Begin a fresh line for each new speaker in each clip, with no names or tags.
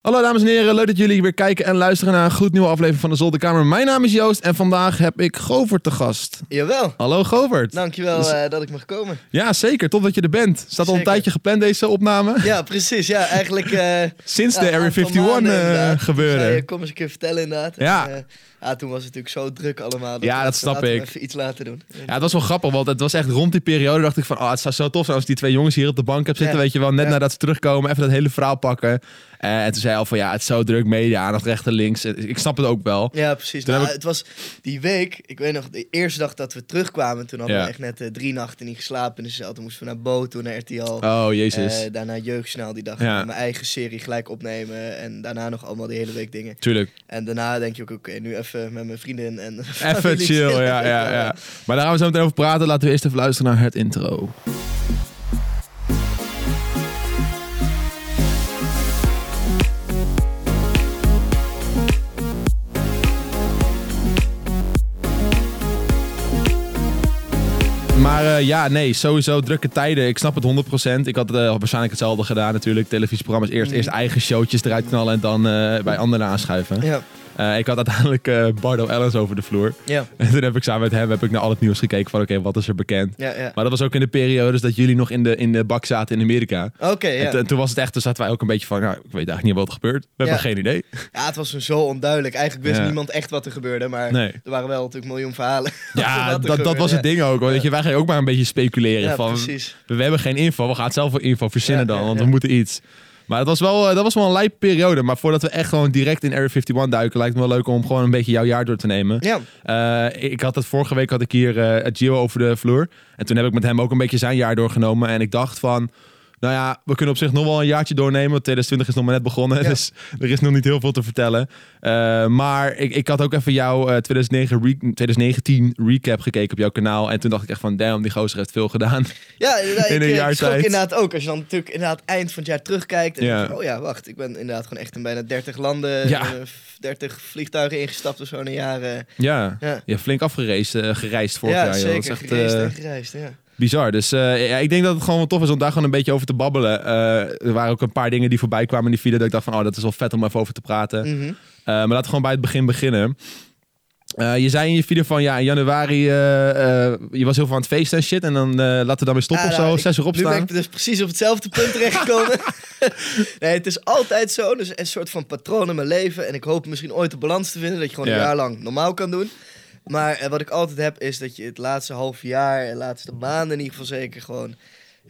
Hallo dames en heren, leuk dat jullie weer kijken en luisteren naar een gloednieuwe aflevering van de Zolderkamer. Mijn naam is Joost en vandaag heb ik Govert te gast.
Jawel.
Hallo Govert.
Dankjewel
Dus-
eh, dat ik mag komen.
Ja, zeker. Top dat je er bent. Staat al een
Zeker.
tijdje gepland deze opname.
Ja, precies. Ja, eigenlijk... eh,
Sinds
ja,
Dus de Area
aantal
51
maanden
eh,
inderdaad.
gebeuren.
Zei, eh, kom eens een keer vertellen inderdaad. En,
Ja.
eh, ja, toen was het natuurlijk zo druk allemaal.
Ja,
we-
dat snap
laten we
ik.
even iets laten doen.
Ja, het was wel grappig, want het was echt rond die periode dacht ik van, ah, het zou zo tof zijn als ik die twee jongens hier op de bank heb zitten,
Ja.
weet je wel, net
Ja.
nadat ze terugkomen, even dat hele verhaal pakken. Eh, en toen zei hij al van, ja, het is zo druk, media, aandacht recht en links. Eh, Ik snap het ook wel.
Ja, precies.
Toen
Nou,
heb
Het was die week, ik weet nog, de eerste dag dat we terugkwamen, toen hadden
Ja.
we echt net eh, drie nachten niet geslapen. Dus toen moesten we naar Bo, toen naar RTL.
Oh, jezus.
eh, daarna jeugdsnel die dag.
Ja.
Mijn eigen serie gelijk opnemen. En daarna nog allemaal die hele week dingen.
Tuurlijk.
En daarna denk je ook, oké, nu even met mijn vrienden en
Even
familie
chill,
chillen.
ja, ja, ja. Maar daar gaan we zo meteen over praten. Laten we eerst even luisteren naar het intro. Maar eh, ja, nee, sowieso drukke tijden. Ik snap het 100%. Ik had eh, waarschijnlijk hetzelfde gedaan natuurlijk. Televisieprogramma's eerst,
Mhm.
eerst eigen showtjes eruit knallen en dan eh, bij anderen aanschuiven.
Ja,
Eh, ik had uiteindelijk eh, Bardo Ellis over de vloer.
ja,
En toen heb ik samen met hem heb ik naar al het nieuws gekeken van oké, wat is er bekend?
ja. ja.
Maar dat was ook in de periodes dat jullie nog in de, in de bak zaten in Amerika.
Oké,
En, t-
ja.
en toen was het echt, toen zaten wij ook een beetje van, nou, ik weet eigenlijk niet wat er gebeurt. We
Ja.
hebben geen idee.
ja, het was toen zo onduidelijk. Eigenlijk wist
Ja.
niemand echt wat er gebeurde, maar
Nee.
er waren wel natuurlijk miljoen verhalen.
Ja,
wat er
dat, dat
gebeurde,
was het
ja.
ding ook. hoor. Weet je, wij gingen ook maar een beetje speculeren
Ja,
van,
precies.
we, we hebben geen info, we gaan het zelf voor info verzinnen
Ja,
dan,
ja,
want
ja.
we moeten iets. Maar dat was, wel, eh, dat was wel een lijp periode. Maar voordat we echt gewoon direct in Area 51 duiken, lijkt het me wel leuk om gewoon een beetje jouw jaar door te nemen.
Ja,
Eh, ik had het vorige week had ik hier eh, Gio over de vloer. En toen heb ik met hem ook een beetje zijn jaar doorgenomen. En ik dacht van. Nou ja, we kunnen op zich nog wel een jaartje doornemen. Want 2020 is nog maar net begonnen.
Ja.
Dus er is nog niet heel veel te vertellen. Eh, maar ik, ik had ook even jouw eh, 2009 re- 2019 recap gekeken op jouw kanaal. En toen dacht ik echt van, damn, die gozer heeft veel gedaan.
ja inderdaad,
In een
ik, eh,
jaar
ik schrok
tijd.
inderdaad ook. Als je dan natuurlijk inderdaad eind van het jaar terugkijkt. En
Ja.
denk je, oh ja, wacht, ik ben inderdaad gewoon echt in bijna 30 landen,
Ja.
eh, 30 vliegtuigen ingestapt of zo in een jaar. eh.
Ja,
ja.
je hebt flink afgereisd eh, gereisd vorig
ja,
jaar. joh. Dat
zeker.
is echt,
gereisd
eh,
en gereisd, ja.
Bizar. Dus eh, ja, ik denk dat het gewoon wel tof is om daar gewoon een beetje over te babbelen. Eh, er waren ook een paar dingen die voorbij kwamen in die video. Dat ik dacht van, oh, dat is wel vet om even over te praten.
Mhm.
Eh, maar laten we gewoon bij het begin beginnen. Eh, je zei in je video van, ja, in januari, eh, eh, je was heel veel aan het feesten en shit. En dan eh, laten we daarmee stoppen
Ah,
of zo,
nou, ik-
zes uur
Nu ben
opstaan.
ik dus precies op hetzelfde punt terechtgekomen. nee, het is altijd zo. Dus een soort van patroon in mijn leven. En ik hoop misschien ooit de balans te vinden. Dat je gewoon
Ja.
een jaar lang normaal kan doen. Maar eh, wat ik altijd heb, is dat je het laatste half jaar, de laatste maanden in ieder geval zeker gewoon...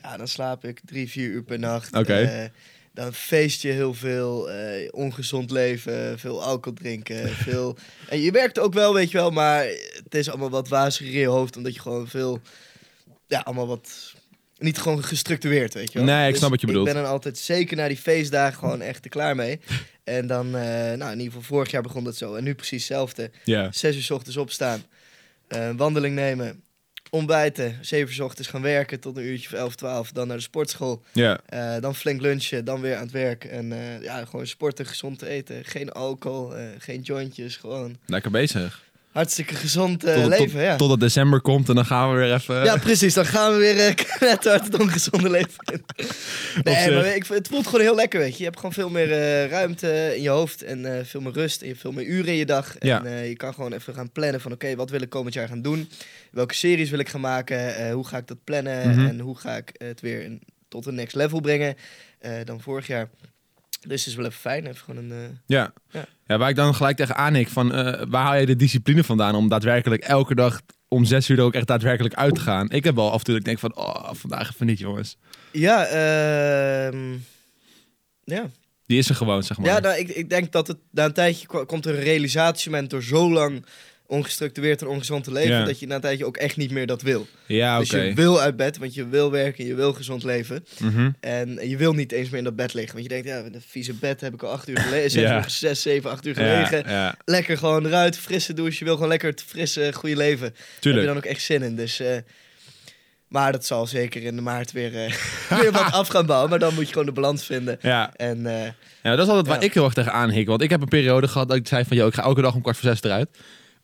Ja, dan slaap ik drie, vier uur per nacht.
Oké.
Eh, dan feest je heel veel, eh, ongezond leven, veel alcohol drinken, veel... En je werkt ook wel, weet je wel, maar het is allemaal wat waziger in je hoofd, omdat je gewoon veel... Ja, allemaal wat... Niet gewoon gestructureerd, weet je wel. Dus
Nee, ik snap wat je bedoelt.
Ik ben dan altijd zeker na die feestdagen gewoon echt er klaar mee. En dan, eh, nou in ieder geval vorig jaar begon dat zo. En nu precies hetzelfde.
Ja.
Zes uur 's ochtends opstaan, eh, een wandeling nemen, ontbijten, zeven uur 's ochtends gaan werken tot een uurtje of elf, twaalf. Dan naar de sportschool.
Ja.
Eh, dan flink lunchen, dan weer aan het werk. En eh, ja, gewoon sporten, gezond eten. Geen alcohol, eh, geen jointjes. Gewoon
Lekker bezig.
hartstikke gezond eh,
Tot- tot-
leven, ja.
Totdat december komt en dan gaan we weer even...
Ja, precies. Dan gaan we weer eh net hard het ongezonde leven in.
Op
Nee,
zich.
maar ik, vind- het voelt gewoon heel lekker, weet je. Je hebt gewoon veel meer eh, ruimte in je hoofd en eh, veel meer rust. En je hebt veel meer uren in je dag. En
Ja.
eh, je kan gewoon even gaan plannen van... oké, wat wil ik komend jaar gaan doen? Welke series wil ik gaan maken? Eh, hoe ga ik dat plannen?
Mhm.
En hoe ga ik het weer een- tot een next level brengen eh, dan vorig jaar? Dus het is wel even fijn. Even gewoon een... eh,
Ja.
Ja.
Ja, waar ik dan gelijk tegen aanhik van, eh, waar haal je de discipline vandaan om daadwerkelijk elke dag om zes uur er ook echt daadwerkelijk uit te gaan? Ik heb wel af en toe dat ik denk van, oh, vandaag even niet jongens.
Ja, ehm, ja.
Die is er gewoon, zeg maar.
Ja, nou, ik, ik denk dat het na een tijdje kwa- komt er een realisatiemoment door zo lang ongestructureerd en ongezond te leven,
Ja.
dat je na een tijdje ook echt niet meer dat wil.
ja oké.
Dus je wil uit bed, want je wil werken, je wil gezond leven.
Mhm.
En je wil niet eens meer in dat bed liggen. Want je denkt, ja, dat vieze bed heb ik al acht uur gelegen,
Ja.
zes, uur- zes, zeven, acht uur gelegen.
Ja, ja,
Lekker gewoon eruit, frisse douche. Je wil gewoon lekker het frisse, goede leven. Daar heb
tuurlijk.
je dan ook echt zin in. Dus, eh, maar dat zal zeker in de maart weer, eh, weer wat af gaan bouwen. Maar dan moet je gewoon de balans vinden.
Ja.
En eh,
ja, dat is altijd waar
Ja.
ik heel erg tegen aanhik. Want ik heb een periode gehad dat ik zei van, joh, ik ga elke dag om kwart voor zes eruit.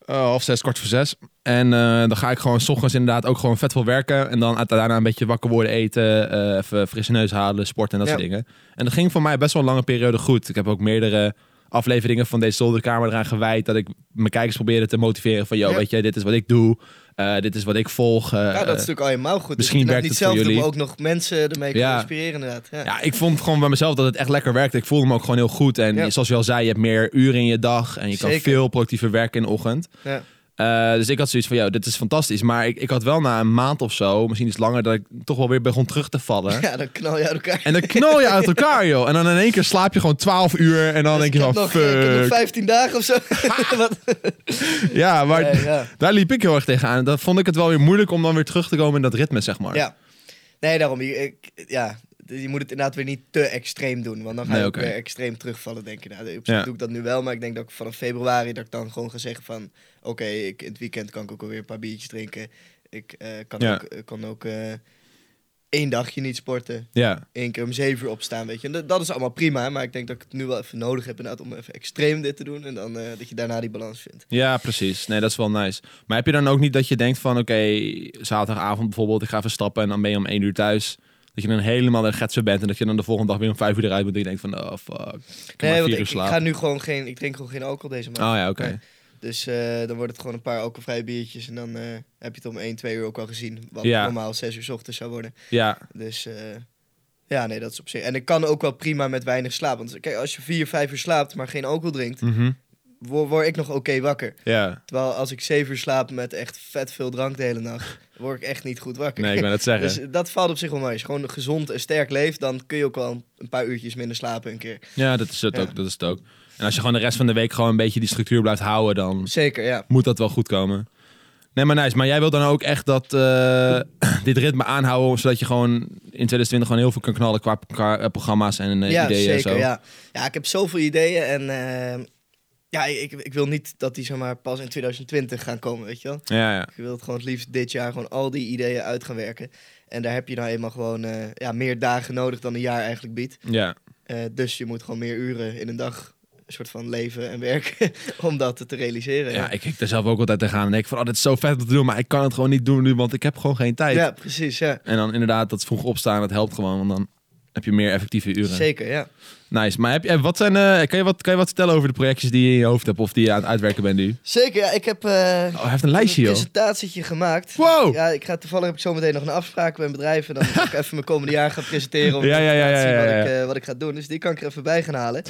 eh, half zes, kwart voor zes. En eh, dan ga ik gewoon 's ochtends inderdaad ook gewoon vet veel werken. En dan uit- daarna een beetje wakker worden eten, eh, even frisse neus halen, sport en dat
Ja.
soort dingen. En dat ging voor mij best wel een lange periode goed. Ik heb ook meerdere afleveringen van deze zolderkamer eraan gewijd. Dat ik mijn kijkers probeerde te motiveren van, yo,
Ja.
weet je, dit is wat ik doe. eh, dit is wat ik volg. eh,
Ja, dat is natuurlijk al helemaal goed.
misschien
dat je
werkt
niet
het
zelf
voor
doet, maar
jullie.
ook nog mensen ermee kan
Ja.
inspireren inderdaad. Ja.
Ja, ik vond gewoon bij mezelf dat het echt lekker werkte. Ik voelde me ook gewoon heel goed. En
Ja.
zoals je al zei, je hebt meer uren in je dag. En je kan
Zeker.
veel productiever werken in de ochtend.
Ja.
Eh, dus ik had zoiets van, ja, dit is fantastisch. Maar ik, ik had wel na een maand of zo, misschien iets langer, dat ik toch wel weer begon terug te vallen.
Ja, dan knal je uit elkaar.
En dan knal je uit elkaar, joh. En dan in één keer slaap je gewoon 12 uur. En dan
Dus
denk je
ik heb
van,
nog, eh, ik heb nog
fuck.
15 dagen of zo. Wat?
Ja, maar
Nee, ja.
daar liep ik heel erg tegenaan. Dat vond ik het wel weer moeilijk om dan weer terug te komen in dat ritme, zeg maar.
Ja. Nee, daarom. Je, ik- ja, je moet het inderdaad weer niet te extreem doen. Want dan ga je
Nee,
ook
oké.
weer extreem terugvallen, denk ik. Nou, op zich
Ja.
doe ik dat nu wel, maar ik denk dat ik vanaf februari... dat ik dan gewoon ga zeggen van... Oké, ik in het weekend kan ik ook alweer een paar biertjes drinken. Ik eh, kan,
Ja.
ook, eh, kan ook eh, één dagje niet sporten.
Ja,
Eén keer om zeven uur opstaan, weet je. En dat, dat is allemaal prima, maar ik denk dat ik het nu wel even nodig heb... inderdaad om even extreem dit te doen. En dan eh, dat je daarna die balans vindt.
ja, precies. Nee, dat is wel nice. Maar heb je dan ook niet dat je denkt van, oké, zaterdagavond bijvoorbeeld, ik ga even stappen en dan ben je om één uur thuis. Dat je dan helemaal een getsen bent en dat je dan de volgende dag weer om vijf uur eruit moet. En je denkt van, oh fuck, ik heb maar
want
vier
ik,
uur
ik
slaap.
ga nu gewoon geen... Ik drink gewoon geen alcohol deze maand.
Oh ja, oké.
Nee. Dus eh, dan wordt het gewoon een paar alcoholvrije biertjes. En dan eh, heb je het om 1, 2 uur ook wel gezien. Wat
Ja.
normaal 6 uur 's ochtends zou worden.
Ja,
Dus eh, ja, nee, dat is op zich. En ik kan ook wel prima met weinig slaap. Want kijk, als je 4, 5 uur slaapt, maar geen alcohol drinkt,
mhm.
wor- word ik nog oké wakker.
ja.
Terwijl als ik 7 uur slaap met echt vet veel drank de hele nacht, word ik echt niet goed wakker.
Nee, ik ben het zeggen.
Dus dat valt op zich wel mee. Als je gewoon gezond en sterk leeft, dan kun je ook wel een paar uurtjes minder slapen een keer.
Ja, dat is het
Ja.
ook. Dat is het ook. En als je gewoon de rest van de week gewoon een beetje die structuur blijft houden, dan
Zeker, ja.
moet dat wel goed komen. Nee, maar nice. Maar jij wil dan ook echt dat eh, dit ritme aanhouden, zodat je gewoon in 2020 gewoon heel veel kan knallen qua, qua, eh, programma's en eh, ideeën en
zeker,
zo.
Ja. ja, ik heb zoveel ideeën en eh, ja, ik, ik wil niet dat die zeg maar, pas in 2020 gaan komen, weet je wel.
ja, ja.
Ik wil het gewoon het liefst dit jaar gewoon al die ideeën uit gaan werken. En daar heb je nou eenmaal gewoon eh, ja, meer dagen nodig dan een jaar eigenlijk biedt.
Ja.
Eh, dus je moet gewoon meer uren in een dag een soort van leven en werken om dat te realiseren.
ja, ik kijk er zelf ook altijd tegenaan en denk van, oh, dit is zo vet om te doen, maar ik kan het gewoon niet doen nu, want ik heb gewoon geen tijd.
ja precies, ja.
En dan inderdaad, dat vroeg opstaan, dat helpt gewoon, want dan heb je meer effectieve uren.
Zeker, ja.
Nice. Maar heb je, eh, wat zijn, eh, kan, je wat, kan je wat vertellen over de projectjes die je in je hoofd hebt of die je aan het uitwerken bent nu?
Zeker, ja. Ik heb eh,
Oh, hij heeft een lijstje,
een
joh. Oh.
presentatietje gemaakt.
Wow!
Ja, ik ga, toevallig heb ik zometeen nog een afspraak bij een bedrijf. En dan ga ik even mijn komende jaar gaan presenteren. Om
Ja, ja, ja,
te zien
ja, ja,
Wat, ik,
ja.
eh, wat ik ga doen. Dus die kan ik er even bij gaan halen.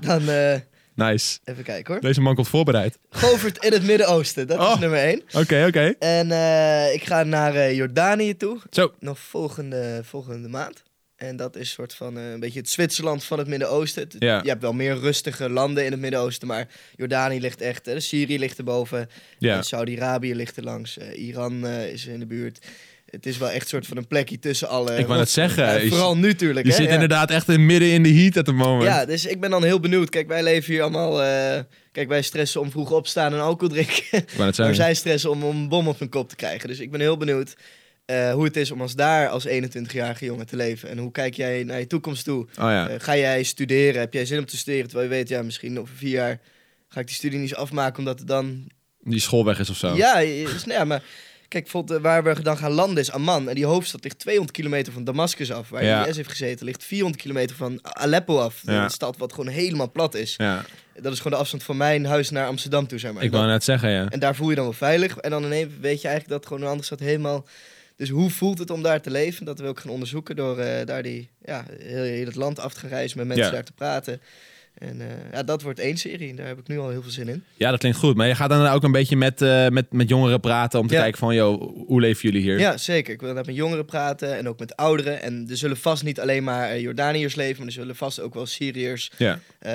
dan eh,
Nice.
even kijken hoor.
Deze man komt voorbereid.
Govert in het Midden-Oosten. Dat is
Oh.
nummer één.
Oké, oké.
En eh, ik ga naar eh, Jordanië toe.
Zo.
Nog volgende, volgende maand. En dat is soort van eh, een beetje het Zwitserland van het Midden-Oosten. Het-
Ja.
Je hebt wel meer rustige landen in het Midden-Oosten. Maar Jordanië ligt echt. eh, Syrië ligt erboven.
Ja.
En Saudi-Arabië ligt er langs. eh, Iran eh, is in de buurt. Het is wel echt soort van een plekje tussen alle...
Ik wou net zeggen,
Ja,
je-
eh, vooral nu natuurlijk.
Je
hè?
zit
ja.
inderdaad echt in midden in de heat at the moment.
Ja, dus ik ben dan heel benieuwd. Kijk, wij leven hier allemaal... eh, kijk, wij stressen om vroeg opstaan en alcohol drinken.
Ik wou net
maar
zeggen.
zij stressen om om een bom op hun kop te krijgen. Dus ik ben heel benieuwd eh, hoe het is om als daar als 21-jarige jongen te leven. En hoe kijk jij naar je toekomst toe?
Oh ja.
Eh, ga jij studeren? Heb jij zin om te studeren? Terwijl je weet, ja, misschien over vier jaar ga ik die studie niet eens afmaken... omdat het dan
Die school weg is of zo.
ja, je- is- nou ja, maar kijk, bijvoorbeeld eh, waar we dan gaan landen is Amman. En die hoofdstad ligt 200 kilometer van Damascus af, waar
Ja.
de IS heeft gezeten. Ligt 400 kilometer van Aleppo af,
Ja.
een stad wat gewoon helemaal plat is.
Ja.
Dat is gewoon de afstand van mijn huis naar Amsterdam toe, zeg maar.
Ik
Dat-
wou net zeggen, ja.
En daar voel je dan wel veilig. En dan ineens weet je eigenlijk dat gewoon een andere stad helemaal... Dus hoe voelt het om daar te leven? Dat wil ik gaan onderzoeken door eh, daar die, ja, heel, heel het land af te gaan reizen, met mensen
Ja.
daar te praten. En eh, ja, dat wordt één serie. En daar heb ik nu al heel veel zin in.
Ja, dat klinkt goed. Maar je gaat dan ook een beetje met, eh, met, met jongeren praten om te
Ja.
kijken van, joh, hoe leven jullie hier?
Ja, zeker. Ik wil inderdaad met jongeren praten en ook met ouderen. En er zullen vast niet alleen maar eh, Jordaniërs leven, maar er zullen vast ook wel Syriërs,
Ja.
eh,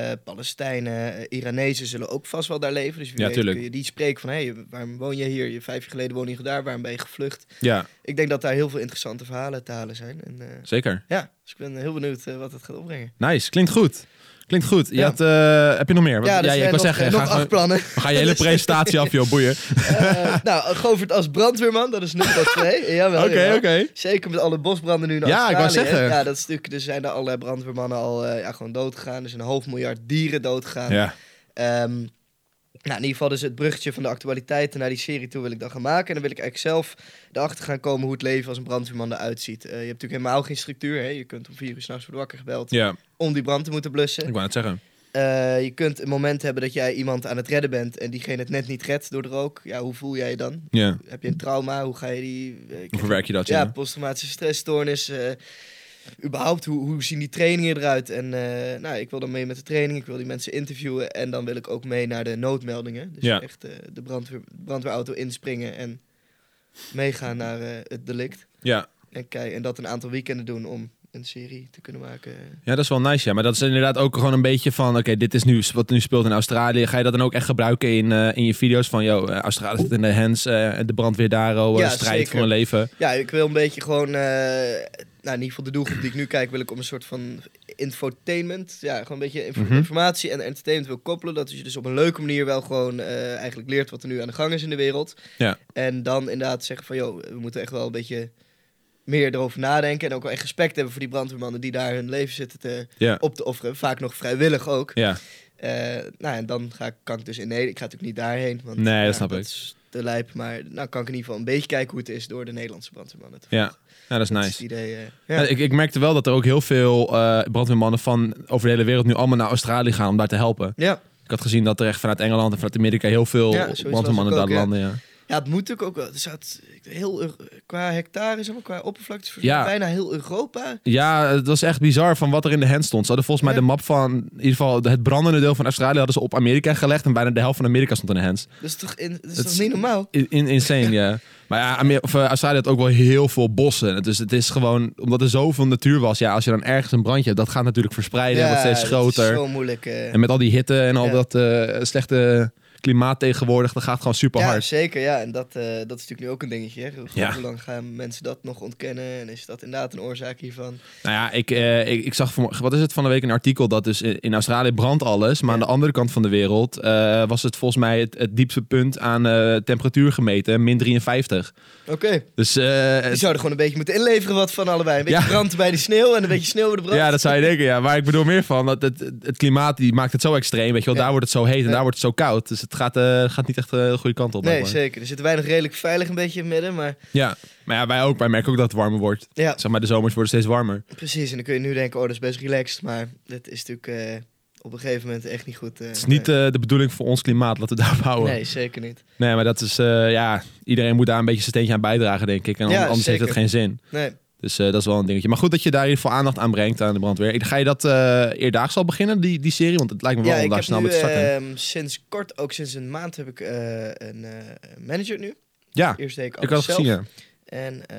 Palestijnen, eh, Iranezen zullen ook vast wel daar leven. Dus wie
Ja,
weet
tuurlijk.
kun je die spreken van, hé, hey, waarom woon je hier? Je vijf jaar geleden woonde je daar, waarom ben je gevlucht?
Ja,
Ik denk dat daar heel veel interessante verhalen te halen zijn. En, eh,
zeker.
ja, dus ik ben heel benieuwd eh, wat het gaat opbrengen.
Nice. Klinkt goed. Klinkt goed. Je
Ja.
had, eh, heb je nog meer? Want-
ja, dus
ik
nog,
wou zeggen,
nog
ga,
acht
gewoon-
plannen.
ga je hele
Dus-
presentatie af, joh, boeien.
Eh, nou, Govert als brandweerman, dat is nummer twee. Jawel,
Oké,
jawel.
oké.
Zeker met alle bosbranden nu in
Ja, ik wou
Australië. hè.
zeggen.
Ja, dat is natuurlijk, er zijn daar allerlei brandweermannen al eh, ja, gewoon doodgegaan. Er zijn een half miljard dieren doodgegaan.
Ja.
Ehm, Nou, in ieder geval dus het bruggetje van de actualiteiten naar die serie toe wil ik dan gaan maken. En dan wil ik eigenlijk zelf erachter gaan komen hoe het leven als een brandweerman eruit ziet. Eh, je hebt natuurlijk helemaal geen structuur. Hè? Je kunt om vier uur s'nachts worden wakker gebeld
Ja,
om die brand te moeten blussen.
ik wou het zeggen.
Eh, je kunt een moment hebben dat jij iemand aan het redden bent en diegene het net niet redt door de rook. Ja, hoe voel jij je dan?
Ja.
Heb je een trauma? Hoe ga je die... eh, krijg
Hoe
je-
verwerk je dat?
ja,
Ja.
posttraumatische stressstoornis. eh, überhaupt, hoe, hoe zien die trainingen eruit? En eh, nou, ik wil dan mee met de training, ik wil die mensen interviewen. En dan wil ik ook mee naar de noodmeldingen. Dus
Ja.
echt eh, de brandweer, brandweerauto inspringen en meegaan naar eh, het delict.
ja.
En, kijk, en dat een aantal weekenden doen om een serie te kunnen maken.
Ja, dat is wel nice, ja. Maar dat is inderdaad ook gewoon een beetje van... Oké, dit is nu wat nu speelt in Australië. Ga je dat dan ook echt gebruiken in, eh, in je video's? Van, yo, eh, Australië zit in de hands. eh, de brandweer daar, oh, eh,
Ja,
strijd
zeker.
voor een leven.
Ja, ik wil een beetje gewoon... eh, nou, in ieder geval de doelgroep die ik nu kijk, wil ik om een soort van infotainment. Ja, gewoon een beetje info-
Mhm.
informatie en entertainment wil koppelen. Dat je dus op een leuke manier wel gewoon eh, eigenlijk leert wat er nu aan de gang is in de wereld.
Ja.
En dan inderdaad zeggen van, joh, we moeten echt wel een beetje meer erover nadenken. En ook wel echt respect hebben voor die brandweermannen die daar hun leven zitten te,
Ja.
op te offeren. Vaak nog vrijwillig ook.
Ja,
Eh, nou, en dan ga ik, kan ik dus in Nederland. Ik ga natuurlijk niet daarheen. Want,
Nee, dat
ja,
snap ik.
is te lijp. Maar nou kan ik in ieder geval een beetje kijken hoe het is door de Nederlandse brandweermannen te
Ja,
volgen.
ja dat is
Dat is
nice.
het idee, eh,
Ja,
ja.
ik, ik merkte wel dat er ook heel veel eh, brandweermannen van over de hele wereld nu allemaal naar Australië gaan om daar te helpen.
Ja.
Ik had gezien dat er echt vanuit Engeland en vanuit Amerika heel veel
Ja, zoiets las
brandweermannen
ik
daar
ook, ja.
landen. Ja.
ja, het moet natuurlijk ook wel. Er staat heel, Euro- qua hectare, zeg maar, qua oppervlakte, is
Ja.
bijna heel Europa.
ja, het was echt bizar van wat er in de hand stond. Ze hadden volgens mij
Ja.
de map van, in ieder geval het brandende deel van Australië hadden ze op Amerika gelegd. En bijna de helft van Amerika stond in de hands.
Dat is toch, in, dat is
Het
toch
is-
niet normaal?
In, in- insane, ja. Maar ja, Amer- of, eh, Australië had ook wel heel veel bossen. Dus het is gewoon, omdat er zoveel natuur was. Ja, als je dan ergens een brandje hebt, dat gaat natuurlijk verspreiden en wordt steeds
Dat
groter.
is zo moeilijk. eh.
En met al die hitte en al
Ja.
dat eh, slechte klimaat tegenwoordig, dat gaat gewoon super
Ja,
hard.
zeker. Ja, en dat, eh, dat is natuurlijk nu ook een dingetje. Hè. Hoe,
Ja.
hoe lang gaan mensen dat nog ontkennen? En is dat inderdaad een oorzaak hiervan?
Nou ja, ik, eh, ik, ik zag vanmorgen, wat is het van de week, een artikel dat dus in in Australië brandt alles. Maar aan de andere kant van de wereld eh, was het volgens mij het, het diepste punt aan eh, temperatuur gemeten, min 53.
Oké,
Dus eh,
je
het-
zou er gewoon een beetje moeten inleveren wat van allebei. Een beetje
Ja.
brand bij de sneeuw en een beetje sneeuw bij de brand.
ja, dat zou je denken. Ja. Maar ik bedoel meer van, dat het, het klimaat die maakt het zo extreem. Weet je wel,
Ja.
daar wordt het zo heet en
Ja.
daar wordt het zo koud. Dus het gaat, eh, gaat niet echt eh, de goede kant op.
Nee,
blijkbaar.
zeker. Er zitten weinig redelijk veilig een beetje in het midden, maar
ja. Maar ja, wij ook. Wij merken ook dat het warmer wordt.
ja,
Zeg maar, de zomers worden steeds warmer.
precies. En dan kun je nu denken, oh, dat is best relaxed, maar dat is natuurlijk eh, op een gegeven moment echt niet goed. eh,
Het is niet eh, de bedoeling voor ons klimaat, laten we daarop houden.
nee.
Nee,
nee, zeker niet.
maar dat is, eh, ja, iedereen moet daar een beetje zijn steentje aan bijdragen, denk ik. En
Ja,
anders heeft
zeker.
het geen zin.
Nee.
Dus eh, dat is wel een dingetje. Maar goed dat je daar in ieder geval aandacht aan brengt aan de brandweer. Ga je dat eh eerdaags al beginnen, die, die serie? Want het lijkt me wel nou
Ja,
om
ik
daar
heb
snel
nu
mee te starten.
ehm, sinds kort, ook sinds een maand, heb ik eh, een eh, manager nu.
ja,
Eerst deed ik
Ah, ik
alles
had het
zelf.
gezien, ja.
En eh,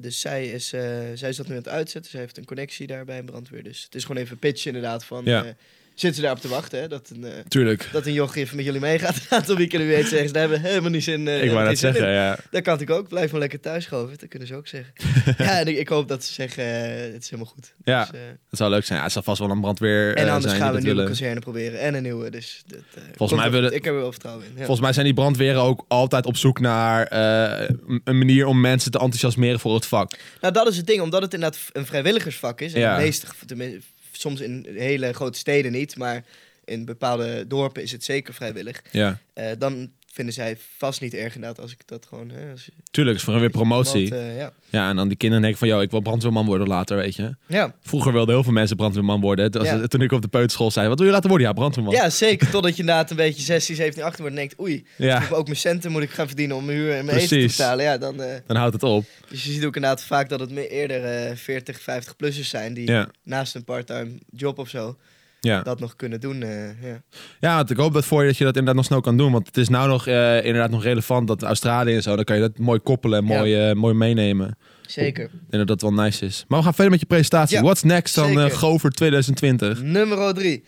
dus zij is, eh, zij is dat nu aan het uitzetten. Zij heeft een connectie daar bij een brandweer. Dus het is gewoon even pitchen inderdaad van...
Ja.
eh, zitten ze daarop te wachten, hè? Dat een, eh,
Tuurlijk.
dat een jochie even met jullie meegaat een aantal weekenden weer zeggen. Ze daar hebben we helemaal niet zin, eh,
ik wou
geen
net
zin in.
zeggen, ja.
Dat kan ik ook. Blijf maar lekker thuis gehoven. Dat kunnen ze ook zeggen. ja, en ik, ik hoop dat ze zeggen, eh, het is helemaal goed.
Ja,
Dus, eh,
dat zou leuk zijn. Ja, het zal vast wel een brandweer eh,
en anders
zijn die
gaan we een
dat
nieuwe
willen.
kazerne proberen. En een nieuwe. Dus dat, eh,
mij
komt wel
willen-
goed. Ik heb er wel vertrouwen in. Ja.
Volgens mij zijn die brandweren ook altijd op zoek naar eh, een- een manier om mensen te enthousiasmeren voor het vak.
Nou, dat is het ding. Omdat het inderdaad een vrijwilligersvak is. En
Ja.
de meeste, gev- tenmin- soms in hele grote steden niet. Maar in bepaalde dorpen is het zeker vrijwillig.
Ja,
Eh, dan vinden zij vast niet erg inderdaad als ik dat gewoon... Hè, als,
tuurlijk. Het is voor weer promotie.
Want, eh, ja.
Ja, en dan die kinderen denken van, joh, ik wil brandweerman worden later, weet je.
Ja.
Vroeger wilden heel veel mensen brandweerman worden. Toen,
Ja.
toen ik op de peuterschool zei, wat wil je laten worden? Ja, brandweerman.
ja, zeker. Totdat je inderdaad een beetje 16, 17, 18 wordt en denkt... Oei,
Ja,
Of ook mijn centen moet ik gaan verdienen om mijn huur en mijn eten te
Precies.
betalen. Ja, dan, eh,
dan houdt het op.
dus je ziet ook inderdaad vaak dat het meer eerder eh, 40, 50-plussers zijn die
Ja,
naast een parttime job of zo
ja.
dat nog kunnen doen. eh, ja.
ja want ik hoop dat voor je dat je dat inderdaad nog snel kan doen. Want het is nou nog eh, inderdaad nog relevant dat Australië en zo, dan kan je dat mooi koppelen en
Ja.
mooi, eh, mooi meenemen.
Zeker.
Ik denk dat dat wel nice is. Maar we gaan verder met je presentatie.
Ja,
What's next dan
zeker.
eh Gover 2020?
Nummer 3.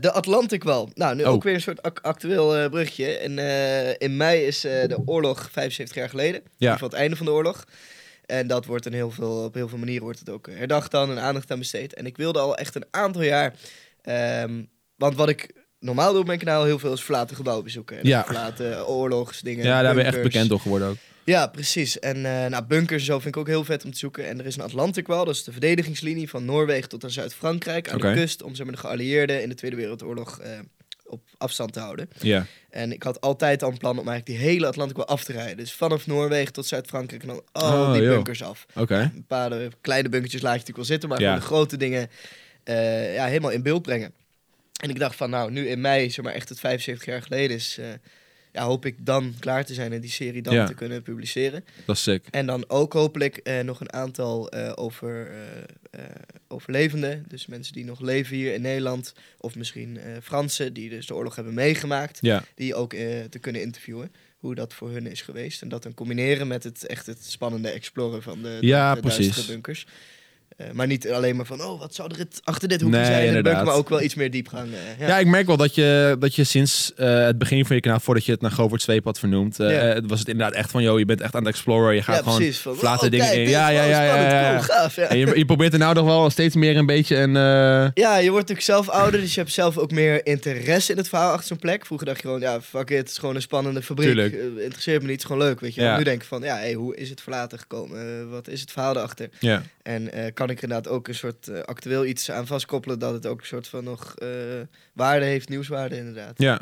de Atlantikwal. Nou, nu
Oh.
ook weer een soort ac- actueel eh, brugje. En, eh, in mei is eh, de oorlog 75 jaar geleden. In ieder geval het einde van de oorlog. En dat wordt in heel veel, op heel veel manieren wordt het ook eh, herdacht dan en aandacht aan besteed. En ik wilde al echt een aantal jaar... ehm, want wat ik normaal doe op mijn kanaal heel veel is verlaten gebouwen bezoeken. En
Ja.
Verlaten oorlogsdingen.
Ja, daar ben je echt
bunkers.
bekend door geworden ook.
Ja, precies. En eh nou, bunkers en zo vind ik ook heel vet om te zoeken. En er is een Atlantikwal, dat is de verdedigingslinie van Noorwegen tot aan Zuid-Frankrijk aan
Oké.
de kust. Om zeg maar, de geallieerden in de Tweede Wereldoorlog eh, op afstand te houden.
Ja.
En ik had altijd al een plan om eigenlijk die hele Atlantic wel af te rijden. Dus vanaf Noorwegen tot Zuid-Frankrijk en dan al
Oh,
die
joh.
bunkers af.
Oké.
Een paar eh, kleine bunkertjes laat je natuurlijk wel zitten, maar
Ja.
gewoon de grote dingen eh, ja, helemaal in beeld brengen. En ik dacht van, nou, nu in mei, zeg maar echt het 75 jaar geleden is, eh, ja, hoop ik dan klaar te zijn en die serie dan
Ja.
te kunnen publiceren.
Dat is sick.
En dan ook hopelijk eh, nog een aantal eh, over, eh, eh, overlevenden, dus mensen die nog leven hier in Nederland, of misschien eh, Fransen die dus de oorlog hebben meegemaakt
Ja.
die ook eh, te kunnen interviewen. Hoe dat voor hun is geweest. En dat dan combineren met het echt het spannende exploren van de,
Ja,
de, de duistere
precies.
bunkers. Eh, maar niet alleen maar van, oh, wat zou er het- achter dit hoekje
Nee,
zijn? in de bunker,
inderdaad.
maar ook wel iets meer diepgang. eh, ja.
Ja, ik merk wel dat je, dat je sinds eh, het begin van je kanaal, voordat je het naar Govert Zweep had vernoemd, eh,
Ja.
eh, was het inderdaad echt van, joh, je bent echt aan het exploren. Je gaat
Ja,
gewoon
precies. Van,
flate
oh,
dingen in.
kijk, dit is
Ja, ja,
wel
ja, ja,
spannend,
ja.
cool, gaaf, ja.
En je, je probeert er nou nog wel steeds meer een beetje een... eh,
Ja, je wordt natuurlijk zelf ouder, dus je hebt zelf ook meer interesse in het verhaal achter zo'n plek. Vroeger dacht je gewoon, ja, fuck it, het is gewoon een spannende fabriek.
Tuurlijk.
Eh, interesseert me niet, het is gewoon leuk, weet je.
Ja.
wel. Nu denk ik van, ja, hey, hoe is het verlaten gekomen? Eh, wat is het verhaal erachter?
ja.
En eh, kan ik er inderdaad ook een soort eh, actueel iets aan vastkoppelen dat het ook een soort van nog eh, waarde heeft, nieuwswaarde inderdaad.
ja.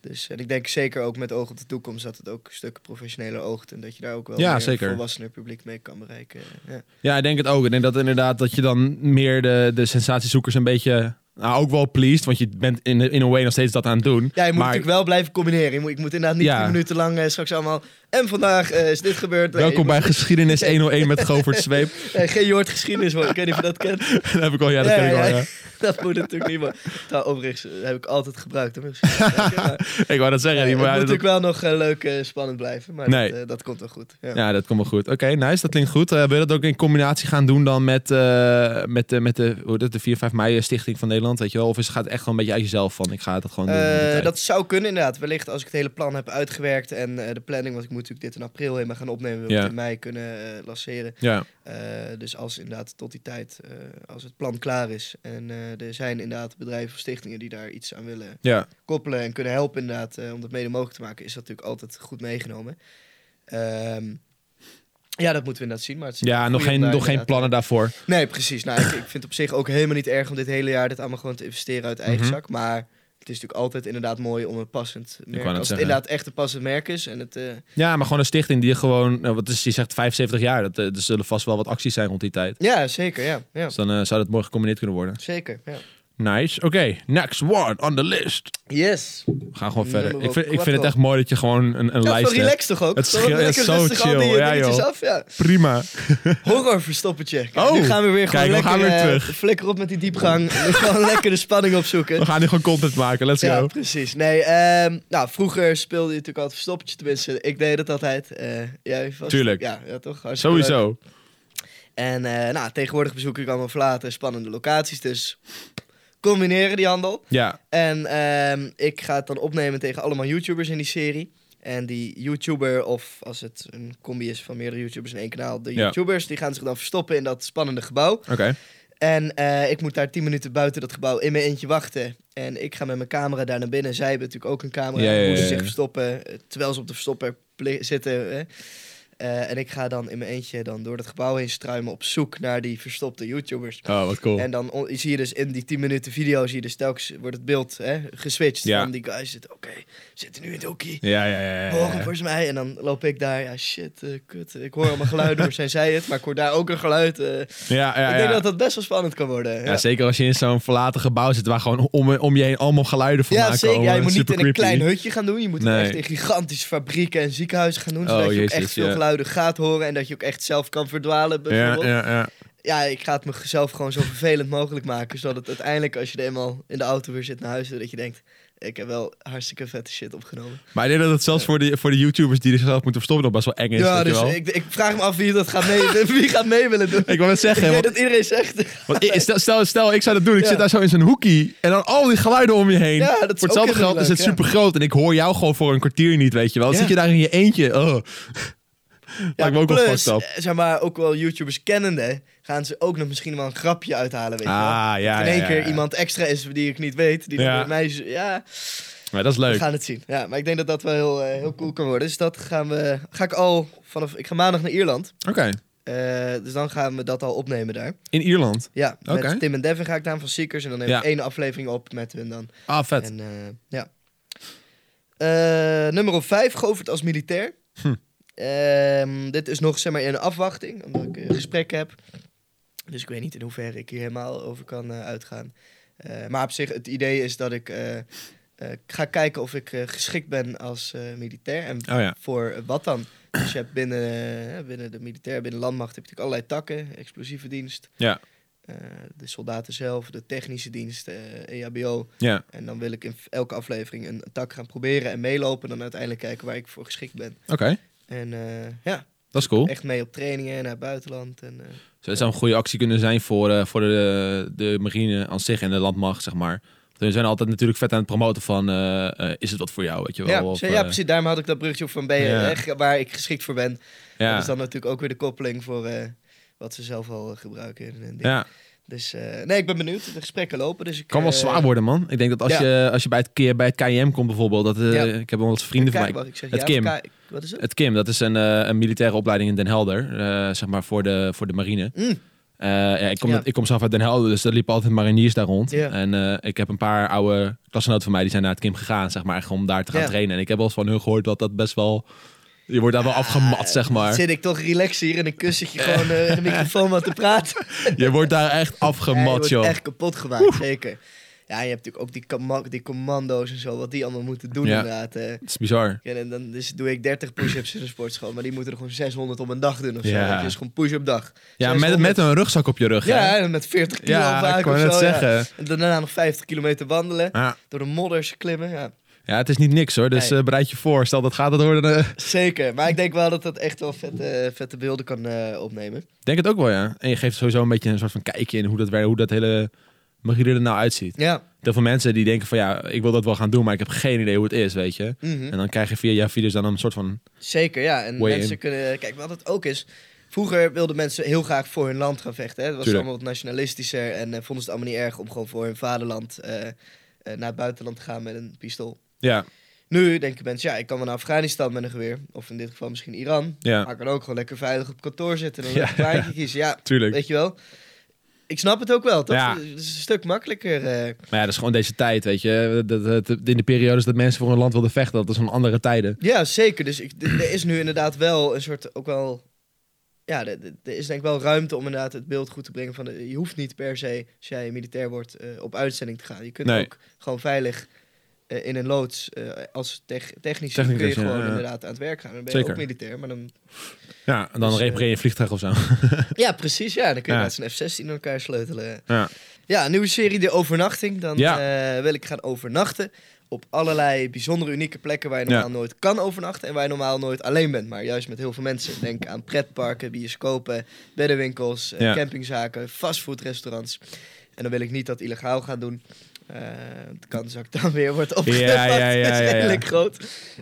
Dus en ik denk zeker ook met oog op de toekomst dat het ook een stuk professioneler oogt en dat je daar ook wel
Ja,
meer
zeker.
volwassener publiek mee kan bereiken. Ja.
Ja, ik denk het ook. Ik denk dat inderdaad dat je dan meer de, de sensatiezoekers een beetje... Nou, ook wel pleased, want je bent in, in a way nog steeds dat aan het doen.
Ja, je moet
maar
natuurlijk wel blijven combineren. Je moet, ik moet inderdaad niet
Ja.
drie minuten lang eh, straks allemaal. En vandaag eh, is dit gebeurd. Nee,
welkom
je
bij Geschiedenis 101 met Govert Zweep.
moet- nee, geen Joord geschiedenis hoor. Ik weet niet of je dat kent.
dat heb ik al, ja, dat
Ja,
ken ik al,
ja.
ja.
dat moet natuurlijk niet. Maar nou, overigens eh, heb ik altijd gebruikt. Hè, misschien. Maar,
Ik wou dat zeggen,
eh,
die-
het moet
maar dat,
natuurlijk wel nog eh, leuk en spannend blijven. Maar
Nee.
dat, eh, dat komt wel goed. Ja.
ja, dat komt wel goed. Oké, nice, dat klinkt goed. Eh, wil je dat ook in combinatie gaan doen dan met, eh, met, de met de, hoe heet het, de 4, 5 mei Stichting van Nederland, weet je wel? Of is, gaat het echt gewoon een beetje uit jezelf van, ik ga dat gewoon doen. in die
Eh,
tijd?
dat zou kunnen inderdaad. Wellicht als ik het hele plan heb uitgewerkt en eh, de planning, want ik moet natuurlijk dit in april helemaal gaan opnemen, wil ik
Ja.
het in mei kunnen eh, lanceren.
Ja,
Eh, dus als inderdaad tot die tijd, eh, als het plan klaar is en eh, er zijn inderdaad bedrijven of stichtingen die daar iets aan willen
ja,
koppelen en kunnen helpen inderdaad eh, om dat mede mogelijk te maken, is dat natuurlijk altijd goed meegenomen. Ehm, ja, dat moeten we inderdaad zien. Maar het is
ja
een
nog,
goede
geen,
om daar
nog geen
inderdaad-
plannen daarvoor.
Nee, precies. Nou, ik, ik vind het op zich ook helemaal niet erg om dit hele jaar dit allemaal gewoon te investeren uit eigen
Mhm.
zak. Maar het is natuurlijk altijd inderdaad mooi om een passend merk.
wou net
Als het
zeggen.
inderdaad echt een passend merk is. En het, eh,
Ja, maar gewoon een stichting die gewoon, nou, wat is, je zegt 75 jaar, dat, eh, er zullen vast wel wat acties zijn rond die tijd.
ja, zeker. Ja, ja.
Dus dan eh, zou dat mooi gecombineerd kunnen worden.
Zeker. Ja.
Nice. Oké, next one on the list.
Yes.
We gaan gewoon verder.
Nummer
Ik vind, ik vind het
quattro.
echt mooi dat je gewoon een, een
Ja,
lijst
van
hebt.
relax toch ook?
Het
Gewoon
scheelt- ja,
lekker
zo
rustig al die
chill, ja,
eh, dingetjes
joh.
af. Ja.
Prima.
Horror verstoppertje. Kijk,
Oh,
nu gaan we weer gewoon
kijk, we
lekker
gaan weer
eh,
terug.
flikker op met die diepgang. en gewoon lekker de spanning opzoeken.
We gaan nu gewoon content maken. Let's
Ja,
go.
precies. Nee, ehm, nou, vroeger speelde je natuurlijk altijd verstoppertje. Tenminste, ik deed het altijd. Eh, jij vast?
Tuurlijk.
Ja, ja toch? Hartstikke leuk.
Sowieso.
En eh, nou, tegenwoordig bezoek ik allemaal verlaten spannende locaties. Dus combineren die handel.
Ja.
En ehm, ik ga het dan opnemen tegen allemaal YouTubers in die serie. En die YouTuber, of als het een combi is van meerdere YouTubers in één kanaal, de
Ja.
YouTubers, die gaan zich dan verstoppen in dat spannende gebouw.
Oké.
En eh, ik moet daar 10 minuten buiten dat gebouw in mijn eentje wachten. En ik ga met mijn camera daar naar binnen. Zij hebben natuurlijk ook een camera.
Ja, ja,
Hoe ze
ja,
zich
ja.
verstoppen eh, terwijl ze op de verstopper pli- zitten. Hè. Eh, en ik ga dan in mijn eentje dan door dat gebouw heen struimen op zoek naar die verstopte YouTubers.
Oh, wat cool.
En dan on- zie je dus in die 10 minuten video, zie je dus telkens wordt het beeld hè, geswitcht.
Ja.
Van die guys zitten, oké, zitten nu in het hoekie.
Ja, ja, ja, ja.
Horen
ja.
volgens mij. En dan loop ik daar, ja shit, eh, kut. Ik hoor allemaal geluiden, of zijn zij het? Maar ik hoor daar ook een geluid. eh.
Ja, ja,
ik denk
ja.
dat dat best wel spannend kan worden.
Ja, zeker als je in zo'n verlaten gebouw zit waar gewoon om, om je heen allemaal geluiden van
Ja,
maken.
zeker.
komen.
Ja, je moet niet
Super
in een
creepy.
klein hutje gaan doen. Je moet het
Nee.
echt in gigantische fabrieken en ziekenhuizen gaan doen.
Oh,
Zodat je ook
jezus,
echt veel
ja.
geluiden gaat horen. En dat je ook echt zelf kan verdwalen.
Ja,
Bijvoorbeeld. Ja,
ja, ja.
ik ga het mezelf gewoon zo vervelend mogelijk maken. Zodat het uiteindelijk, als je er eenmaal in de auto weer zit naar huis, dat je denkt... Ik heb wel hartstikke vette shit opgenomen.
Maar ik denk dat het zelfs voor de, voor de YouTubers die zichzelf moeten verstoppen nog best wel eng is.
ja,
weet je
dus
wel.
ik, ik vraag me af wie dat gaat mee, wie gaat mee willen doen. Ik,
Ik wil het zeggen,
weet
want-
dat iedereen zegt.
Want ik- stel, stel, stel, ik zou dat doen. Ik
Ja.
zit daar zo in zo'n hoekie. En dan al die geluiden om je heen.
Ja, dat is ook
voor hetzelfde
heel
geld is
leuk,
het
ja.
super groot. En ik hoor jou gewoon voor een kwartier niet, weet je wel. Dan
Ja.
zit je daar in je eentje. Oh. Lijkt me ook wel
plus,
fucked up.
eh, Zeg maar, ook wel YouTubers kennende, gaan ze ook nog misschien wel een grapje uithalen, weet je wel.
Ah, ja, ja.
in één
ja,
keer
ja.
iemand extra is die ik niet weet. Die
Ja.
dan met mij is- Ja,
Maar dat is
we
leuk.
gaan het zien. Ja, maar ik denk dat dat wel heel, eh, heel cool kan worden. Dus dat gaan we. Ga ik al vanaf. Ik ga maandag naar Ierland.
Oké.
Eh, Eh, dus dan gaan we dat al opnemen daar.
In Ierland.
Ja, met
Oké.
Tim en Devin ga ik daar van Seekers. En dan neem ik
Ja.
één aflevering op met hun dan.
Ah, vet.
En, eh, ja. Eh, nummer 5, Govert als militair.
Hm.
Ehm, dit is nog zeg maar, in afwachting, omdat ik een gesprek heb. Dus ik weet niet in hoeverre ik hier helemaal over kan eh, uitgaan. Eh, maar op zich, het idee is dat ik eh, eh, ga kijken of ik eh, geschikt ben als eh, militair. En
Oh ja.
voor eh, wat dan? Dus je hebt binnen, eh, binnen de militair, binnen landmacht heb je natuurlijk allerlei takken. Explosieve dienst,
Ja.
eh, de soldaten zelf, de technische dienst, eh EHBO.
Ja.
En dan wil ik in elke aflevering een tak gaan proberen en meelopen. En dan uiteindelijk kijken waar ik voor geschikt ben.
Oké.
En eh, ja,
Dat is cool.
echt mee op trainingen en naar het buitenland. En, eh,
Zou- Het zou een goede actie kunnen zijn voor, eh, voor de, de marine aan zich en de landmacht, zeg maar. Want We zijn altijd natuurlijk vet aan het promoten van, eh, eh, is het wat voor jou, weet je wel?
ja,
Of,
zo-
eh,
ja, precies. Daarom had ik dat bruggetje op van ben je
Ja.
echt waar ik geschikt voor ben. Dat
Ja,
is dan natuurlijk ook weer de koppeling voor eh, wat ze zelf al eh, gebruiken. En, en dingen.
ja.
Dus eh, nee, ik ben benieuwd. De gesprekken lopen. Dus ik,
kan wel
eh,
zwaar worden, man. Ik denk dat als,
ja.
je, als je bij het, K- bij het KM komt bijvoorbeeld, dat, eh,
Ja.
ik heb wel wat vrienden van
kijk,
mij.
wacht, ik zeg,
Het
ja,
Kim.
kijk, wat is het?
Het KIM, dat is een, eh, een militaire opleiding in Den Helder, eh, zeg maar voor de, voor de marine.
Mm,
Eh, ja, ik, kom
Ja.
dat- ik kom zelf uit Den Helder, dus er liepen altijd mariniers daar rond.
Ja.
En eh, ik heb een paar oude klasgenoten van mij die zijn naar het Kim gegaan, zeg maar, echt om daar te gaan
Ja.
trainen. En ik heb wel eens van hun gehoord dat dat best wel. Je wordt daar
Ah,
wel afgemat, zeg
dan
maar.
Zit ik toch relaxed hier in een kussentje gewoon eh, in de microfoon wat te praten.
Je wordt daar echt
Ja, je
afgemat,
wordt
joh.
echt kapot gemaakt, zeker. Ja, je hebt natuurlijk ook die, kama- die commando's en zo, wat die allemaal moeten doen
Ja.
inderdaad. eh.
Het is bizar.
Ja, en dan dus doe ik 30 push-ups in een sportschool, maar die moeten er gewoon 600 op een dag doen of zo.
Ja.
weet je. Dus gewoon push-up dag.
Ja, met, met een rugzak op je rug. hè?
Ja, en met 40 kilo
ja
vaak
ik wou
of
net
zo. ja.
zeggen.
En daarna nog 50 kilometer wandelen,
Ja.
door de modders klimmen, ja.
Ja, het is niet niks hoor, dus
Nee.
eh, bereid je voor. Stel dat gaat het worden. eh,
Zeker, maar ik denk wel dat dat echt wel vette, vette beelden kan eh, opnemen.
Ik denk het ook wel, ja. En je geeft sowieso een beetje een soort van kijkje in hoe dat, wer- hoe dat hele marine er nou uitziet.
Ja.
Heel veel mensen die denken van ja, ik wil dat wel gaan doen, maar ik heb geen idee hoe het is, weet je.
mhm.
En dan krijg je via jouw video's dan een soort van...
Zeker, ja. En
Way
mensen
in.
kunnen... Kijk, wat het ook is... Vroeger wilden mensen heel graag voor hun land gaan vechten. Hè? Het was
Tuurlijk.
allemaal wat nationalistischer. En eh, vonden ze het allemaal niet erg om gewoon voor hun vaderland... eh, eh, naar het buitenland te gaan met een pistool.
Ja,
Nu denken mensen, ja, ik kan wel naar Afghanistan met een geweer. Of in dit geval misschien Iran. Maar
ja,
ik kan ook gewoon lekker veilig op kantoor zitten. En dan
Ja.
een plaatje kiezen. Ja,
tuurlijk.
weet je wel. Ik snap het ook wel, toch?
Ja.
Het is een stuk makkelijker. eh.
Maar ja, dat is gewoon deze tijd, weet je. Dat, dat- dat- in de periodes dat mensen voor hun land wilden vechten, dat is van andere tijden.
Ja, zeker. Dus ik, d- er is nu inderdaad wel een soort ook wel. Ja, d- d- er is denk ik wel ruimte om inderdaad het beeld goed te brengen van de, je hoeft niet per se, als jij militair wordt, eh, op uitzending te gaan. Je kunt
Nee.
ook gewoon veilig eh, in een loods eh, als tech, technisch kun je
Technicus, ja,
gewoon
ja.
inderdaad aan het werk gaan. Dan ben je
Zeker.
ook militair, maar dan...
Ja, en dan
Dus, eh,
repareer je een vliegtuig of zo.
Ja, precies, ja. Dan kun je
Ja.
met zijn F-16 in elkaar sleutelen.
Ja.
Ja, een nieuwe serie, De Overnachting. Dan
Ja.
eh, wil ik gaan overnachten op allerlei bijzondere, unieke plekken waar je normaal
Ja.
nooit kan overnachten. En waar je normaal nooit alleen bent, maar juist met heel veel mensen. Denk aan pretparken, bioscopen, beddenwinkels, eh,
Ja.
campingzaken, fastfoodrestaurants. En dan wil ik niet dat illegaal gaan doen. Eh, de kans dat ik dan weer wordt opgepakt
ja, ja,
is
ja, ja.
redelijk groot.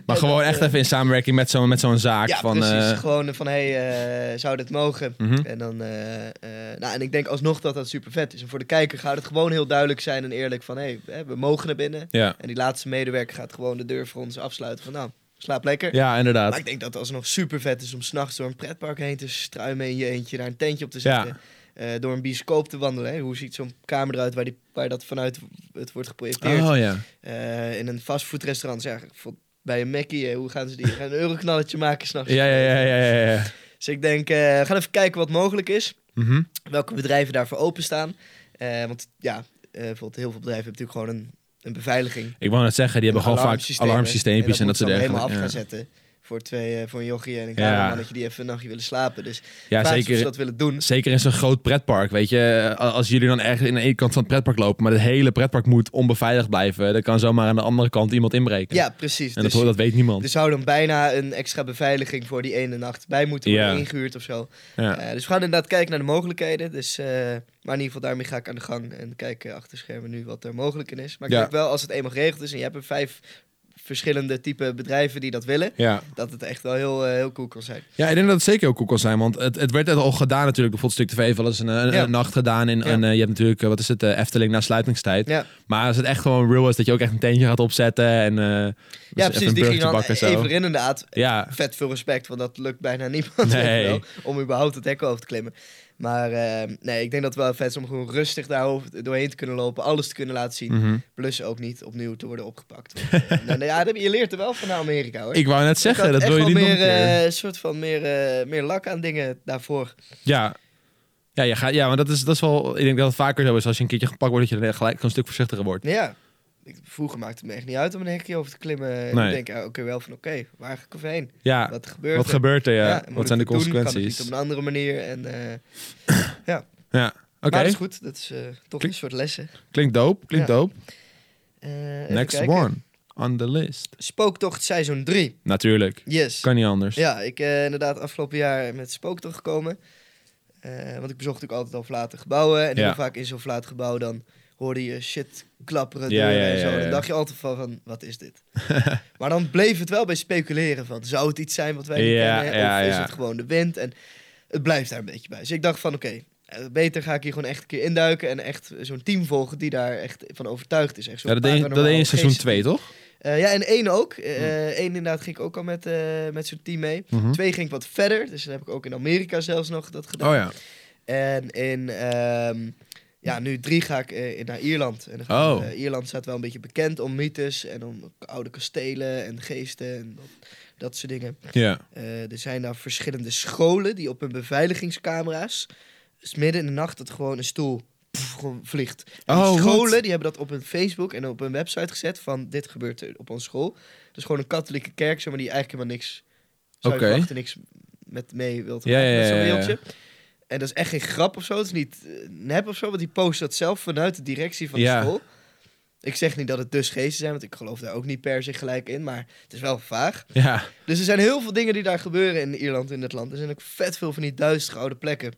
Maar
En
gewoon
dat,
echt
eh,
even in samenwerking met zo'n met zo'n zaak.
Ja,
van,
precies.
eh,
Gewoon van, hé, hey, eh, zou dit mogen?
mhm.
En dan, eh, eh, nou, en ik denk alsnog dat dat super vet is. En voor de kijker gaat het gewoon heel duidelijk zijn en eerlijk van, hé, hè, we mogen naar binnen.
ja.
En die laatste medewerker gaat gewoon de deur voor ons afsluiten van, nou, slaap lekker.
ja,
Maar
inderdaad.
ik denk dat het alsnog super vet is om s'nachts door een pretpark heen te struimen in je eentje, daar een tentje op te
Ja.
zetten. Eh, door een bioscoop te wandelen. Hè. Hoe ziet zo'n kamer eruit waar, die, waar dat vanuit het wordt geprojecteerd?
Oh ja.
Eh, in een fastfoodrestaurant. Dus Ja, bijvoorbeeld bij een Mackie, hè, hoe gaan ze die? Gaan een euroknalletje maken s'nachts?
Ja, ja, ja, ja, ja. ja.
Dus ik denk, eh, we gaan even kijken wat mogelijk is
Mhm.
welke bedrijven daarvoor openstaan. Eh, want ja, eh, bijvoorbeeld heel veel bedrijven hebben natuurlijk gewoon een, een beveiliging.
Ik wou net zeggen, die hebben gewoon vaak
Alarmsystemen.
alarmsysteempjes en dat soort
moet je
dingen.
dan helemaal af
ja.
gaan zetten voor, twee, eh, voor een jochie en een
Ja.
kamerman, dat je die even een nachtje willen slapen. Dus
Ja,
vraag is of
zeker.
ze dat willen doen.
Zeker in zo'n groot pretpark, weet je. A- Als jullie dan ergens in de ene kant van het pretpark lopen, maar het hele pretpark moet onbeveiligd blijven, dan kan zomaar aan de andere kant iemand inbreken.
Ja, precies.
En
Dus,
dat, dat weet niemand.
dus zou dan bijna een extra beveiliging voor die ene nacht bij moeten worden
Ja.
ingehuurd of zo.
ja.
Eh, dus we gaan inderdaad kijken naar de mogelijkheden. Dus, eh, maar in ieder geval daarmee ga ik aan eh, de gang en kijken achter schermen nu wat er mogelijk in is. Maar ik
Ja.
denk wel, als het eenmaal geregeld is en je hebt er vijf verschillende type bedrijven die dat willen.
Ja.
Dat het echt wel heel, eh, heel cool kan zijn.
ja, ik denk dat het zeker heel cool kan zijn. Want het, het werd al gedaan natuurlijk. Bijvoorbeeld Stuk TV heeft wel eens een, een,
Ja.
een nacht gedaan. In,
Ja.
en, eh, je hebt natuurlijk, eh, wat is het, eh, Efteling na sluitingstijd.
Ja,
Maar als het echt gewoon real is, dat je ook echt een tentje gaat opzetten. En, eh, dus
ja
even een
precies. Die ging
burgertje
dan
bakken en zo.
even in inderdaad.
Ja,
Vet veel respect, want dat lukt bijna niemand.
Nee.
weet je wel, om überhaupt het hek over te klimmen. Maar eh, nee, ik denk dat het wel vet is om gewoon rustig daarover doorheen te kunnen lopen. Alles te kunnen laten zien.
mhm.
Plus ook niet opnieuw te worden opgepakt. Want, eh, nou, nou ja, dat- je leert er wel van naar Amerika hoor.
ik wou net zeggen,
had
dat
echt
wil je niet
wel
nog een
meer,
keer.
eh, soort van meer, eh, meer lak aan dingen daarvoor.
Ja. Ja, je gaat, ja, maar dat is, dat is wel... Ik denk dat het vaker zo is. Als je een keertje gepakt wordt, dat je dan gelijk een stuk voorzichtiger wordt.
Nou Ja, ik, vroeger maakte het me echt niet uit om een hekje over te klimmen.
Nee.
Ik denk ja, oké wel van oké, waar ga ik over heen?
Ja,
Wat gebeurt
wat
er?
gebeurt er? Ja.
Ja, en moet
wat
ik
zijn de
het doen? Kan het
consequenties?
niet op een andere manier. En, eh,
Ja, oké.
Maar dat is goed, dat is eh, toch een
Klinkt-
soort lessen.
Klinkt dope, klinkt
Ja.
dope.
Eh, even
Next
kijken.
one on the list.
Spooktocht seizoen 3.
Natuurlijk.
Yes.
Kan niet anders.
Ja, ik eh inderdaad afgelopen jaar met Spooktocht gekomen. Eh, want ik bezocht ook altijd al verlaten gebouwen. En
Ja.
heel vaak in zo'n verlaten gebouw dan hoorde je shit klapperen
Ja,
deuren
ja,
en
ja,
zo.
ja, ja.
Dan dacht je altijd van, van wat is dit? maar dan bleef het wel bij speculeren van, zou het iets zijn wat wij niet
Ja,
kennen?
ja,
of is
ja.
het gewoon de wind? En het blijft daar een beetje bij. Dus ik dacht van, oké, eh, beter ga ik hier gewoon echt een keer induiken. En echt zo'n team volgen die daar echt van overtuigd is. Echt zo'n
Ja, dat deed je- dat deed je in
paranormale
seizoen Hm.
geest.
2, toch?
Eh, ja, en één ook. Eh één inderdaad ging ik ook al met, eh, met zo'n team mee.
Mhm.
Twee ging ik wat verder. Dus dan heb ik ook in Amerika zelfs nog dat gedaan.
Oh ja.
En in, ehm, ja, nu drie ga ik eh, in- naar Ierland. En dan ga ik,
Oh.
eh, Ierland staat wel een beetje bekend om mythes en om oude kastelen en geesten en dat, dat soort dingen.
Ja.
Eh, er zijn daar verschillende scholen die op hun beveiligingscamera's, dus midden in de nacht, dat gewoon een stoel pff, gewoon vliegt. En die
Oh, wat?
scholen die hebben dat op hun Facebook en op hun website gezet van dit gebeurt er op onze school. Dus gewoon een katholieke kerk, zeg maar, die eigenlijk helemaal niks, zou je
Oké.
verwachten, niks met mee wilt
Ja,
maken
ja,
met zo'n
ja, ja, ja.
wereldje. En dat is echt geen grap of zo, het is niet eh, nep of zo, want die post dat zelf vanuit de directie van
Ja.
de school. Ik zeg niet dat het dus geesten zijn, want ik geloof daar ook niet per se gelijk in, maar het is wel vaag.
Ja.
Dus er zijn heel veel dingen die daar gebeuren in Ierland, in het land. Er zijn ook vet veel van die duistere oude plekken.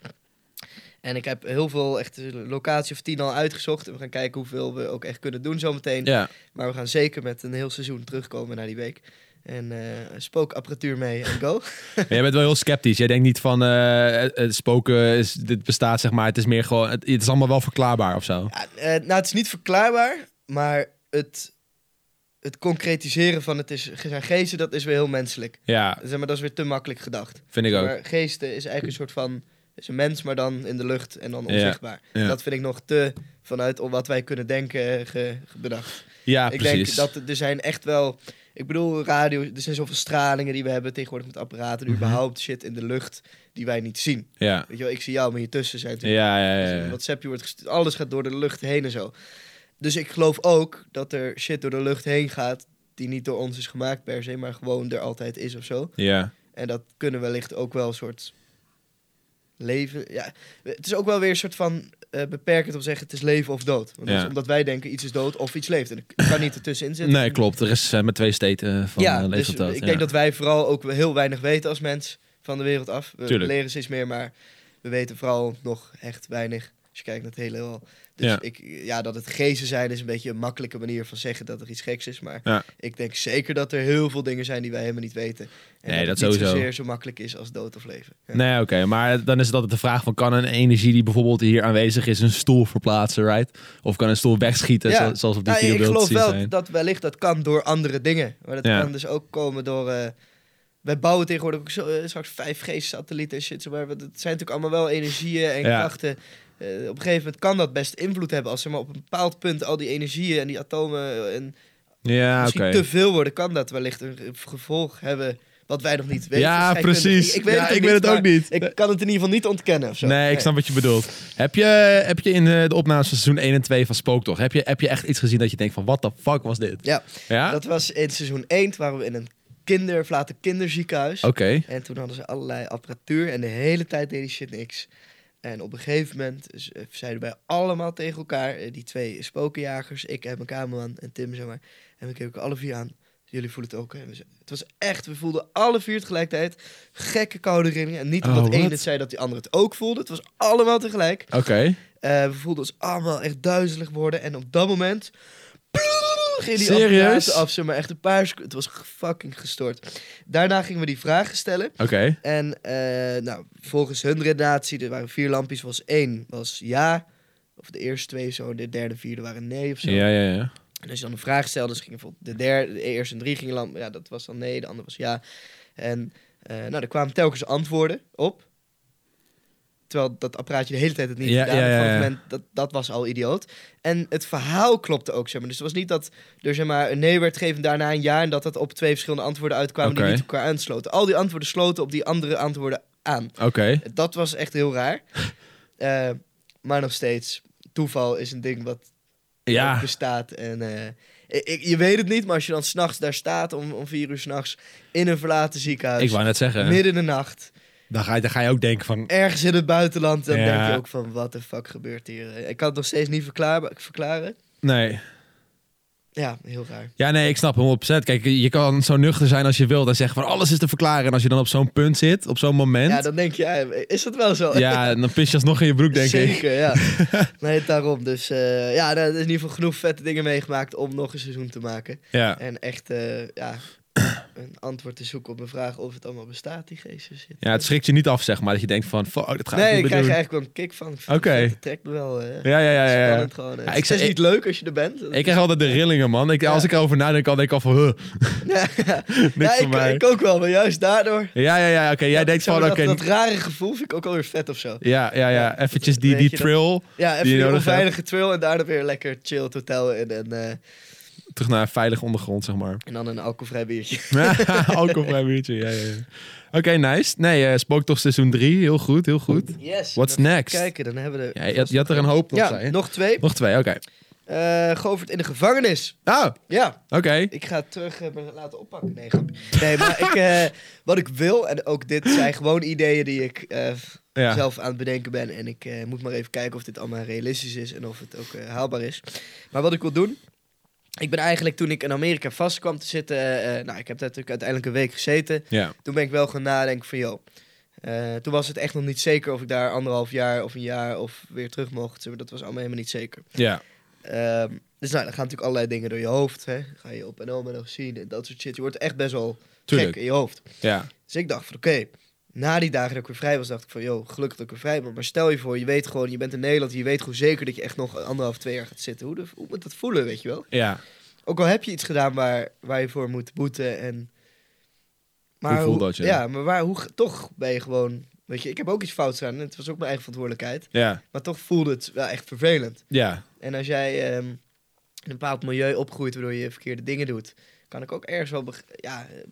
En ik heb heel veel, echt een locatie of tien al uitgezocht. En we gaan kijken hoeveel we ook echt kunnen doen zometeen.
Ja.
Maar we gaan zeker met een heel seizoen terugkomen naar die week. En eh, spookapparatuur mee en go.
Maar jij bent wel heel sceptisch. Jij denkt niet van eh, het- het spoken, is, dit bestaat zeg maar. Het is meer gewoon, het, het is allemaal wel verklaarbaar of zo.
ja, eh, nou, het is niet verklaarbaar, maar het, het concretiseren van het is, zijn geesten, dat is weer heel menselijk.
Ja,
Zeg maar, dat is weer te makkelijk gedacht.
vind ik ook.
Maar geesten is eigenlijk een soort van... is een mens, maar dan in de lucht en dan
Ja,
onzichtbaar.
ja.
Dat vind ik nog te vanuit op wat wij kunnen denken eh, ge, ge- bedacht.
Ja,
ik
precies.
denk dat er zijn echt wel... Ik bedoel, radio, er zijn zoveel stralingen die we hebben tegenwoordig met apparaten.
Mhm.
Überhaupt shit in de lucht die wij niet zien.
Ja.
Weet je wel, ik zie jou, maar hier tussen zijn natuurlijk...
Ja, ja,
Dus
ja.
een
ja.
WhatsAppje wordt gestuurd, alles gaat door de lucht heen en zo. Dus ik geloof ook dat er shit door de lucht heen gaat... die niet door ons is gemaakt per se, maar gewoon er altijd is of zo.
Ja.
En dat kunnen wellicht ook wel een soort leven. Ja, het is ook wel weer een soort van eh, beperkend om te zeggen: het is leven of dood. Want dat
Ja.
is omdat wij denken iets is dood of iets leeft. En ik kan niet ertussenin zitten.
Nee, klopt. Er is eh, maar twee steden van
ja,
eh,
dus
leeftijd.
ik
ja.
denk dat wij vooral ook wel heel weinig weten als mens van de wereld af. We
Tuurlijk.
leren steeds meer, maar we weten vooral nog echt weinig. Als je kijkt naar het hele al. Dus
Ja.
Ik, ja, dat het geesten zijn is een beetje een makkelijke manier van zeggen dat er iets geks is. Maar
Ja.
ik denk zeker dat er heel veel dingen zijn die wij helemaal niet weten. En
Nee, dat
dat, het niet
sowieso.
zozeer zo makkelijk is als dood of leven. Ja.
Nee, oké. Maar dan is het altijd de vraag van... kan een energie die bijvoorbeeld hier aanwezig is... een stoel verplaatsen, right? Of kan een stoel wegschieten,
Ja.
zo- zoals op die
Nou,
video
ik
beeld
geloof
te zien
wel
zijn?
dat wellicht dat kan door andere dingen. Maar dat
Ja.
kan dus ook komen door... eh, wij bouwen tegenwoordig ook zo, eh, straks 5G-satellieten en shit. zo, Maar dat zijn natuurlijk allemaal wel energieën en
Ja.
krachten. Eh, op een gegeven moment kan dat best invloed hebben. Als er maar op een bepaald punt al die energieën en die atomen... eh, En
Ja, Ah, oké.
misschien te veel worden, kan dat wellicht een ge- gevolg hebben... Wat wij nog niet weten.
Ja,
Scheikunde.
precies.
dus Ik, ik weet
Ja,
het, ook
ik weet het ook
maar
niet.
Ik kan het in ieder geval niet ontkennen of zo.
Nee, ik snap wat je bedoelt. Heb je, heb je in eh, de opnames van seizoen 1 en 2 van Spooktocht... Heb je, heb je echt iets gezien dat je denkt van... wat the fuck was dit?
Ja.
Ja?
Dat was in seizoen 1, waren we in een kinder, verlaten kinderziekenhuis.
Oké.
En toen hadden ze allerlei apparatuur en de hele tijd deed die shit niks. En op een gegeven moment z- eh, zeiden wij allemaal tegen elkaar, eh, die twee spokenjagers, ik en mijn cameraman en Tim, zeg maar. En we keken alle vier aan. Jullie voelen het ook. hè? En we ze- het was echt, we voelden alle vier tegelijkertijd gekke koude rillingen. En niet
Oh,
omdat één
wat?
het zei dat die ander het ook voelde. Het was allemaal tegelijk.
Oké.
Eh, we voelden ons allemaal echt duizelig worden. En op dat moment gingen die
Serieus?
apparaten af, zeg maar, echt een paar seconden. Het was fucking gestort. Daarna gingen we die vragen stellen.
Oké.
En eh, nou, volgens hun redenatie, er waren vier lampjes, was één was ja. Of de eerste twee zo, de derde, vierde waren nee of zo.
Ja, ja, ja.
En als je dan een vraag stelde, dus gingen bijvoorbeeld de, derde, de eerste drie gingen lamp, ja, dat was dan nee, de andere was ja. En eh, nou, er kwamen telkens antwoorden op. Terwijl dat apparaatje de hele tijd het niet
Ja,
gedaan had.
ja, ja,
Van het
ja.
moment, dat, dat was al idioot. En het verhaal klopte ook, zeg maar. Dus het was niet dat er zeg maar, een nee werd gegeven en daarna een ja... en dat dat op twee verschillende antwoorden uitkwamen
Oké.
die niet op elkaar aansloten. Al die antwoorden sloten op die andere antwoorden aan.
Oké.
Dat was echt heel raar. Eh, maar nog steeds, toeval is een ding wat ook
Ja.
bestaat. En, eh, ik- ik- je weet het niet, maar als je dan s'nachts daar staat om, om vier uur s'nachts in een verlaten ziekenhuis,
Ik wou net zeggen.
midden in de nacht,
Dan ga, je, dan ga je ook denken van...
ergens in het buitenland, dan
Ja.
denk je ook van, wat de fuck gebeurt hier? Ik kan het nog steeds niet verklaar- verklaren.
Nee.
Ja, heel raar.
Ja, nee, ik snap hem op zet. Kijk, je kan zo nuchter zijn als je wilt en zeggen van alles is te verklaren. En als je dan op zo'n punt zit, op zo'n moment...
Ja, dan denk je, ja, is dat wel zo?
Ja, dan pis je alsnog in je broek, denk ik.
Zeker, ja. Nee, daarom. Dus eh, ja, er is in ieder geval genoeg vette dingen meegemaakt om nog een seizoen te maken.
Ja.
En echt, eh, ja, een antwoord te zoeken op mijn vraag of het allemaal bestaat, die geesten zitten.
ja, het schrikt je niet af, zeg maar. Dat je denkt van, fuck, dat ga
nee,
ik
ik
niet
krijg
meer
er
doen.
eigenlijk wel een kick van. Ik vind
Oké.
het- Het trekt me wel. eh
Ja, ja, ja, ja, ja.
Spannend gewoon. eh.
Ja, ik
het is
zei-
niet leuk als je er bent.
Ik krijg altijd de rillingen, man. Ik, Als
Ja.
ik erover nadenk, al denk ik al van, huh,
ja,
niks
ja,
voor
ik,
mij.
ik ook wel, maar juist daardoor.
Ja, ja, ja, oké. jij
Ja,
denkt
zeg
van,
maar,
oké.
dat, dat rare gevoel vind ik ook alweer vet of zo.
Ja, ja,
Ja,
ja.
dat-
Eventjes die,
weet
die
je dat-
trail.
Ja, even
je
die
nodig
onveilige trail en daarna weer lekker chill het hotel in. En, eh,
Terug naar veilig ondergrond, zeg maar.
en dan een alcoholvrij biertje.
Alcoholvrij biertje, ja, ja. ja. Oké, nice. Nee, eh Spooktocht seizoen 3. Heel goed, heel goed.
Yes.
What's
dan
next?
Kijken, dan hebben we er...
Ja, je, had- je had er een hoop nog,
Ja,
zei je.
nog twee.
Nog twee, oké.
Eh Govert in de gevangenis.
Oh, oké.
Ja, ik ga het terug eh, me laten oppakken. Nee, grapje. nee maar ik, eh, wat ik wil, en ook dit zijn gewoon ideeën die ik eh,
Ja.
zelf aan het bedenken ben. En ik eh, moet maar even kijken of dit allemaal realistisch is en of het ook eh, haalbaar is. Maar wat ik wil doen. Ik ben eigenlijk toen ik in Amerika vast kwam te zitten. eh, eh, nou, ik heb daar natuurlijk uiteindelijk een week gezeten.
Ja.
Toen ben ik wel gaan nadenken van joh. eh, toen was het echt nog niet zeker of ik daar anderhalf jaar of een jaar of weer terug mocht. Zeg maar, Dat was allemaal helemaal niet zeker.
Ja.
Ehm, dus nou, dan gaan natuurlijk allerlei dingen door je hoofd. Hè? Ga je op en om en nog zien en dat soort shit. Je wordt echt best wel
Tuurlijk.
gek in je hoofd.
Ja.
Dus ik dacht van oké, na die dagen dat ik weer vrij was, dacht ik van joh, gelukkig dat ik weer vrij ben. Maar stel je voor, je weet gewoon, je bent in Nederland, je weet gewoon zeker dat je echt nog anderhalf, twee jaar gaat zitten. Hoe, de, hoe moet dat voelen, weet je wel?
Ja.
Ook al heb je iets gedaan waar, waar je voor moet boeten en...
Hoe voelt dat je?
Ja, maar waar, hoe, toch ben je gewoon... Weet je, ik heb ook iets fouts gedaan en het was ook mijn eigen verantwoordelijkheid.
Ja.
Maar toch voelde het wel echt vervelend.
Ja.
En als jij ehm, in een bepaald milieu opgroeit waardoor je verkeerde dingen doet, kan ik ook ergens wel. beg- Ja, eh,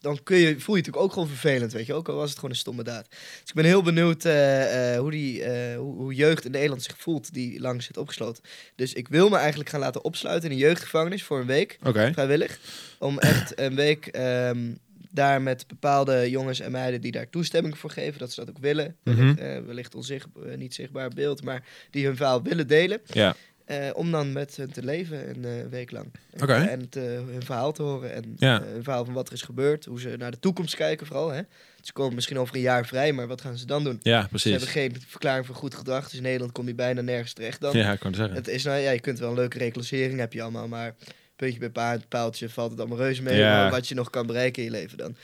dan kun je, voel je het natuurlijk ook gewoon vervelend, weet je. Ook al was het gewoon een stomme daad. Dus ik ben heel benieuwd eh, eh, hoe, die, eh, hoe, hoe jeugd in Nederland zich voelt die lang zit opgesloten. Dus ik wil me eigenlijk gaan laten opsluiten in een jeugdgevangenis voor een week,
Oké.
vrijwillig. Om echt een week ehm, daar met bepaalde jongens en meiden die daar toestemming voor geven, dat ze dat ook willen.
Mhm.
Eh, wellicht onzicht, eh, niet zichtbaar beeld, maar die hun verhaal willen delen.
Ja.
Eh, om dan met hen te leven een eh, week lang. En-
Oké.
En te, hun verhaal te horen. En
Ja.
eh, hun verhaal van wat er is gebeurd. Hoe ze naar de toekomst kijken vooral. Hè? Ze komen misschien over een jaar vrij, maar wat gaan ze dan doen?
Ja,
Ze hebben
precies.
geen verklaring voor goed gedrag. Dus in Nederland kom je bijna nergens terecht dan.
Ja, ik kan het zeggen.
Het is, nou, ja, je kunt wel een leuke reclassering heb je allemaal. Maar puntje bij paard, paaltje, valt het allemaal reuze mee.
Ja.
Maar wat je nog kan bereiken in je leven dan.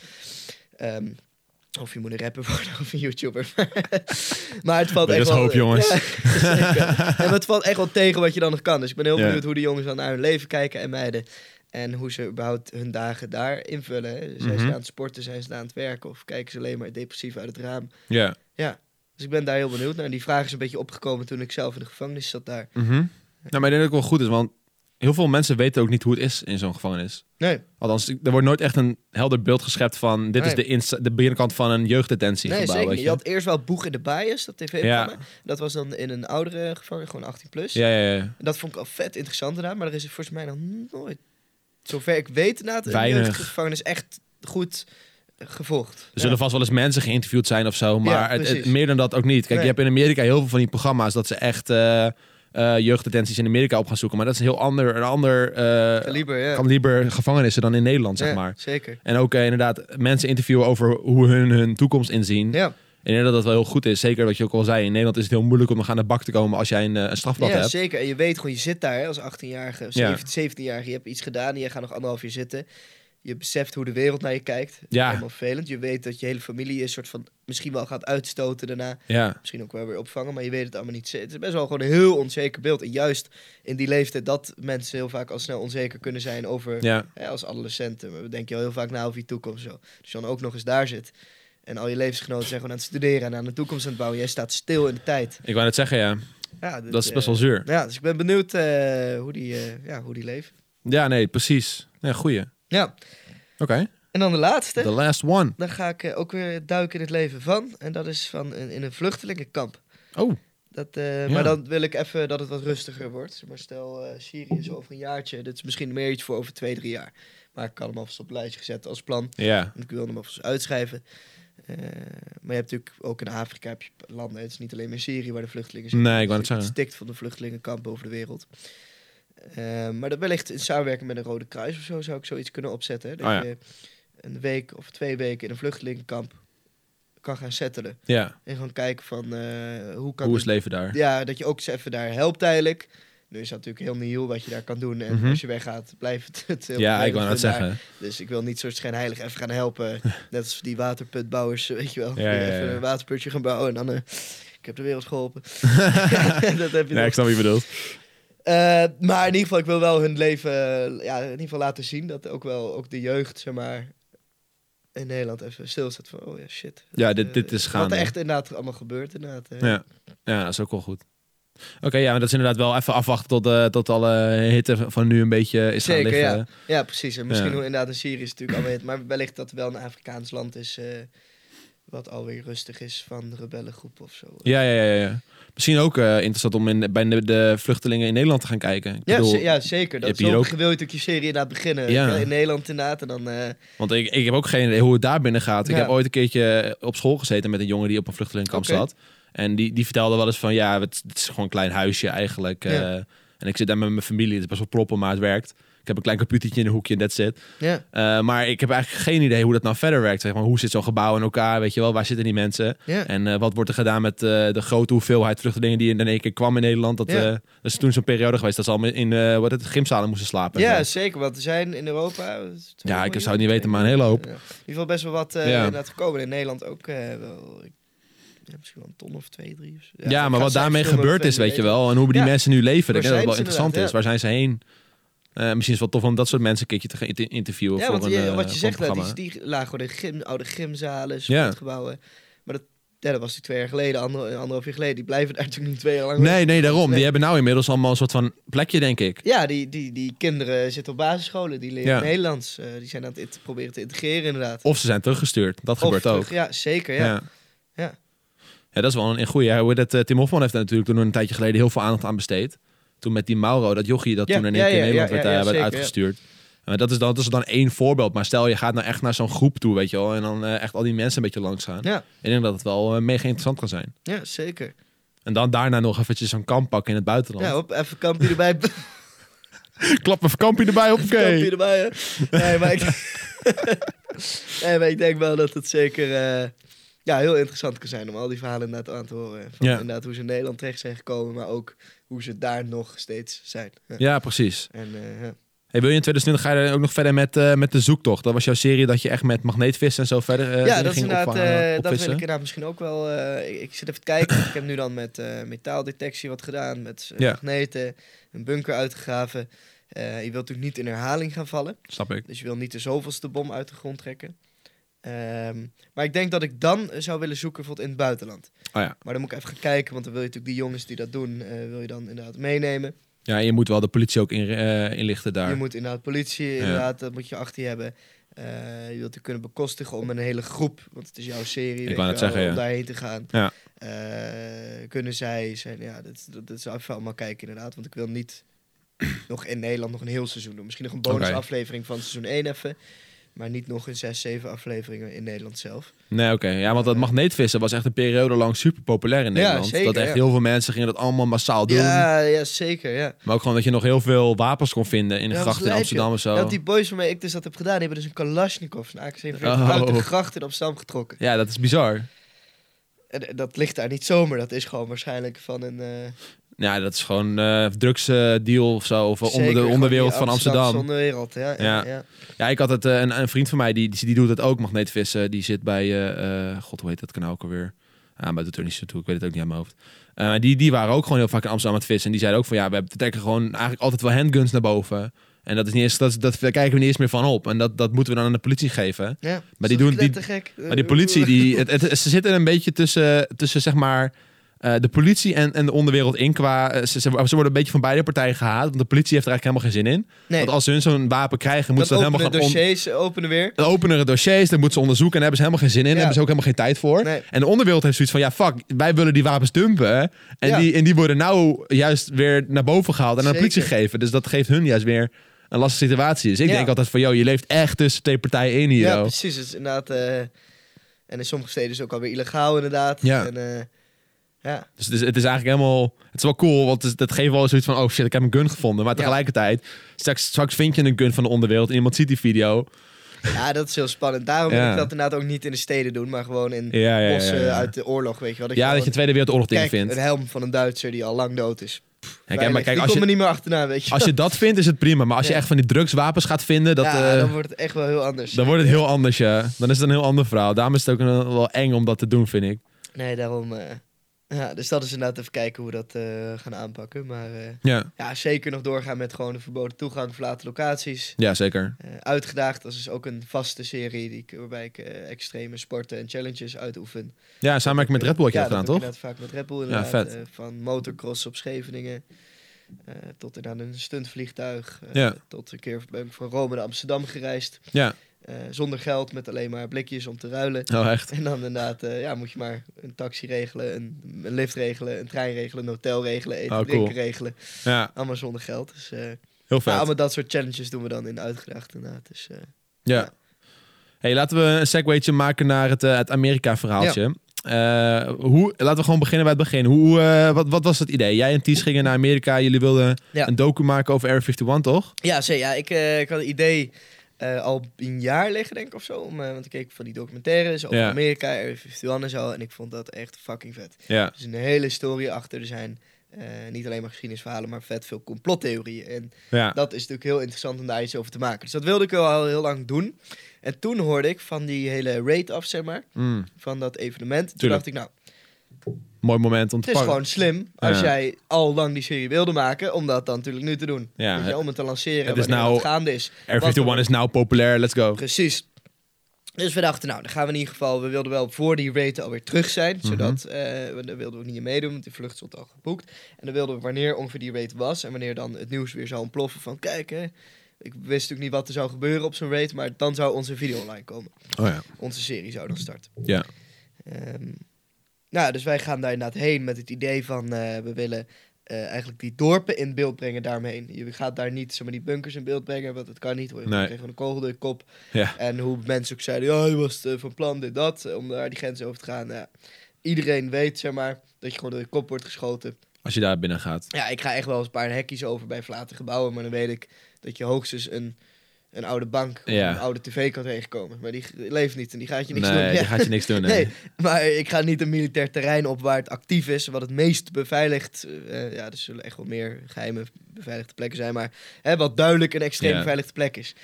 Ehm, of je moet een rapper worden of een YouTuber. maar het valt
Er
echt
is
wel...
hoop, jongens.
Ja, zeker. en het valt echt wel tegen wat je dan nog kan. Dus ik ben heel
Ja.
benieuwd hoe de jongens dan naar hun leven kijken en meiden. En hoe ze überhaupt hun dagen daar invullen. hè. Zijn
Mhm.
ze aan het sporten, zijn ze aan het werken of kijken ze alleen maar depressief uit het raam.
Ja.
Dus ik ben daar heel benieuwd naar. En die vraag is een beetje opgekomen toen ik zelf in de gevangenis zat daar.
Mhm. Nou, maar ik denk dat het wel goed is, want heel veel mensen weten ook niet hoe het is in zo'n gevangenis.
Nee,
Althans, er wordt nooit echt een helder beeld geschept van dit is
Nee.
de, insta- de binnenkant van een jeugddetentiegebouw.
nee zeker
weet
niet. Je had eerst wel Boeg in de Bias, dat tv-programma. Dat was dan in een oudere gevangenis, gewoon 18 plus.
Ja, ja, ja.
En dat vond ik al vet interessant daarna. Maar er is volgens mij nog nooit, zover ik weet na
Weinig.
het gevangenis echt goed gevolgd.
Er zullen vast wel eens mensen geïnterviewd zijn of zo, maar het- het,
precies.
meer dan dat ook niet. Kijk,
Nee.
je hebt in Amerika heel veel van die programma's dat ze echt eh, eh, jeugddetenties in Amerika op gaan zoeken. Maar dat is een heel ander, een ander eh,
Kaliber, ja.
kaliber gevangenissen dan in Nederland, zeg
Ja,
maar.
Zeker.
En ook eh, inderdaad mensen interviewen over hoe hun hun toekomst inzien.
Ja,
En ik denk dat dat wel heel goed is. Zeker wat je ook al zei. In Nederland is het heel moeilijk om nog aan de bak te komen als jij een, eh, een strafblad
ja,
hebt.
zeker. En je weet gewoon, je zit daar hè, als 18-jarige, 17, 17-jarige. Je hebt iets gedaan en je gaat nog anderhalf uur zitten. Je beseft hoe de wereld naar je kijkt.
Ja.
Helemaal vervelend. Je weet dat je hele familie je soort van misschien wel gaat uitstoten daarna.
Ja,
Misschien ook wel weer opvangen, maar je weet het allemaal niet. Het is best wel gewoon een heel onzeker beeld. En juist in die leeftijd dat mensen heel vaak al snel onzeker kunnen zijn over...
ja,
Hè, als adolescenten. Maar we denken al heel vaak na over je toekomst. Zo. Dus je dan ook nog eens daar zit. En al je levensgenoten zijn gewoon aan het studeren en aan de toekomst aan het bouwen. Jij staat stil in de tijd.
ik wou net zeggen, ja.
Ja, dit,
Dat is best
eh,
wel zuur.
ja, dus ik ben benieuwd eh, hoe, die, eh, ja, hoe die leeft.
Ja, nee, precies. Ja, goeie. Oké,
Ja, en dan de laatste.
the last one.
Dan ga ik eh, ook weer duiken in het leven van. En dat is van een, in een vluchtelingenkamp.
Oh,
Dat, eh,
Ja.
Maar dan wil ik even dat het wat rustiger wordt. Zeg Maar stel, eh, Syrië is over een jaartje. Dit is misschien meer iets voor over twee, drie jaar. Maar ik kan hem alvast op het lijstje gezet als plan.
ja.
Want Ik wilde hem alvast uitschrijven. Eh, maar je hebt natuurlijk ook in Afrika heb je landen. Het is niet alleen maar Syrië waar de vluchtelingen zitten.
Nee, ik wou
Dus
net
Het
zeggen.
stikt van de vluchtelingenkampen over de wereld. Eh, maar dat wellicht in samenwerking met een Rode Kruis of zo zou ik zoiets kunnen opzetten. Hè? Dat
Oh ja.
je een week of twee weken in een vluchtelingenkamp kan gaan settelen.
Ja,
En gewoon kijken van eh, hoe kan
hoe is
dit-
het leven daar?
ja, dat je ook eens even daar helpt tijdelijk. Nu is dat natuurlijk heel nieuw wat je daar kan doen. En
Mhm.
als je weggaat, blijft het heel
Ja, ik
vervelend
wou net
voor daar.
zeggen.
Dus ik wil niet soort schijnheilig even gaan helpen. Net als die waterputbouwers, weet je wel.
Ja, ja, ja.
Even een waterputje gaan bouwen en dan... eh, ik heb de wereld geholpen. dat heb je
Nee,
nog.
ik snap wie je bedoelt.
Eh, maar in ieder geval, ik wil wel hun leven eh, ja, in ieder geval laten zien. Dat ook wel ook de jeugd, zeg maar, in Nederland even stilstaat van... Oh ja, shit.
Ja,
Dat,
dit-
eh,
dit is
Wat
gaande.
er echt inderdaad allemaal gebeurt, inderdaad. eh.
Ja. Ja, dat is ook wel goed. Oké, ja, maar dat is inderdaad wel even afwachten tot, eh, tot alle hitte van nu een beetje is
Zeker,
gaan liggen.
Ja, precies. En misschien
Ja.
hoe inderdaad in Syrië is het natuurlijk alweer... Maar wellicht dat er wel een Afrikaans land is... eh, wat alweer rustig is van rebellengroepen of zo.
Ja, ja, ja. ja, ja. Misschien ook eh, interessant om in, bij de, de vluchtelingen in Nederland te gaan kijken. Ik
Ja,
bedoel,
ze- ja, zeker. Dat
hebt
zo
hier ook-
wil je natuurlijk je serie inderdaad beginnen.
Ja.
Ja, In Nederland inderdaad. En dan, eh
Want ik, ik heb ook geen idee hoe het daar binnen gaat. Ik
Ja.
heb ooit een keertje op school gezeten met een jongen die op een vluchtelingenkamp
Oké.
zat. En die, die vertelde wel eens van, ja, het, het is gewoon een klein huisje eigenlijk. eh, en ik zit daar met mijn familie, het is best wel proppen, maar het werkt. Ik heb een klein computertje in de hoekje en that's it.
ja.
Eh, maar ik heb eigenlijk geen idee hoe dat nou verder werkt. Zeg maar, hoe zit zo'n gebouw in elkaar? Weet je wel, waar zitten die mensen?
Ja.
En eh, wat wordt er gedaan met eh, de grote hoeveelheid vluchtelingen die in één keer kwam in Nederland? Dat,
Ja.
eh, dat is toen zo'n periode geweest dat ze allemaal in eh, wat het, gymzalen moesten slapen. en
ja,
zo.
zeker. Want er zijn in Europa... eh, 2
Ja, ik
miljoen,
zou het niet weten, maar een hele
denk ik.
hoop.
Ja. In ieder geval best wel wat eh
Ja.
inderdaad gekomen. In Nederland ook eh, wel... ik- ja, misschien wel een ton of twee, drie. Of zo.
Ja,
ik ga
maar wat
het
daarmee
cijfers
gebeurd is,
helemaal
weet je
niet
wel. En hoe die
Ja.
mensen nu leven. Ik
Waar
denk dat dat wel
zijn ze
interessant is.
inderdaad,
Waar zijn ze heen? Eh, misschien is het wel tof om dat soort mensen een keertje te gaan inter- interviewen.
weten. Ja,
voor
want
een,
je-
eh,
wat je
voor een
zegt, nou,
programma.
die, die lagen gewoon in gym, oude gymzalen,
Ja.
sportgebouwen. Maar dat, ja, dat was die twee jaar geleden, ander, anderhalf jaar geleden. Die blijven daar natuurlijk niet twee jaar lang.
Nee, nee, daarom.
Nee.
Die hebben nou inmiddels allemaal een soort van plekje, denk ik.
Ja, die, die, die kinderen zitten op basisscholen, die leren
Ja.
Nederlands. eh, die zijn aan het in- proberen te integreren, inderdaad.
Of ze zijn teruggestuurd. Dat gebeurt
Of
ook.
terug- Ja, zeker, ja.
Ja.
Ja.
Ja, dat is wel een goede. Hoe heet het, eh, Tim Hofman heeft daar natuurlijk toen een tijdje geleden heel veel aandacht aan besteed. Toen met die Mauro, dat jochie dat
Ja,
toen in één
ja,
keer in
ja,
Nederland
ja,
werd,
ja,
eh,
ja,
werd
zeker,
uitgestuurd. Maar dat is, dan, dat is dan één voorbeeld. Maar stel, je gaat nou echt naar zo'n groep toe, weet je wel. En dan eh, echt al die mensen een beetje langs gaan.
Ja.
Ik denk dat het wel eh, mega interessant kan zijn.
Ja, zeker.
En dan daarna nog eventjes zo'n kamp pakken in het buitenland.
Ja, hop, even kampje erbij.
Klap een kampje erbij, op.
Kampje erbij, hè. Nee, maar ik... nee, maar ik denk wel dat het zeker eh, ja, heel interessant kan zijn om al die verhalen inderdaad aan te horen. Van
Ja.
Inderdaad hoe ze in Nederland terecht zijn gekomen, maar ook hoe ze daar nog steeds zijn. Ja.
Ja, precies.
En, eh, ja.
Hey, wil je in 2020 ga je dan ook nog verder met, eh, met de zoektocht? Dat was jouw serie dat je echt met magneetvissen en zo verder eh,
ja,
dingen
dat is
ging
inderdaad,
opvangen,
eh, dat wil ik
opvissen?
inderdaad misschien ook wel. eh, ik, ik zit even te kijken. ik heb nu dan met eh, metaaldetectie wat gedaan, met eh,
Ja.
magneten, een bunker uitgegraven. Eh, je wilt natuurlijk niet in herhaling gaan vallen.
Snap ik.
Dus je wil niet de zoveelste bom uit de grond trekken. Ehm, maar ik denk dat ik dan eh, zou willen zoeken bijvoorbeeld in het buitenland.
Oh ja.
Maar dan moet ik even gaan kijken, want dan wil je natuurlijk die jongens die dat doen, eh, wil je dan inderdaad meenemen.
Ja, en je moet wel de politie ook in, eh, inlichten daar.
Je moet inderdaad politie, inderdaad, dat moet je achter je hebben. Eh, je wilt het kunnen bekostigen om een hele groep, want het is jouw serie, weet
wou
je
net
wel,
zeggen, ja.
om daarheen te gaan.
Ja.
Eh, kunnen zij zijn, ja, dat, dat, dat zou even allemaal kijken inderdaad, want ik wil niet nog in Nederland nog een heel seizoen doen. Misschien nog een bonus
Oké.
aflevering van seizoen 1 even, maar niet nog een 6, 7 afleveringen in Nederland zelf.
Nee, oké. Ja, want dat magneetvissen was echt een periode lang super populair in
Eh. Ja,
Nederland.
zeker,
dat echt
ja.
heel veel mensen gingen dat allemaal massaal doen.
Ja, ja, zeker, ja.
Maar ook gewoon dat je nog heel veel wapens kon vinden in de
Ja, dat
grachten
is
in
lijp,
Amsterdam of zo.
Dat die boys waarmee ik dus dat heb gedaan, die hebben dus een Kalashnikov, een AK-47,
Oh.
uit de gracht in Amsterdam getrokken.
Ja, dat is bizar.
En eh, dat ligt daar niet zomaar. Dat is gewoon waarschijnlijk van een... eh,
Ja, dat is gewoon eh drugsdeal of zo. Of eh, onder
zeker
de onderwereld
gewoon
van
die
Amsterdam.
Amsterdamse onderwereld, ja. ja,
Ja.
ja.
Ja, ik had het, eh, een, een vriend van mij, die, die, die doet het ook, magneetvissen. Die zit bij, eh, eh, god, hoe heet dat kanaal ook alweer? Ah, maar dat doet er niet zo toe, ik weet het ook niet aan mijn hoofd. Eh, die, die waren ook gewoon heel vaak in Amsterdam aan het vissen. En die zeiden ook van, ja, we hebben- we trekken gewoon eigenlijk altijd wel handguns naar boven. En dat is niet eens, dat, is- dat, daar kijken we niet eens meer van op. En dat, dat moeten we dan aan de politie geven.
Ja,
Maar
is
die
Eh, toch
doen- die-
knettergek?
Maar die politie, die, het, het- ze zitten een beetje tussen, tussen zeg maar, eh, de politie en, en de onderwereld in qua... eh, Ze, ze, ze worden een beetje van beide partijen gehaat. Want de politie heeft er eigenlijk helemaal geen zin in.
Nee,
Want als ze hun zo'n wapen krijgen, moeten
dan
ze dat helemaal
openen
gaan on-
dossiers, eh, openen weer.
dan openen de dossiers, dan moeten ze onderzoeken en daar hebben ze helemaal geen zin in.
Ja.
Daar hebben ze ook helemaal geen tijd voor.
Nee.
En de onderwereld heeft zoiets van, ja fuck, wij willen die wapens dumpen. En,
Ja.
die, en die worden nou juist weer naar boven gehaald en aan de
Zeker.
politie gegeven. Dus dat geeft hun juist weer een lastige situatie. Dus ik
Ja.
denk altijd van, joh, je leeft echt tussen twee partijen in hier.
Ja,
joh.
precies. Het is inderdaad... eh, en in sommige steden is het ook alweer illegaal, inderdaad.
Ja.
En, eh, ja.
Dus het is, het is eigenlijk helemaal... Het is wel cool, want het, dat geeft wel zoiets van... Oh shit, ik heb een gun gevonden. Maar
Ja.
tegelijkertijd, straks, straks vind je een gun van de onderwereld... en iemand ziet die video.
ja, dat is heel spannend. Daarom wil
Ja.
ik dat inderdaad ook niet in de steden doen, maar gewoon in
Ja, ja, ja.
bossen
ja.
eh, uit de oorlog, weet je wel.
Ja, dat je
gewoon-
de Tweede Wereldoorlog dingen
Kijk,
vindt.
een helm van een Duitser die al lang dood is.
Ja, kijk, maar
Weinig.
kijk,
die
als
komt
je,
me niet meer achterna, weet je.
als je dat vindt, is het prima. Maar als je
Ja.
echt van die drugswapens gaat vinden... Dat,
ja,
eh,
dan wordt het echt wel heel anders.
Dan wordt het heel anders, ja. Dan is het een heel ander verhaal. Daarom is het ook een- wel eng om dat te doen, vind ik.
Nee, daarom... eh, ja, dus dat is inderdaad even kijken hoe we dat eh, gaan aanpakken. Maar eh,
Ja,
ja, zeker nog doorgaan met gewoon de verboden toegang, verlaten locaties.
ja zeker.
Eh, uitgedaagd, dat is dus ook een vaste serie die ik, waarbij ik eh, extreme sporten en challenges uitoefen.
Ja, in samenwerking met Red Bull had je
ja,
dat gedaan,
doe ik
toch?
inderdaad vaak met Red Bull inderdaad.
vet.
eh, van motocross op Scheveningen eh, tot inderdaad een stuntvliegtuig. eh,
Ja.
Tot een keer ben ik van Rome naar Amsterdam gereisd.
Ja,
eh, zonder geld, met alleen maar blikjes om te ruilen.
oh echt.
En dan inderdaad, eh, ja, moet je maar een taxi regelen, een, een lift regelen, een trein regelen, een hotel regelen, eten,
Oh, cool.
drinken regelen.
Ja,
Allemaal zonder geld. Dus eh,
heel
ja,
vet.
allemaal dat soort challenges doen we dan in uitgedaagd inderdaad. Dus, eh,
Ja. hey, laten we een segwaytje maken naar het, eh, het Amerika-verhaaltje. Eh, hoe, laten we gewoon beginnen bij het begin. Hoe, eh, wat, wat was het idee? Jij en Ties gingen naar Amerika. Jullie wilden
Ja.
een docu maken over Air 51, toch?
Ja, zeker. Ja, ik, eh, ik had een idee eh, al een jaar liggen, denk ik, of zo. Om, eh, want ik keek van die documentaires over
Ja.
Amerika, Area 51 en zo. En ik vond dat echt fucking vet.
Ja.
Er is een hele story achter. Er zijn eh, niet alleen maar geschiedenisverhalen, maar vet veel complottheorieën. En
Ja.
dat is natuurlijk heel interessant om daar iets over te maken. Dus dat wilde ik al heel lang doen. En toen hoorde ik van die hele raid af, zeg maar,
Mm,
van dat evenement. Toen
Tuurlijk.
dacht ik, nou,
mooi moment om te
het is
pakken.
gewoon slim als
Ja.
jij al lang die serie wilde maken, om dat dan natuurlijk nu te doen.
Ja,
Weet je, om het te lanceren,
het
het
is nou-
het gaande is.
Air 51 is nou populair, let's go.
Precies. Dus we dachten, nou, dan gaan we in ieder geval... We wilden wel voor die rate alweer terug zijn. Zodat, eh, we, daar wilden we ook niet in meedoen, want die vlucht stond al geboekt. En dan wilden we wanneer ongeveer die rate was... en wanneer dan het nieuws weer zou ontploffen van... Kijk, hè, ik wist natuurlijk niet wat er zou gebeuren op zo'n rate... maar dan zou onze video online komen.
Oh ja.
Onze serie zou dan starten.
Ja.
Ehm, nou, dus wij gaan daar inderdaad heen met het idee van... eh, we willen eh, eigenlijk die dorpen in beeld brengen daarmee. Je gaat daar niet zomaar die bunkers in beeld brengen... want dat kan niet, want je
Nee.
krijgt gewoon een kogel door je kop...
Ja.
En hoe mensen ook zeiden, ja, je was eh, van plan dit, dat, eh, om daar die grens over te gaan. Nou Ja. Iedereen weet, zeg maar, dat je gewoon door je kop wordt geschoten.
Als je daar binnen gaat.
Ja, ik ga echt wel eens een paar hekjes over bij verlaten gebouwen, maar dan weet ik dat je hoogstens een, een oude bank of
Ja.
een oude tv kan tegenkomen. Maar die g- leeft niet en die gaat je niks
nee,
doen. Ja.
daar gaat je niks doen.
Nee, maar ik ga niet een militair terrein op waar het actief is, wat het meest beveiligd. eh, eh, ja, er zullen echt wel meer geheime beveiligde plekken zijn, maar hè, wat duidelijk een extreem
Ja.
beveiligde plek is.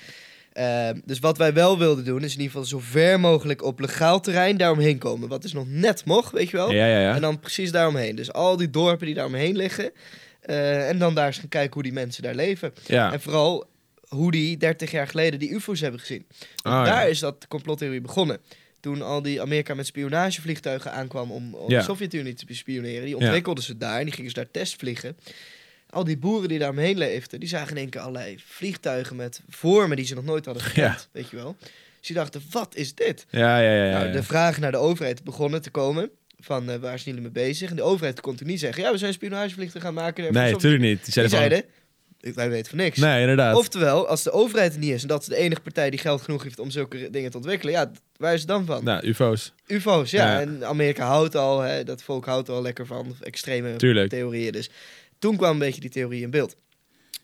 Ehm, dus wat wij wel wilden doen, is in ieder geval zo ver mogelijk op legaal terrein daaromheen komen. Wat dus nog net mocht, weet je wel.
Ja, ja, ja.
En dan precies daaromheen. Dus al die dorpen die daaromheen liggen. eh, en dan daar eens gaan kijken hoe die mensen daar leven.
ja.
En vooral hoe die 30 jaar geleden die UFO's hebben gezien.
Ah, ja.
Daar is dat complottheorie begonnen. Toen al die Amerika met spionagevliegtuigen aankwam om, om
Ja.
de Sovjet-Unie te spioneren, die
Ja.
ontwikkelden ze daar en die gingen ze daar testvliegen. Al die boeren die daar omheen leefden, die zagen in één keer allerlei vliegtuigen met vormen die ze nog nooit hadden gekend,
Ja.
weet je wel. Dus die dachten, wat is dit?
Ja, ja, ja. ja,
nou,
ja.
de vragen naar de overheid begonnen te komen van eh, waar zijn jullie mee bezig? En de overheid kon toen niet zeggen, ja, we zijn spionagevliegtuigen gaan maken. en van de
Nee,
Sovjet-Unie."
natuurlijk niet. Die
Die
zeiden,
zeiden, wij weten van niks.
van, nee, inderdaad.
Oftewel, als de overheid er niet is en dat is de enige partij die geld genoeg heeft om zulke dingen te ontwikkelen, ja, d- waar is het dan van?
nou, UFO's.
UFO's, ja.
Ja.
En Amerika houdt al, hè, dat volk houdt al lekker van extreme
Tuurlijk.
theorieën. Dus toen kwam een beetje die theorie in beeld.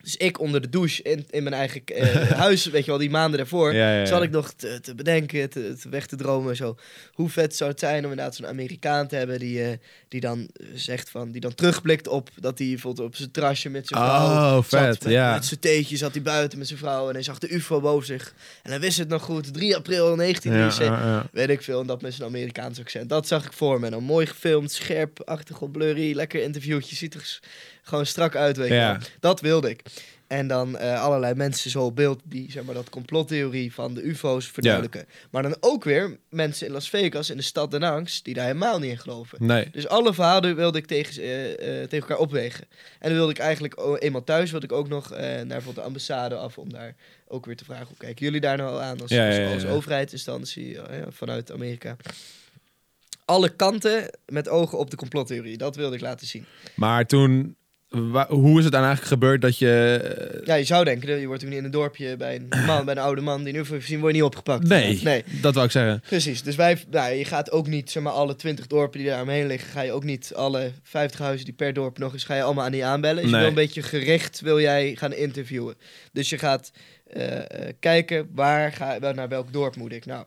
Dus ik onder de douche in, in mijn eigen eh, huis, weet je wel, die maanden daarvoor.
Ja, ja, ja.
Zat ik nog te, te bedenken, te, te weg te dromen en zo. Hoe vet zou het zijn om inderdaad zo'n Amerikaan te hebben die, eh, die dan eh, zegt van, die dan terugblikt op dat hij bijvoorbeeld op zijn trasje met zijn vrouw.
Oh,
zat,
vet,
met,
ja.
met zijn theetje zat hij buiten met zijn vrouw en hij zag de UFO boven zich. En hij wist het nog goed, 3 april
Ja,
1973.
ja, ja.
Weet ik veel, en dat met zijn Amerikaans accent. Dat zag ik voor me. En dan mooi gefilmd, scherp, achtergrond blurry, lekker interviewtje. Ziet er s- gewoon strak uit, weet je
Ja.
wel. Dat wilde ik. En dan eh, allerlei mensen zo op beeld die zeg maar, dat complottheorie van de ufo's verduidelijken. Maar dan ook weer mensen in Las Vegas, in de stad Den Haag, die daar helemaal niet in geloven.
Nee.
Dus alle verhalen wilde ik tegen, ze- eh, eh, tegen elkaar opwegen. En dan wilde ik eigenlijk o- eenmaal thuis wilde ik ook nog eh, naar bijvoorbeeld de ambassade af om daar ook weer te vragen hoe kijken jullie daar nou aan als,
Ja,
als,
ja, ja,
als
ja.
overheidsinstantie eh, ja, vanuit Amerika. Alle kanten met ogen op de complottheorie. Dat wilde ik laten zien.
Maar toen, wa- hoe is het dan eigenlijk gebeurd dat je... eh,
Ja, je zou denken, je wordt toen in een dorpje bij een man, bij een oude man die nu voor gezien word je niet opgepakt.
Nee,
nee.
dat wou ik zeggen.
Precies, dus wij, nou, je gaat ook niet, zeg maar, alle 20 dorpen die daar omheen liggen, ga je ook niet alle 50 huizen die per dorp nog is, ga je allemaal aan die aanbellen. Dus je
Nee.
wil een beetje gericht, wil jij gaan interviewen. Dus je gaat eh, eh, kijken, waar ga, wel, naar welk dorp moet ik? Nou,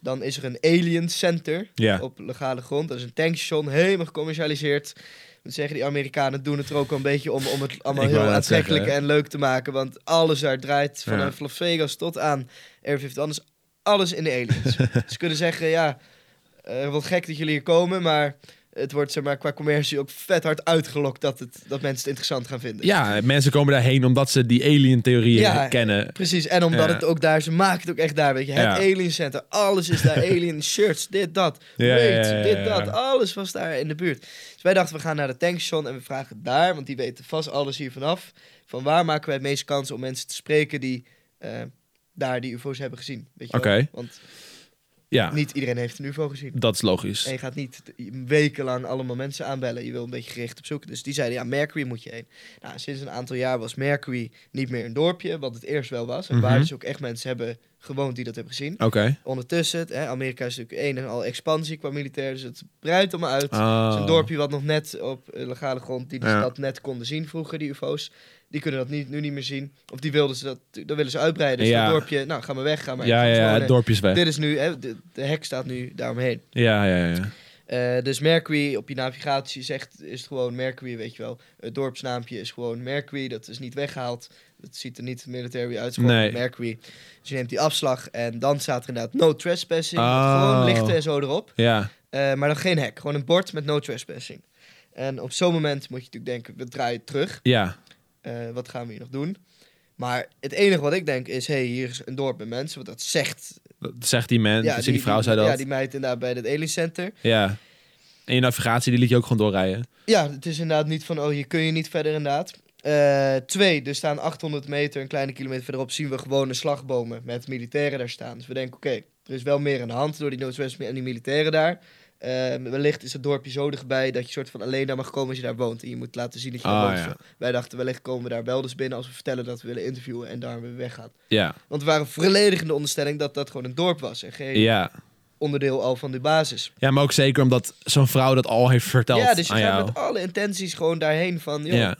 dan is er een alien center
Ja.
op legale grond. Dat is een tankstation, helemaal gecommercialiseerd. Ik moet zeggen, die Amerikanen doen het er ook wel een beetje om, om het allemaal
Ik wou
heel
net
aantrekkelijk
zeggen,
en leuk te maken. Want alles daar draait, van
Ja.
een Las Vegas tot aan R50 anders. Alles in de aliens. Ze kunnen zeggen, ja, eh, wat gek dat jullie hier komen, maar het wordt zeg maar, qua commercie ook vet hard uitgelokt dat, het, dat mensen het interessant gaan vinden.
Ja, mensen komen daarheen omdat ze die alien-theorieën
Ja.
kennen.
Precies, en omdat
Ja.
het ook daar, ze maken het ook echt daar, weet je. Het
Ja.
Alien Center, alles is daar, Alien shirts, dit, dat,
Ja, ja,
weet,
ja, ja,
dit,
ja.
dat, alles was daar in de buurt. Dus wij dachten, we gaan naar de tankstation en we vragen daar, want die weten vast alles hier vanaf, van waar maken wij het meeste kans om mensen te spreken die eh, daar die ufo's hebben gezien, weet je wel?
Oké.
Want
Ja,
niet iedereen heeft een ufo gezien.
dat is logisch.
En je gaat niet t- wekenlang allemaal mensen aanbellen. Je wil een beetje gericht op zoek. Dus die zeiden, ja, Mercury moet je heen. Nou, sinds een aantal jaar was Mercury niet meer een dorpje, wat het eerst wel was. En waar
Mhm.
dus ook echt mensen hebben gewoond die dat hebben gezien.
Oké.
Ondertussen, het, hè, Amerika is natuurlijk een en al expansie qua militair, dus het breidt allemaal uit. Het
Oh.
is een dorpje wat nog net op eh, legale grond, die de
Ja.
stad net konden zien vroeger, die ufo's. Die kunnen dat niet, nu niet meer zien. Of die wilden ze dat, dat willen ze uitbreiden. Dus
Ja.
dat dorpje, nou, ga maar weg, ga maar
Ja, ja,
ergens
ja,
wonen.
het dorpje is weg.
Dit is nu, hè, de, de hek staat nu daaromheen.
Ja, ja, ja.
Eh, dus Mercury op je navigatie zegt, is het gewoon Mercury, weet je wel. Het dorpsnaampje is gewoon Mercury, dat is niet weggehaald. Dat ziet er niet military uit, het is gewoon
Nee.
Mercury. Dus je neemt die afslag en dan staat er inderdaad no trespassing. met
Oh.
Gewoon lichten en zo erop.
Ja,
Eh, maar dan geen hek, gewoon een bord met no trespassing. En op zo'n moment moet je natuurlijk denken, we draaien terug.
ja.
Eh, wat gaan we hier nog doen? Maar het enige wat ik denk is, hé, hey, hier is een dorp met mensen. Want dat zegt...
Dat zegt die man, dus die, die vrouw zei dat.
Ja, die meid inderdaad bij het Alien Center.
Ja. En je navigatie, die liet je ook gewoon doorrijden.
Ja, het is inderdaad niet van, oh, hier kun je niet verder inderdaad. Eh, twee, er staan 800 meter, een kleine kilometer verderop, zien we gewone slagbomen met militairen daar staan. Dus we denken, oké, er is wel meer aan de hand door die Noordwesten en die militairen daar. Eh, wellicht is het dorpje zo dichtbij dat je soort van alleen daar mag komen als je daar woont. En je moet laten zien dat je daar
Ah,
woont.
ja.
Wij dachten, wellicht komen we daar wel dus binnen als we vertellen dat we willen interviewen en daar weer weggaan.
Ja,
Want we waren volledig in de onderstelling dat dat gewoon een dorp was en geen
ja.
onderdeel al van de basis.
Ja, maar ook zeker omdat zo'n vrouw dat al heeft verteld
Ja, dus je
aan
gaat
jou.
met alle intenties gewoon daarheen van, joh,
ja.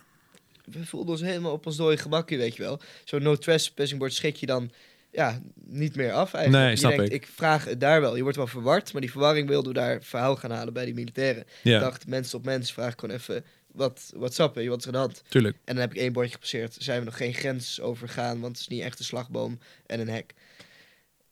we voelden ons helemaal op ons dode gemakje, weet je wel. Zo'n no trespassing bord schrik je dan ja, niet meer af eigenlijk.
Nee,
je
snap
denkt, ik. vraag het daar wel. Je wordt wel verward, maar die verwarring wilden we daar verhaal gaan halen bij die militairen.
ja,
Ik dacht, mens op mens, vraag ik gewoon even, wat, what's up, weet je, wat is er aan de hand?
tuurlijk.
En dan heb ik één bordje gepasseerd, zijn we nog geen grens overgaan, want het is niet echt een slagboom en een hek.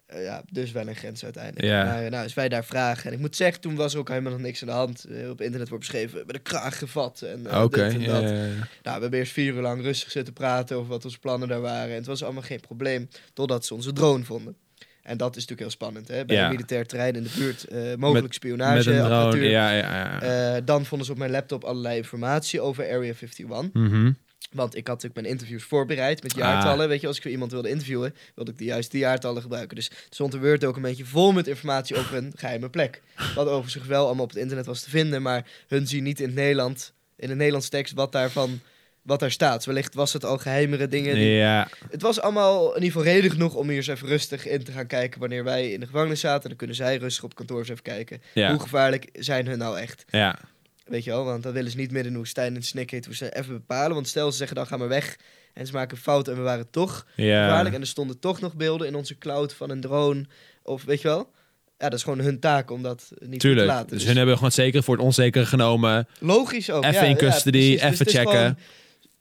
Eh, ja, dus wel een grens uiteindelijk.
Ja.
Maar, eh, nou, als wij daar vragen. En ik moet zeggen, toen was er ook helemaal nog niks aan de hand. Eh, op internet wordt beschreven, met de kraag gevat en eh,
Oké.
dit en
ja,
dat.
ja, ja.
Nou, we hebben eerst vier uur lang rustig zitten praten over wat onze plannen daar waren. En het was allemaal geen probleem, totdat ze onze drone vonden. En dat is natuurlijk heel spannend, hè? Bij
Ja.
een militair terrein in de buurt, eh, mogelijk spionage,
Met een drone.
apparatuur.
Ja, ja, ja.
Eh, dan vonden ze op mijn laptop allerlei informatie over Area 51.
Mhm.
Want ik had natuurlijk mijn interviews voorbereid met jaartallen. Weet je, als ik weer iemand wilde interviewen, wilde ik de juiste jaartallen gebruiken. Dus er stond een Word-documentje vol met informatie over een geheime plek. Wat overigens wel allemaal op het internet was te vinden, maar hun zien niet in het Nederland, in het Nederlands tekst, wat daarvan... Wat daar staat. Wellicht was het al geheimere dingen. die-
Ja,
Het was allemaal in ieder geval reden genoeg om hier eens even rustig in te gaan kijken. Wanneer wij in de gevangenis zaten, dan kunnen zij rustig op kantoor eens even kijken.
ja,
Hoe gevaarlijk zijn hun nou echt?
ja.
Weet je wel, want dan willen ze niet midden in Oestijn en Snickheet hoe ze even bepalen. Want stel ze zeggen dan ga maar weg en ze maken een fout en we waren toch
Ja.
gevaarlijk. En er stonden toch nog beelden in onze cloud van een drone of weet je wel. Ja, dat is gewoon hun taak om dat niet
Tuurlijk.
te laten.
Dus hun hebben gewoon het zekere voor het onzekere genomen.
Logisch ook.
Even
ja,
in
ja,
custody,
precies. Dus
even
het is
checken.
gewoon-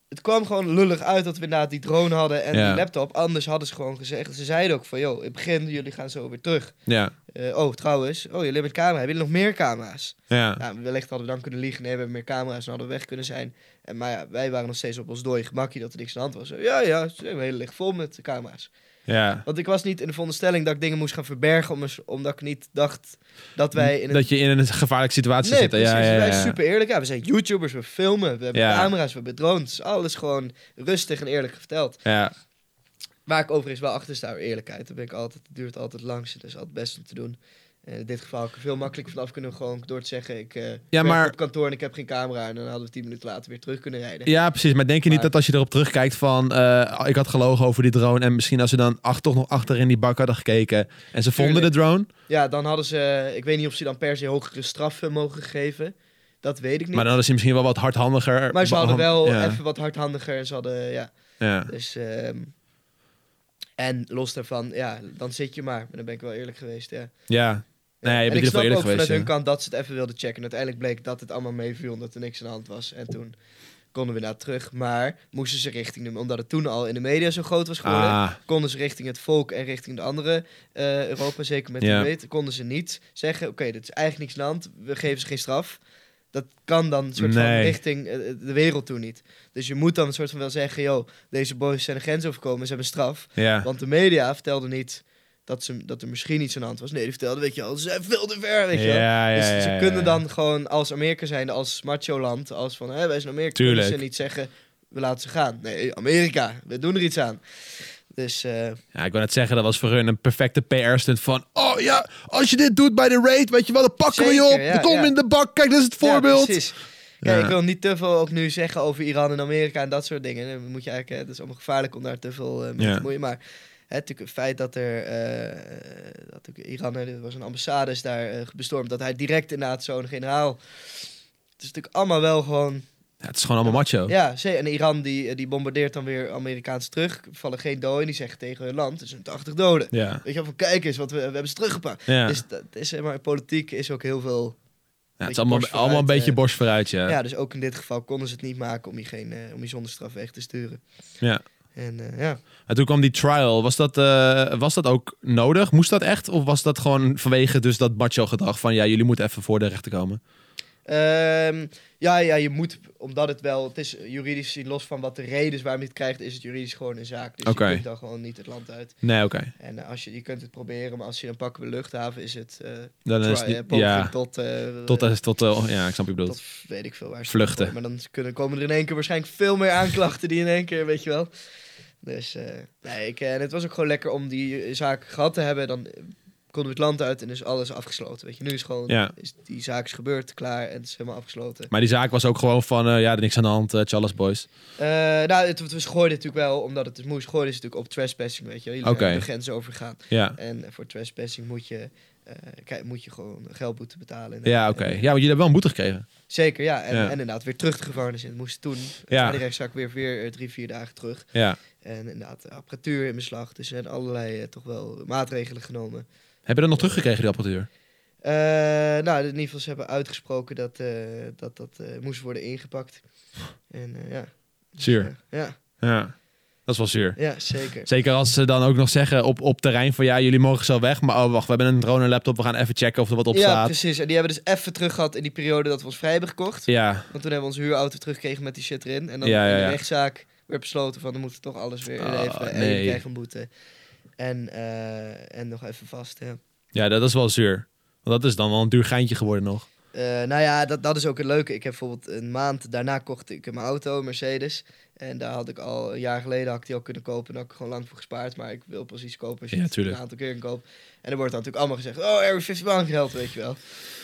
het kwam gewoon lullig uit dat we inderdaad die drone hadden en
Ja.
die laptop. Anders hadden ze gewoon gezegd. Ze zeiden ook van, joh, in het begin, jullie gaan zo weer terug.
Ja.
Eh, oh, trouwens. Oh, jullie hebben een camera. Hebben jullie nog meer camera's?
Ja.
Nou, wellicht hadden we dan kunnen liegen. Nee, we hebben meer camera's en hadden we weg kunnen zijn. En, maar ja, wij waren nog steeds op ons dode gemakkie dat er niks aan de hand was. Ja, ja, ze hebben heel licht vol met camera's.
Ja.
Want ik was niet in de veronderstelling dat ik dingen moest gaan verbergen, om eens- omdat ik niet dacht dat wij in een
Dat je in een gevaarlijke situatie
Nee,
zit.
precies.
Ja, ja, ja.
Wij zijn super eerlijk. Ja, we zijn YouTubers, we filmen, we hebben
Ja.
camera's, we hebben drones. Alles gewoon rustig en eerlijk verteld.
Ja.
Waar ik overigens wel achter sta, eerlijkheid. Dat ben ik altijd, het duurt altijd langs, dus altijd best om te doen. Eh, in dit geval had ik er veel makkelijker vanaf kunnen gewoon door te zeggen... ik eh werk
maar-
op kantoor en ik heb geen camera. En dan hadden we tien minuten later weer terug kunnen rijden.
ja, precies. Maar denk je niet
Maar-
dat als je erop terugkijkt van... eh, ik had gelogen over die drone en misschien als ze dan ach- toch nog achter in die bak hadden gekeken... en ze vonden de
Tuurlijk.
drone,
Ja, dan hadden ze... eh, Ik weet niet of ze dan per se hogere straffen mogen geven. Dat weet ik niet.
maar dan hadden ze misschien wel wat hardhandiger...
Maar ze hadden wel
Ja.
even wat hardhandiger en ze hadden... Ja,
Ja.
Dus, ehm, en los daarvan, ja, dan zit je maar. Maar dan ben ik wel eerlijk geweest, ja.
ja. Nee, je bent
en
in ieder
ik
geval
snap
eerlijk
ook
geweest.
vanuit hun
ja.
kant dat ze het even wilden checken. En uiteindelijk bleek dat het allemaal meeviel, omdat er niks aan de hand was. En toen konden we naar terug. Maar moesten ze richting, de, omdat het toen al in de media zo groot was geworden,
Ah,
konden ze richting het volk en richting de andere eh, Europa, zeker met
Ja.
de weet, konden ze niet zeggen, oké, dit is eigenlijk niks aan de hand, we geven ze geen straf. Dat kan dan een soort van
Nee.
richting eh, de wereld toe niet. Dus je moet dan een soort van wel zeggen, joh, deze boys zijn de grens overkomen, ze hebben straf.
ja.
Want de media vertelde niet dat, ze, dat er misschien iets aan de hand was. Nee, die vertelden, weet je wel, ze zijn veel te ver, weet je wel.
Ja, ja,
Dus
ja,
ze
ja,
kunnen
ja.
dan gewoon als Amerika zijn, als macho-land, als van hè, wij zijn Amerika,
Tuurlijk.
kunnen ze niet zeggen we laten ze gaan. Nee, Amerika, we doen er iets aan. Dus eh,
Ja, ik wil net zeggen, dat was voor hun een perfecte PR-stunt van... Oh ja, als je dit doet bij de raid, weet je wel, dan pakken we je
Zeker,
op.
ja,
Kom
ja.
in de bak, kijk, dat is het
Ja,
voorbeeld.
precies. Kijk,
Ja.
ik wil niet te veel ook nu zeggen over Iran en Amerika en dat soort dingen. Dan moet je eigenlijk, hè, het is allemaal gevaarlijk om daar te veel eh, mee
Ja.
te bemoeien. Maar hè, natuurlijk het feit dat er, eh, dat ook Iran, hè, er was een ambassade is daar eh, bestormd, dat hij direct inderdaad zo'n generaal... Het is natuurlijk allemaal wel gewoon...
Ja, het is gewoon allemaal macho.
Ja, zee- en Iran die, eh, die bombardeert dan weer Amerikaans terug. Er vallen geen doden. Die zeggen tegen hun land, er zijn 80 doden.
Ja.
Weet je wel, van kijk eens, wat we, we hebben ze teruggepakt.
Ja.
Dus dat is, eh, maar politiek is ook heel veel
Ja, het is
beetje
allemaal,
borst
allemaal een
vooruit,
beetje
eh.
borst vooruit, ja.
Ja.
Ja,
dus ook in dit geval konden ze het niet maken om je, geen, eh, om je zonder straf weg te sturen. En eh, ja,
En toen kwam die trial. Was dat, eh, was dat ook nodig? Moest dat echt? Of was dat gewoon vanwege dus dat macho gedrag van... Ja, jullie moeten even voor de rechter komen.
Ehm, ja, ja, je moet, omdat het wel, het is juridisch gezien, los van wat de reden is waarom je het krijgt, is het juridisch gewoon een zaak. Dus
Oké.
je kunt dan gewoon niet het land uit.
Nee, oké.
En eh, als je, je kunt het proberen, maar als je dan pakken we luchthaven, is het eh
Dan is
try-
die-
eh, poging
ja,
tot, eh,
tot, tot, tot eh, ja, ik snap je bedoelt.
tot weet ik veel waar. ze
Vluchten.
voor- Maar dan kunnen, komen er in één keer waarschijnlijk veel meer aanklachten die in één keer, weet je wel. Dus eh, nee, ik, eh, en het was ook gewoon lekker om die eh, zaak gehad te hebben. Dan eh, konden we het land uit en is alles afgesloten. Weet je, nu is gewoon
Ja.
is, die zaak is gebeurd, klaar en het is helemaal afgesloten.
Maar die zaak was ook gewoon van... eh, ja, er niks aan de hand, eh Charles Boys.
Eh, nou, het, het was gooiden natuurlijk wel, omdat het dus moest. Gooiden ze natuurlijk op trespassing, weet je wel. Jullie
Oké.
zijn de grens overgaan.
Ja,
En eh, voor trespassing moet je, eh, kijk, moet je gewoon geldboete betalen.
ja oké. Ja, want jullie hebben wel een boete gekregen.
Zeker, ja. En,
Ja.
en inderdaad, weer terug de gevangenis in. Moest toen,
Ja.
ja. de rechtszaak weer, weer eh, drie, vier dagen terug.
Ja.
En inderdaad, apparatuur in beslag. Dus er zijn allerlei eh, toch wel maatregelen genomen.
Heb je dat nog teruggekregen, die apparatuur?
Eh, nou, in ieder geval, ze hebben uitgesproken dat eh, dat, dat eh, moest worden ingepakt. En eh, ja. Dus,
Zuur.
eh, ja,
Ja. Dat is wel zuur.
ja, zeker.
Zeker als ze dan ook nog zeggen op, op terrein van ja, jullie mogen zo weg. Maar oh, wacht, we hebben een drone en laptop. We gaan even checken of er wat op
Ja,
staat.
precies. En die hebben dus even terug gehad in die periode dat we ons vrij hebben gekocht.
Ja,
Want toen hebben we onze huurauto teruggekregen met die shit erin. En dan
Ja, ja,
in
ja.
de rechtszaak werd besloten van, dan moeten we toch alles weer
Ah,
inleveren. en
nee.
je krijgt een boete. En, eh, en nog even vast, ja.
ja dat is wel zuur. Want dat is dan wel een duur geintje geworden nog.
Eh, nou ja, dat, dat is ook het leuke. Ik heb bijvoorbeeld een maand daarna kocht ik mijn auto, een Mercedes. En daar had ik al een jaar geleden had ik die al kunnen kopen. En daar had ik gewoon lang voor gespaard. Maar ik wil precies kopen als je
Ja,
het
tuurlijk.
een aantal keer koopt. En er wordt dan natuurlijk allemaal gezegd: Oh, Air 50 baan geld, weet je wel.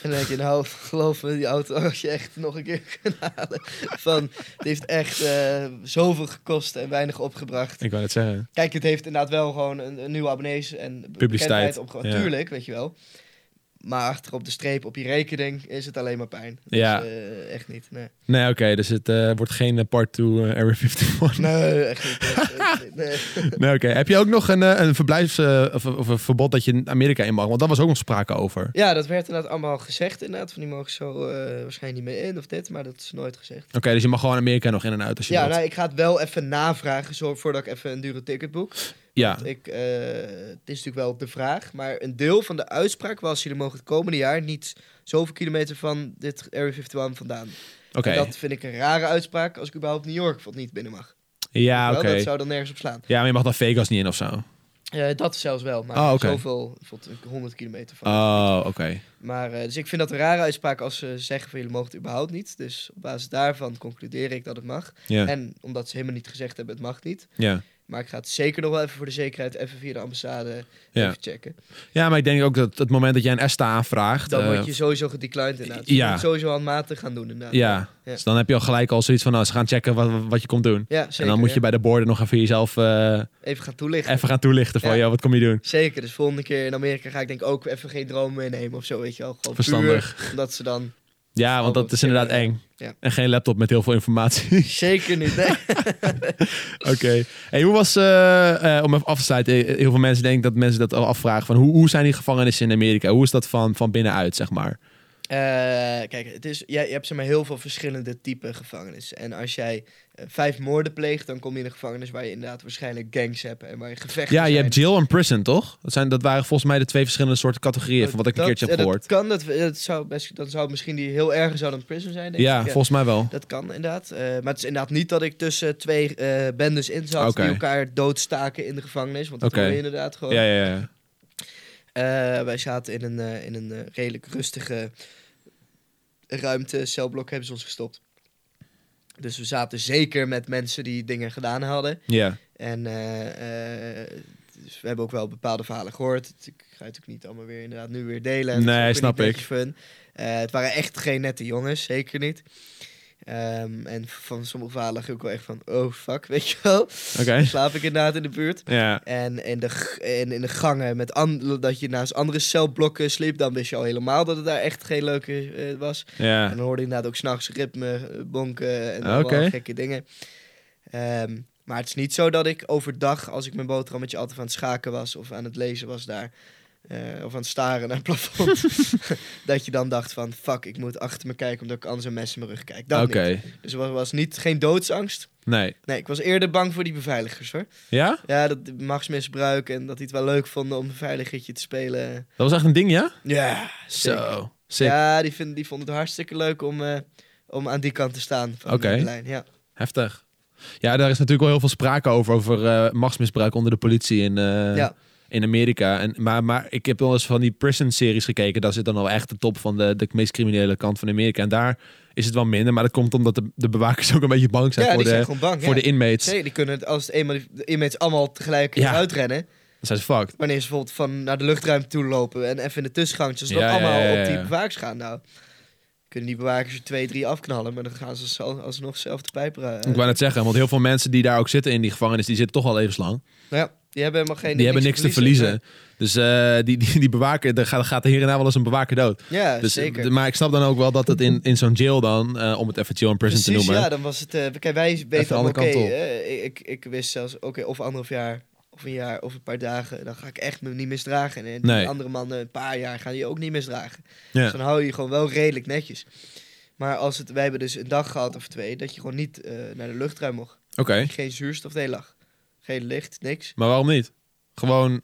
En dan denk je, nou, geloof me, die auto als je echt nog een keer kan halen. Van, het heeft echt eh, zoveel gekost en weinig opgebracht.
Ik wou het zeggen.
Kijk, het heeft inderdaad wel gewoon een, een nieuwe abonnees en
Publiciteit,
bekendheid opgebracht.
ja.
Tuurlijk, weet je wel. Maar achter op de streep op je rekening is het alleen maar pijn. Dus,
Ja.
eh, echt niet. Nee,
Nee, oké, dus het eh, wordt geen eh, part 2 eh, Area 51.
nee echt niet. echt- echt niet, nee.
Nee, oké. Heb je ook nog een, eh, een verblijfs- eh, of, of een verbod dat je in Amerika in mag? Want daar was ook nog sprake over.
Ja, dat werd inderdaad allemaal gezegd inderdaad. Van die mogen zo eh, waarschijnlijk niet meer in of dit. Maar dat is nooit gezegd.
Oké, dus je mag gewoon Amerika nog in en uit als je
Ja,
wilt.
nou, ik ga het wel even navragen zo, voordat ik even een dure ticket boek.
ja.
Want Ik, eh, het is natuurlijk wel de vraag, maar een deel van de uitspraak was... jullie mogen het komende jaar niet zoveel kilometer van dit Area 51 vandaan.
Oké.
En Dat vind ik een rare uitspraak als ik überhaupt New York van niet binnen mag.
Ja,
Wel,
Ah, oké.
Dat zou dan nergens op slaan.
Ja, maar je mag dan Vegas niet in of zo.
Eh, dat zelfs wel, maar
Ah, oké.
zoveel, bijvoorbeeld 100 kilometer van.
Oh, oké.
Maar, eh, dus ik vind dat een rare uitspraak als ze zeggen van jullie mogen het überhaupt niet. Dus op basis daarvan concludeer ik dat het mag.
Ja,
En omdat ze helemaal niet gezegd hebben het mag niet.
ja.
Maar ik ga het zeker nog wel even voor de zekerheid even via de ambassade
Ja.
even checken.
ja, maar ik denk ook dat het moment dat jij een ESTA aanvraagt...
Dan
eh,
word je sowieso gedeclined inderdaad.
ja.
Dus je moet het sowieso handmatig gaan doen inderdaad.
Ja,
Ja.
dus dan heb je al gelijk al zoiets van... Nou, ze gaan checken wat, wat je komt doen.
Ja, zeker.
en dan moet je
ja.
bij de borden nog even jezelf eh,
Even gaan toelichten.
even gaan toelichten van...
Ja.
joh, wat kom je doen?
Zeker, dus volgende keer in Amerika ga ik denk ook even geen droom meenemen of zo, weet je wel. Gewoon
Verstandig.
Puur, omdat ze dan...
Ja, want
Oh,
dat is
shit,
inderdaad
ja.
eng.
Ja.
En geen laptop met heel veel informatie.
Zeker niet, nee.
Oké. Hey, hoe was... eh, eh, om even af te sluiten. eh, Heel veel mensen denken dat mensen dat al afvragen. Van hoe, hoe zijn die gevangenissen in Amerika? Hoe is dat van, van binnenuit, zeg maar?
Eh, kijk, het is, jij, je hebt zeg maar, heel veel verschillende typen gevangenis. En als jij eh, vijf moorden pleegt, dan kom je in een gevangenis waar je inderdaad waarschijnlijk gangs hebt en waar je gevechten
Ja, je
zijn.
hebt jail en prison, toch? Dat, zijn, dat waren volgens mij de twee verschillende soorten categorieën... van wat ik een
Dat-
keertje heb
eh,
gehoord.
Dat kan, dat, dat zou best, dan zou misschien die heel erger zou dan prison zijn, denk
Ja,
ik.
volgens mij wel.
Dat kan inderdaad. Eh, maar het is inderdaad niet dat ik tussen twee eh bendes in zat
Oké.
die elkaar doodstaken in de gevangenis. Want dat
Oké.
hoor je inderdaad gewoon.
Ja, ja, ja.
Eh, wij zaten in een, eh, in een eh, redelijk rustige ruimte. Celblok hebben ze ons gestopt. Dus we zaten zeker met mensen die dingen gedaan hadden.
Ja,
En eh, eh, dus we hebben ook wel bepaalde verhalen gehoord. Het- Ik ga het ook niet allemaal weer inderdaad nu weer delen. En het is
Nee,
ook weer
snap
niet
ik.
netjes Fun. Eh, het waren echt geen nette jongens, zeker niet. Ehm, en van sommige verhalen lag ik ook wel echt van, oh fuck, weet je wel.
oké.
Slaap ik inderdaad in de buurt.
Ja,
En in de, g- en in de gangen, met an- dat je naast andere celblokken sliep, dan wist je al helemaal dat het daar echt geen leuke eh, was.
ja.
En dan hoorde je inderdaad ook s'nachts ritme, eh, bonken en
Ah,
allemaal
oké.
gekke dingen. Ehm, maar het is niet zo dat ik overdag, als ik mijn boterhammetje altijd aan het schaken was of aan het lezen was daar, eh, of aan het staren naar het plafond, dat je dan dacht van, fuck, ik moet achter me kijken omdat ik anders een mes in mijn rug kijk.
Oké.
Dat niet. Dus er was, was niet, geen doodsangst.
Nee.
Nee, ik was eerder bang voor die beveiligers hoor.
Ja?
Ja, dat machtsmisbruik en dat hij het wel leuk vond om een beveiligertje te spelen.
Dat was echt een ding, ja?
Ja,
Zo. Sick.
Ja, die, vind, die vonden het hartstikke leuk om, eh, om aan die kant te staan van
Oké.
de lijn. Ja.
Heftig. Ja, daar is natuurlijk wel heel veel sprake over, over eh, machtsmisbruik onder de politie in, eh,
Ja.
in Amerika. En, maar, maar ik heb wel eens van die prison-series gekeken. Daar zit dan al echt de top van de, de meest criminele kant van Amerika. En daar is het wel minder, maar dat komt omdat de, de bewakers ook een beetje bang zijn
ja,
voor,
die
de,
zijn gewoon bang.
voor
ja.
de inmates.
Zee, die kunnen het, als het eenmaal, de inmates allemaal tegelijk
Ja.
uitrennen.
Dan zijn ze fucked.
Wanneer ze bijvoorbeeld van naar de luchtruim toe lopen en even in de tussengangtjes.
Ja,
dan
ja,
allemaal
ja, ja,
op die
ja.
bewakers gaan. Nou, kunnen die bewakers er twee, drie afknallen. Maar dan gaan ze zo- alsnog zelf de pijper eh,
Ik wou net zeggen, want heel veel mensen die daar ook zitten in die gevangenis, die zitten toch al levenslang.
nou ja, die hebben helemaal geen...
Die hebben niks te verliezen. Dus eh, die, die, die bewaker, daar gaat, gaat hier en daar wel eens een bewaker dood.
Nee. Ja,
Dus,
Eh, zeker.
d- Maar ik snap dan ook wel dat het in, in zo'n jail dan, eh, om het even jail en prison
Precies,
te noemen.
ja, dan was het... eh, kijk, wij weten
de
al,
andere
oké,
kant op.
eh, ik, ik wist zelfs, oké, of anderhalf jaar, of een jaar, of een paar dagen, dan ga ik echt me niet misdragen. En die
Nee.
andere mannen, een paar jaar, gaan je ook niet misdragen.
Ja.
Dus dan hou je je gewoon wel redelijk netjes. Maar als het, wij hebben dus een dag gehad of twee, dat je gewoon niet eh, naar de luchtruim mocht.
Oké,
Geen zuurstof de hele dag. Geen licht, niks.
maar waarom niet? Gewoon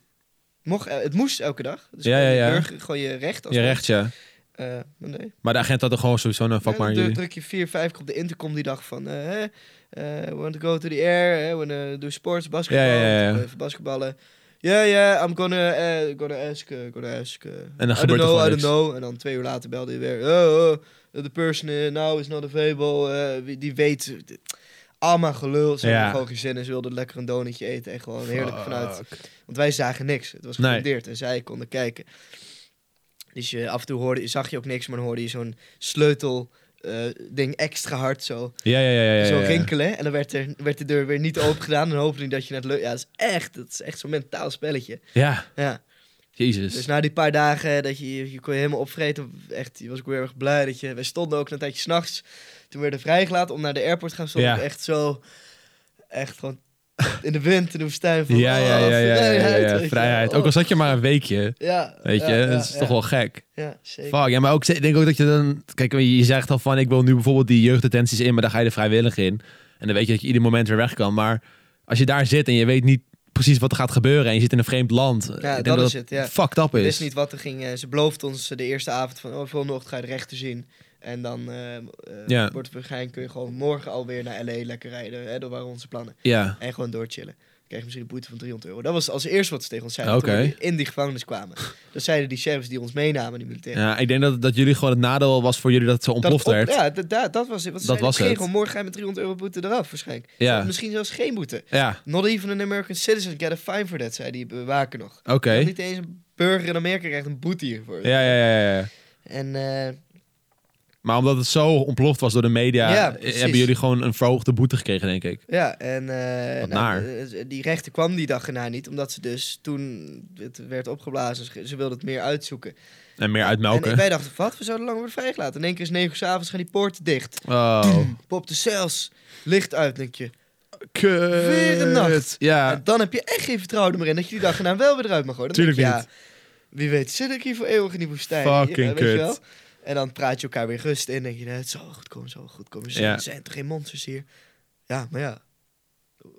Mocht, eh, het moest elke dag. Dus
Ja, ja,
gewoon je
ja.
burger- gewoon je recht. Als
je recht, ja.
Eh, maar nee.
Maar de agent had er gewoon sowieso een vak
Ja,
maar
dan
jullie.
druk je vier, vijf keer op de intercom die dag van... eh, hè, eh, we want to go to the air, eh, we wanna do sports, basketbal,
Ja, ja, ja, ja.
we even basketballen. Yeah, yeah, I'm gonna, eh, gonna ask, eh, gonna ask. eh,
dan
I
gebeurt er
don't know,
gewoon
I don't
niks.
know. En dan twee uur later belde hij weer. Oh, oh, the person eh, now is not available. eh, wie- die weet... Allemaal gelul, ze
Ja.
hadden gewoon geen zin en ze wilden lekker een donutje eten en gewoon heerlijk vanuit want wij zagen niks. Het was
Nee.
gefundeerd en zij konden kijken. Dus je, af en toe hoorde, zag je ook niks, maar dan hoorde je zo'n sleutel eh, ding extra hard zo,
Ja, ja, ja. ja, ja,
zo
ja.
rinkelen. En dan werd, er, werd de deur weer niet open gedaan. En hoopte hij dat je net leuk... Ja, dat is echt, dat is echt zo'n mentaal spelletje.
Ja,
Ja.
Jezus.
Dus na die paar dagen dat je, je kon je helemaal opvreten, echt, je was ik weer erg blij dat je... We stonden ook een tijdje s'nachts, toen werden we vrijgelaten om naar de airport te gaan. Stond
Ja.
ik echt zo, echt gewoon in de wind, in de woestijn. Van,
ja,
oh,
ja, ja, ja, ja, ja,
vrijheid,
ja,
weet je.
Vrijheid.
Oh,
Ook al zat je maar een weekje,
ja,
weet
ja,
je.
ja,
dat is
ja,
toch wel gek.
Ja, zeker.
Fuck, ja, maar ook, ik denk ook dat je dan... Kijk, je zegt al van, ik wil nu bijvoorbeeld die jeugddetenties in, maar dan ga je er vrijwillig in. En dan weet je dat je ieder moment weer weg kan. Maar als je daar zit en je weet niet precies wat er gaat gebeuren en je zit in een vreemd land. ik denk
dat
dat
is
dat
het, ja.
fucked up
We
is.
wisten niet wat er ging. eh, Ze beloofde ons eh, de eerste avond van, oh, volgende ochtend ga je de rechter zien. En dan eh, eh,
Ja.
wordt het waarschijnlijk, kun je gewoon morgen alweer naar L.A. lekker rijden. Hè? Dat waren onze plannen.
Ja,
En gewoon doorchillen. Dan kreeg je misschien een boete van 300 euro. Dat was als eerste wat ze tegen ons zeiden
Oké.
toen we in die gevangenis kwamen. Dat zeiden die sheriffs die ons meenamen, die militairen.
ja, ik denk dat, dat jullie gewoon het nadeel was voor jullie dat het zo
Dat
ontploft
op-
werd.
Ja, dat, dat, dat was het. Want ze
Dat
zeiden,
was
"Oké,
het.
Gewoon, morgen ga je met 300 euro boete eraf waarschijnlijk.
Ja.
Of Misschien zelfs geen boete.
Ja,
Not even an American citizen get a fine for that, zei die bewaker nog.
oké.
Niet eens een burger in Amerika krijgt een boete hiervoor.
Ja, ja, ja, ja, ja.
En eh,
Maar omdat het zo ontploft was door de media, eh,
Ja, precies.
hebben jullie gewoon een verhoogde boete gekregen, denk ik.
ja, en eh,
Wat
nou,
naar.
eh, die rechter kwam die dag erna niet, omdat ze dus toen het werd opgeblazen, ze- ze wilde het meer uitzoeken.
En meer uitmelken.
En wij dachten, wat, we zouden lang worden vrijgelaten. In één keer is negen uur s'avonds, gaan die poorten dicht.
Oh,
Pop de cels, licht uit, denk je.
kut.
Weer een nacht.
Ja,
En dan heb je echt geen vertrouwen meer in dat je die dag erna wel weer eruit mag gooien. Dan
Tuurlijk
denk je, Ja, wie weet zit ik hier voor eeuwig in die woestijn.
Fucking
Ja, weet je
kut.
wel? En dan praat je elkaar weer rust in. denk je, nee, het zal wel goed komen, het zal wel goed komen. Er zijn-
Ja.
Er zijn toch geen monsters hier? Ja, maar ja.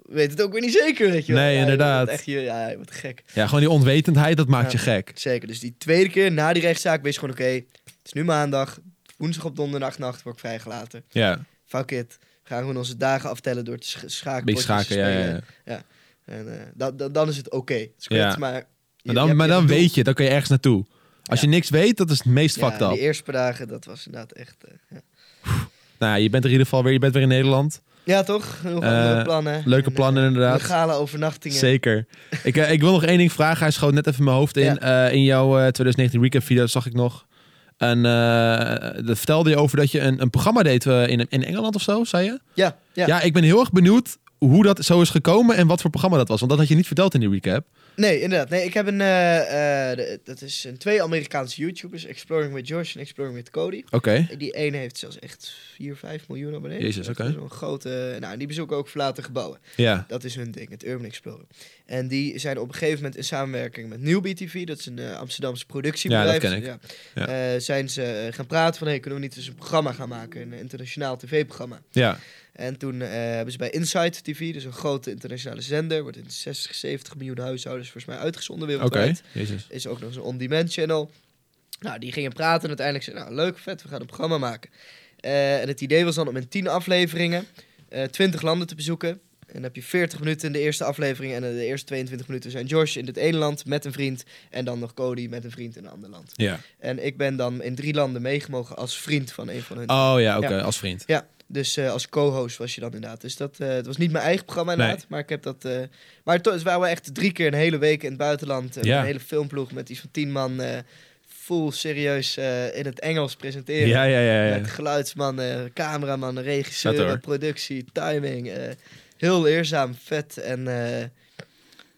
Weet het ook weer niet zeker, weet je wel.
Nee,
Ja, je
inderdaad.
wordt Echt, je- ja, je wordt gek.
ja, gewoon die onwetendheid, dat maakt
Ja.
je gek.
Zeker. Dus die tweede keer na die rechtszaak wist je gewoon, oké, het is nu maandag. Woensdag op donderdag nacht word ik vrijgelaten.
Ja,
Fuck it. We gaan gewoon onze dagen aftellen door te sch
een
schaken.
beetje schaken, ja, ja, ja.
En eh, dan, dan, dan is het oké. Het is kut,
Ja.
maar... je-
Maar
je
dan,
hebt
maar
je
dan
doel.
weet je, dan kun je ergens naartoe. Als
Ja.
je niks weet, dat is het meest
Ja,
fucked up.
de eerste paar dagen, dat was inderdaad echt... eh, ja.
Nou, ja, je bent er in ieder geval weer, je bent weer in Nederland.
ja, toch? Nog
Eh,
andere plannen.
Leuke
En, eh,
plannen inderdaad.
Legale overnachtingen.
Zeker. ik, eh, ik wil nog één ding vragen. Hij schoot net even mijn hoofd in. Eh, in jouw eh, 2019 recap video zag ik nog. En eh dat vertelde je over dat je een, een programma deed eh, in, in Engeland of zo, zei je?
Ja, ja.
Ja. ik ben heel erg benieuwd hoe dat zo is gekomen en wat voor programma dat was. Want dat had je niet verteld in die recap.
Nee, inderdaad. Nee, ik heb een... eh, eh, de- dat is een twee Amerikaanse YouTubers. Exploring with Josh en Exploring with Cody.
Oké.
Die ene heeft zelfs echt 4, 5 miljoen abonnees.
Jezus,
Echt
oké.
Zo'n grote... Nou, die bezoeken ook verlaten gebouwen.
Ja.
Dat is hun ding, het Urban Explorer. En die zijn op een gegeven moment in samenwerking met Newbie TV, dat is een eh, Amsterdamse productiebedrijf.
Ja, dat ken ik.
Ja. Eh, zijn ze eh, gaan praten van, hey, kunnen we niet eens een programma gaan maken, een internationaal tv-programma.
Ja.
En toen eh, hebben ze bij Insight TV, dus een grote internationale zender, wordt in 60, 70 miljoen huishoudens volgens mij uitgezonden
Oké.
wereldwijd.
Jezus.
Is ook nog eens een on-demand channel. Nou, die gingen praten en uiteindelijk zeiden, nou leuk, vet, we gaan een programma maken. Eh, en het idee was dan om in 10 afleveringen eh 20 landen te bezoeken. En dan heb je 40 minuten in de eerste aflevering en eh, de eerste 22 minuten zijn Josh in het ene land met een vriend en dan nog Cody met een vriend in een ander land.
Ja.
En ik ben dan in drie landen meegemogen als vriend van een van hun.
Oh ja, oké.
Ja.
Als vriend.
Dus eh, als co-host was je dan inderdaad. Dus dat, eh, het was niet mijn eigen programma inderdaad,
Nee.
maar ik heb dat... eh, maar to- het waren we echt drie keer een hele week in het buitenland. en
Ja.
Een hele filmploeg met iets van tien man eh, full serieus eh, in het Engels presenteren.
Ja, ja, ja. ja.
Met geluidsmannen, cameramannen,
Vet,
regisseur,
hoor.
productie, timing. eh, heel leerzaam, vet en eh,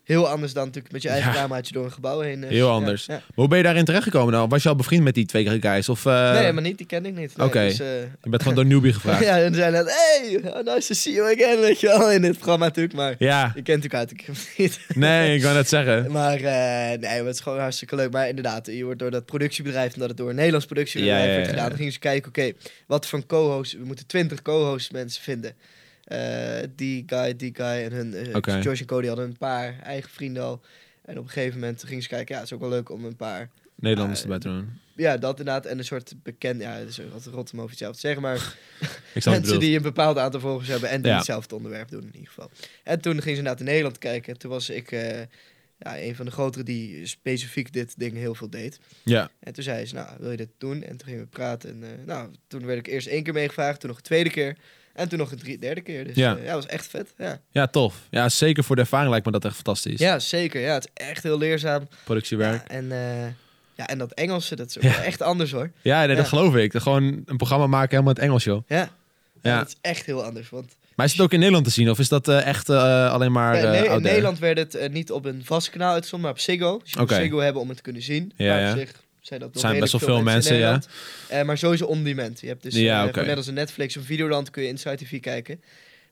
heel anders dan natuurlijk met je eigen
Ja.
cameraatje door een gebouw heen. eh,
Heel
ja,
anders.
ja.
Maar hoe ben je daarin terechtgekomen dan? Was je al bevriend met die twee guys? Of eh,
Nee, maar niet, die ken ik niet. Nee,
Oké.
dus, eh,
je bent gewoon door Newbie gevraagd? ja.
ja, en zei dat, hey, nice to see you again, weet je wel, in dit programma natuurlijk, maar
ja.
je kent natuurlijk uit, ik heb het niet.
Nee, ik wou net zeggen.
Maar eh, nee, maar het is gewoon hartstikke leuk. Maar inderdaad, je wordt door dat productiebedrijf, omdat het door een Nederlands productiebedrijf
Ja, ja, ja,
werd
ja.
gedaan, dan gingen ze kijken, oké, wat voor een co-host, we moeten 20 co-host mensen vinden. Eh, die guy, die guy en hun, eh,
Oké.
Josh en Cody hadden een paar eigen vrienden al. En op een gegeven moment gingen ze kijken, ja, het is ook wel leuk om een paar
Nederlanders
Ah,
erbij te doen.
ja, dat inderdaad. En een soort bekend, ja, het is wat rot om over jezelf te zeggen, maar
Ik snap het
Mensen
bedoeld.
die een bepaald aantal volgers hebben en die
Ja.
hetzelfde onderwerp doen in ieder geval. En toen gingen ze naar in Nederland kijken. En toen was ik eh, ja, een van de grotere die specifiek dit ding heel veel deed.
Ja.
En toen zei ze, nou, wil je dit doen? En toen gingen we praten. En eh, nou, toen werd ik eerst één keer meegevraagd, toen nog een tweede keer. En toen nog een drie, derde keer. Dus
Ja.
ja, dat was echt vet. Ja,
ja, tof. Ja, zeker voor de ervaring lijkt me dat echt fantastisch.
ja zeker. Ja, het is echt heel leerzaam.
Productiewerk.
Ja, en, eh, ja, en dat Engelse, dat is ook
Ja.
wel echt anders hoor.
Ja, nee, dat
Ja.
geloof ik. Dat gewoon een programma maken helemaal in het Engels, joh.
Ja.
Ja.
Dat is echt heel anders. Want
Maar is het ook in Nederland te zien of is dat eh, echt eh, alleen maar
Ja, in
eh,
Ne-
out
in
there?
Nederland werd het eh, niet op een vast kanaal uitgezonden, maar op Ziggo. Dus je moet
Oké.
Ziggo hebben om het te kunnen zien.
Ja,
maar op
ja.
zich zijn dat nog
Zijn
redelijk
best wel veel
in
mensen, ja.
Nederland. Eh, maar sowieso on-demand. Je hebt dus
Ja,
eh,
oké.
net als een Netflix of Videoland kun je Inside TV kijken.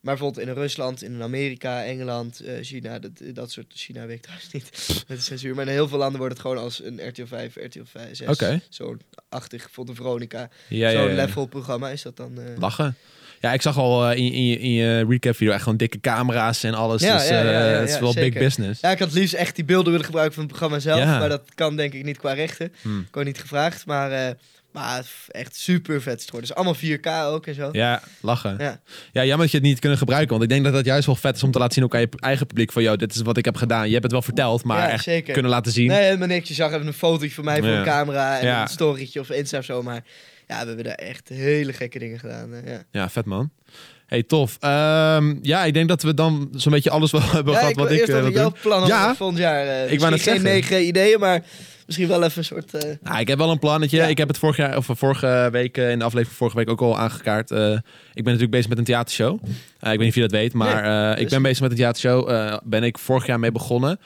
Maar bijvoorbeeld in Rusland, in Amerika, Engeland, eh, China, dat, dat soort... China weet ik trouwens niet met de censuur. Maar in heel veel landen wordt het gewoon als een RTL 5, RTL 5, 6,
Oké.
zo'n achtig, bijvoorbeeld een Veronica.
Ja, ja,
zo'n
ja.
level programma is dat dan... eh,
Lachen. Ja, ik zag al eh, in, in, je- in je recap video echt gewoon dikke camera's en alles.
Ja,
dus
ja, ja,
eh,
ja,
het is
ja,
wel
zeker.
big business.
Ja, ik had het liefst echt die beelden willen gebruiken van het programma zelf.
Ja.
Maar dat kan denk ik niet qua rechten.
Hmm.
Ik word niet gevraagd. Maar, eh, maar f- echt super vet score. Dus allemaal 4K ook en zo.
Ja, lachen.
Ja.
Ja. jammer dat je het niet kunnen gebruiken. Want ik denk dat dat juist wel vet is om te laten zien ook aan je p- eigen publiek. Van, joh, dit is wat ik heb gedaan. Je hebt het wel verteld, maar
Ja,
echt
zeker.
kunnen laten zien.
Nee, helemaal niks. Je zag even een fotootje van mij voor
Ja.
een camera. En
Ja.
een storytje of Insta of zo. Maar ja, we hebben daar echt hele gekke dingen gedaan. eh, ja.
Ja, vet man. Hey, tof. Ehm, ja, ik denk dat we dan zo'n beetje alles wel hebben
Ja,
gehad
ik wil
wat ik
eerst
eh,
over
wil
jouw
doen.
plannen
Ja.
voor volgend jaar. eh,
wou net
misschien geen
zeggen.
negen ideeën, maar misschien wel even een soort... eh,
Nou, ik heb wel een plannetje.
Ja.
Ik heb het vorig jaar, of vorige week eh, in de aflevering vorige week ook al aangekaart. Eh, ik ben natuurlijk bezig met een theatershow. Eh, ik weet niet of je dat weet, maar eh, ik
dus-
ben bezig met een theatershow. Eh ben ik vorig jaar mee begonnen.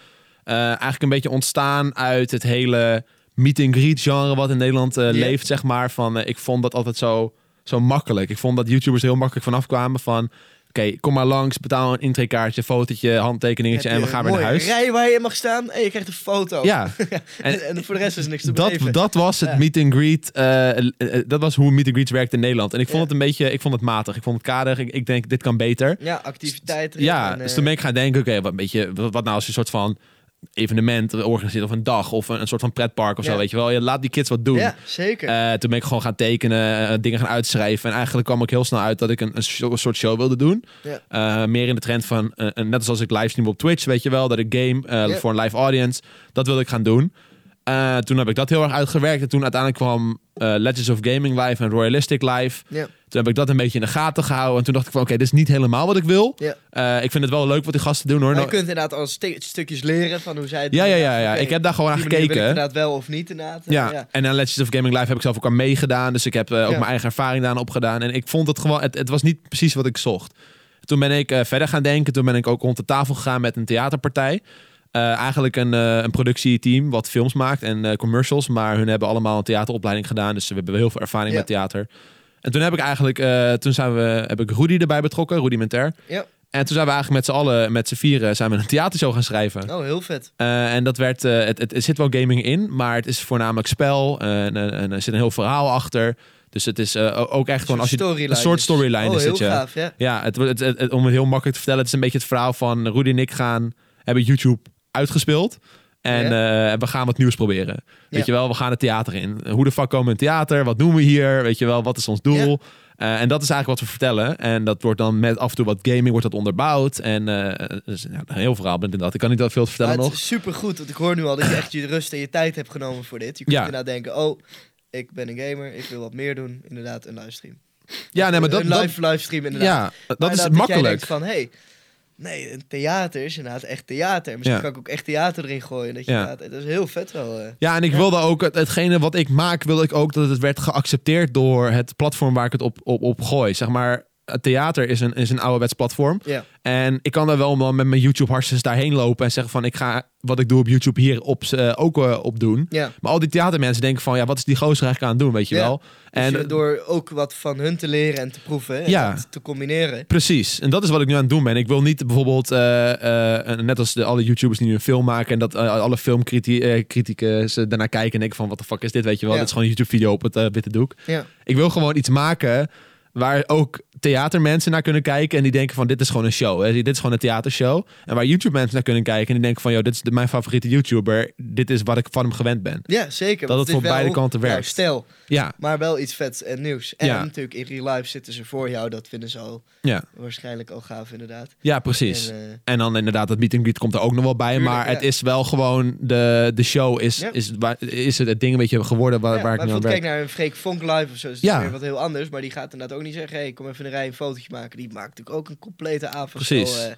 Eh, eigenlijk een beetje ontstaan uit het hele meet-and-greet genre wat in Nederland eh,
Ja.
leeft, zeg maar. Van, eh, ik vond dat altijd zo, zo makkelijk. Ik vond dat YouTubers er heel makkelijk vanaf kwamen van... Oké, kom maar langs, betaal een intrekkaartje, fotootje, handtekeningetje
heb
en we
je
gaan
een
weer naar
mooie
huis.
rij waar je mag staan en je krijgt een foto.
Ja,
En, en voor de rest is niks te
dat,
beleven.
dat was het
Ja.
meet and greet. eh, eh, eh, dat was hoe meet and greets werkte in Nederland. En ik vond
Ja.
het een beetje, ik vond het matig. Ik vond het kader. Ik, ik denk, dit kan beter.
Ja, activiteiten.
Ja,
en, eh,
dus toen ben ik gaan denken, oké, wat, een beetje, wat, wat nou als je een soort van evenement organiseert of een dag of een, een soort van pretpark of
Ja.
zo, weet je wel. Je laat die kids wat doen.
Ja, zeker.
Eh, toen ben ik gewoon gaan tekenen, eh, dingen gaan uitschrijven. En eigenlijk kwam ik heel snel uit dat ik een, een show- een soort show wilde doen.
Ja.
Eh, meer in de trend van, eh, een- net zoals ik livestream op Twitch, weet je wel, dat ik game eh,
Ja.
voor een live audience. Dat wilde ik gaan doen. Eh, toen heb ik dat heel erg uitgewerkt. En toen uiteindelijk kwam eh, Legends of Gaming live en Royalistic live.
ja.
Toen heb ik dat een beetje in de gaten gehouden. En toen dacht ik van, oké, dit is niet helemaal wat ik wil.
Ja.
Eh, ik vind het wel leuk wat die gasten doen hoor.
Maar je
Nou-
kunt inderdaad al ste- stukjes leren van hoe zij het
ja,
doen.
ja, ja, ja.
Oké,
Ik heb daar gewoon
op
naar
die manier wil ik
gekeken.
Inderdaad wel of niet inderdaad. eh,
Ja. en aan Legends of Gaming Live heb ik zelf ook aan meegedaan. Dus ik heb eh, ook
Ja.
mijn eigen ervaring daaraan opgedaan. En ik vond het gewoon, het, het was niet precies wat ik zocht. Toen ben ik eh, verder gaan denken. Toen ben ik ook rond de tafel gegaan met een theaterpartij. Eh, eigenlijk een, eh, een productieteam wat films maakt en eh, commercials. Maar hun hebben allemaal een theateropleiding gedaan. Dus we hebben heel veel ervaring
Ja.
met theater. En toen heb ik eigenlijk, eh, toen zijn we, heb ik Rudy erbij betrokken, Rudy Menter.
Ja.
En toen zijn we eigenlijk met z'n allen, met z'n vieren, zijn we een theatershow gaan schrijven.
Oh, heel vet.
Eh, en dat werd, eh, het, het, er zit wel gaming in, maar het is voornamelijk spel. eh, en, eh, en er zit een heel verhaal achter. Dus het is eh, o- ook echt gewoon als je.
storyline.
een soort
is.
storyline
oh,
is het,
heel
ja.
gaaf, ja.
Ja, het, wordt- het- het- om het heel makkelijk te vertellen, het is een beetje het verhaal van Rudy en ik gaan hebben YouTube uitgespeeld. En eh, we gaan wat nieuws proberen. Weet
Ja.
je wel, we gaan het theater in. Hoe de fuck komen we in het theater? Wat doen we hier? Weet je wel, wat is ons doel? Eh, en dat is eigenlijk wat we vertellen. En dat wordt dan met af en toe wat gaming wordt dat onderbouwd. En eh, dus, ja, een heel verhaal bent inderdaad. Ik kan niet dat veel te
Maar
vertellen nog.
Het is supergoed, want ik hoor nu al dat je echt je rust en je tijd hebt genomen voor dit. Je kunt
Ja.
inderdaad denken, oh, ik ben een gamer, ik wil wat meer doen. Inderdaad, een livestream.
Ja, nee, maar dat,
een
dat,
live livestream
Ja,
inderdaad.
dat
Maar
is
inderdaad jij
makkelijk.
denkt van, hey, nee, een theater is inderdaad echt theater. Misschien
Ja.
kan ik ook echt theater erin gooien. Dat, je
Ja.
inderdaad- dat is heel vet wel. eh.
Ja, en ik wilde ook, het, hetgene wat ik maak, wilde ik ook dat het werd geaccepteerd door het platform waar ik het op, op, op gooi. Zeg maar, het theater is een, is een ouderwets platform.
Ja.
En ik kan daar wel wel met mijn YouTube-hartjes daarheen lopen en zeggen van, ik ga wat ik doe op YouTube hier op, eh, ook eh, op doen.
Ja.
Maar al die theatermensen denken van, ja, wat is die gozer eigenlijk aan het doen, weet Dus je
Ja. dus
wel?
En eh,
En
door ook wat van hun te leren en te proeven en
Ja.
dat te combineren.
Precies. En dat is wat ik nu aan het doen ben. Ik wil niet bijvoorbeeld, eh, eh, net als de, alle YouTubers die nu een film maken en dat eh, alle eh, filmcriticus daarna kijken en denken van, wat de fuck is dit, weet je wel?
Ja.
Dit is gewoon een YouTube-video op het eh, witte doek.
Ja.
Ik wil gewoon iets maken waar ook theatermensen naar kunnen kijken en die denken van, dit is gewoon een show. Hè? Dit is gewoon een theatershow. En waar YouTube-mensen naar kunnen kijken en die denken van, joh, dit is de- mijn favoriete YouTuber. Dit is wat ik van hem gewend ben.
ja, zeker.
Dat
want
het voor
is wel
beide kanten
jouw
werkt.
stijl,
Ja,
maar wel iets vets en nieuws. En
Ja.
natuurlijk in real life zitten ze voor jou. Dat vinden ze al
ja.
waarschijnlijk al gaaf inderdaad.
ja precies. Oh,
En, eh,
En dan inderdaad, dat meet and greet komt er ook nog wel bij.
Tuurlijk,
maar
ja.
het is wel gewoon de, de show is,
Ja.
is, waar- is het, het ding een beetje geworden waar,
ja,
waar ik
maar
nu aan
bijvoorbeeld
werk.
kijk naar een Freek Vonk live of zo. Is het
Ja.
weer wat heel anders. Maar die gaat inderdaad ook niet zeggen, hey, kom even in de rij een fotootje maken. Die maakt natuurlijk ook een complete avond.
Precies.
Zo, eh,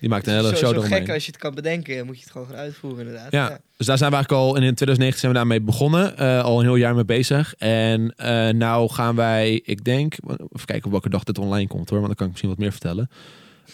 Die maakt een
Het is
hele
zo,
show
zo gek
eromheen.
als je het kan bedenken, moet je het gewoon gaan uitvoeren inderdaad.
Ja, dus daar zijn we eigenlijk al in 2019 zijn we daarmee begonnen. eh, al een heel jaar mee bezig. En eh nou gaan wij, ik denk, even kijken op welke dag dit online komt hoor, want dan kan ik misschien wat meer vertellen.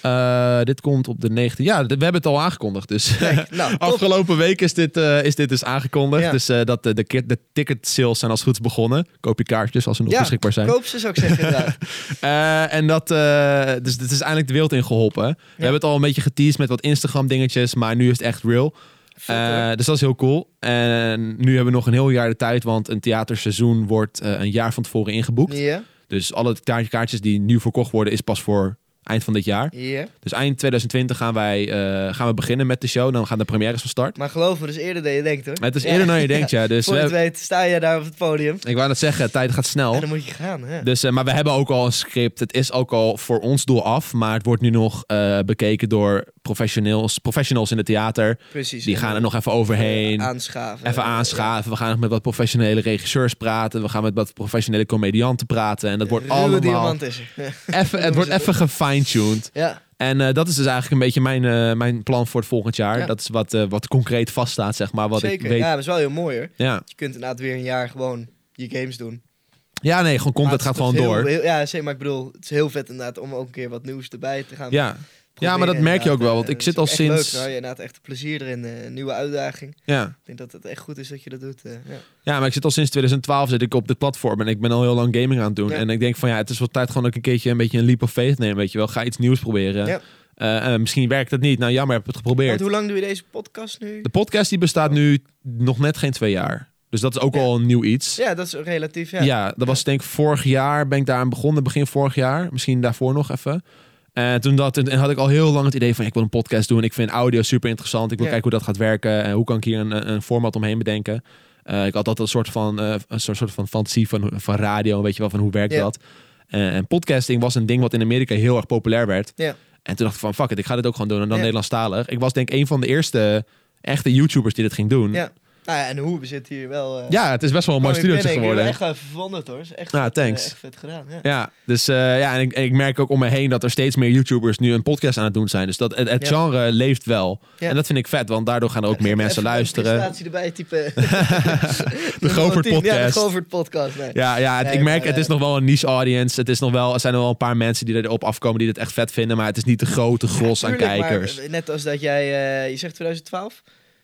Eh, dit komt op de 19e. Ja, d- we hebben het al aangekondigd. Dus
Kijk, nou, top.
afgelopen week is dit, eh, is dit dus aangekondigd.
Ja.
Dus eh, dat eh, de, ki- de ticket sales zijn als het goed is begonnen. Koop je kaartjes als ze nog
Ja,
beschikbaar zijn.
Koop ze, zou ik zeggen inderdaad.
Eh, en dat, eh, dus dit is eindelijk de wereld in geholpen. We hebben het al een beetje geteased met wat Instagram dingetjes, maar nu is het echt real.
Vet,
Eh,
hoor.
dus dat is heel cool. En nu hebben we nog een heel jaar de tijd, want een theaterseizoen wordt eh, een jaar van tevoren ingeboekt.
Ja,
Dus alle kaart- kaartjes die nu verkocht worden, is pas voor eind van dit jaar.
ja.
Dus eind 2020 gaan wij eh, gaan we beginnen met de show. Dan gaan de premières van start.
Maar geloof me, dat is eerder dan je denkt hoor.
Het is eerder
Ja.
dan je denkt, ja. Dus
Voor je
we-
het weet sta je daar op het podium.
ik wou net zeggen, tijd gaat snel.
En dan moet je gaan, hè.
Dus, eh, maar we hebben ook al een script. Het is ook al voor ons doel af. Maar het wordt nu nog eh, bekeken door professionals, professionals in het theater.
Precies.
Die
En
gaan er
dan
nog even overheen.
Aanschaven.
Even aanschaven. We gaan nog met wat professionele regisseurs praten. We gaan met wat professionele comedianten praten. En dat wordt
Ruwe
allemaal
diamant is er.
even, het wordt even gefine-tuned.
ja,
En eh, dat is dus eigenlijk een beetje mijn, eh, mijn plan voor het volgend jaar.
Ja.
Dat is wat, eh, wat concreet vaststaat, zeg maar. Wat
zeker.
ik weet.
Ja,
Ja.
dat is wel heel mooi hoor.
Ja.
Je kunt inderdaad weer een jaar gewoon je games doen.
nee, gewoon komt.
Maar
Het
is
gaat
toch
gewoon
heel-
door.
heel- ja, zeker. Maar ik bedoel, het is heel vet inderdaad om ook een keer wat nieuws erbij te gaan
Ja,
proberen,
maar dat merk je ook
inderdaad.
wel, want
Eh,
ik
dat
zit
is
al
echt leuk,
sinds-
hoor. Je inderdaad echt plezier erin, eh, een nieuwe uitdaging.
ja.
Ik denk dat het echt goed is dat je dat doet. eh, ja.
Ja, maar ik zit al sinds 2012 zit ik op dit platform en ik ben al heel lang gaming aan het doen.
Ja.
En ik denk van ja, het is wel tijd gewoon ook een keertje een beetje een leap of faith nemen, weet je wel. Ga iets nieuws proberen.
Ja.
Eh, eh, misschien werkt het niet. Nou, jammer, heb het geprobeerd.
Want hoe lang doe je deze podcast nu?
De podcast die bestaat nu nog net geen twee jaar. Dus dat is ook
Ja.
al een nieuw iets. Ja.
Ja, dat is relatief, ja.
dat was denk ik vorig jaar ben ik daar aan begonnen, begin vorig jaar. Misschien daarvoor nog even. En toen dat, en had ik al heel lang het idee van ja, ik wil een podcast doen. Ik vind audio super interessant. Ik wil
Ja.
kijken hoe dat gaat werken. En hoe kan ik hier een, een format omheen bedenken. Eh, ik had altijd een soort van, eh, een soort, soort van fantasie van, van radio. Weet je wel, van hoe werkt
Ja.
dat? Eh, en podcasting was een ding wat in Amerika heel erg populair werd.
Ja.
En toen dacht ik van fuck it, ik ga dit ook gewoon doen. En dan
Ja.
Nederlandstalig. Ik was denk ik een van de eerste echte YouTubers die dit ging doen.
Ja. Nou ja, en hoe we zitten hier wel... eh,
Ja, het is best wel een mooi
Gewoon, ik
studiootje
ben- ik ben
geworden.
echt wel even verwonderd hoor. Is echt
Ja,
vet, eh,
thanks.
echt vet gedaan. Ja.
Ja, dus eh, ja, en ik, en ik merk ook om me heen dat er steeds meer YouTubers nu een podcast aan het doen zijn. Dus dat, het, het
Ja.
genre leeft wel.
Ja.
En dat vind ik vet, want daardoor gaan er ook meer mensen
Even Een
luisteren.
presentatie erbij typen.
De Govert
Ja, de
podcast.
Govert podcast. Nee.
Ja, ja het-
Nee,
ik merk,
maar,
het is
eh,
nog wel een niche audience. Het is nog wel, er zijn nog wel een paar mensen die erop afkomen die dit echt vet vinden. Maar het is niet de grote gros aan
Tuurlijk, maar
kijkers.
net als dat jij, eh, je zegt 2012.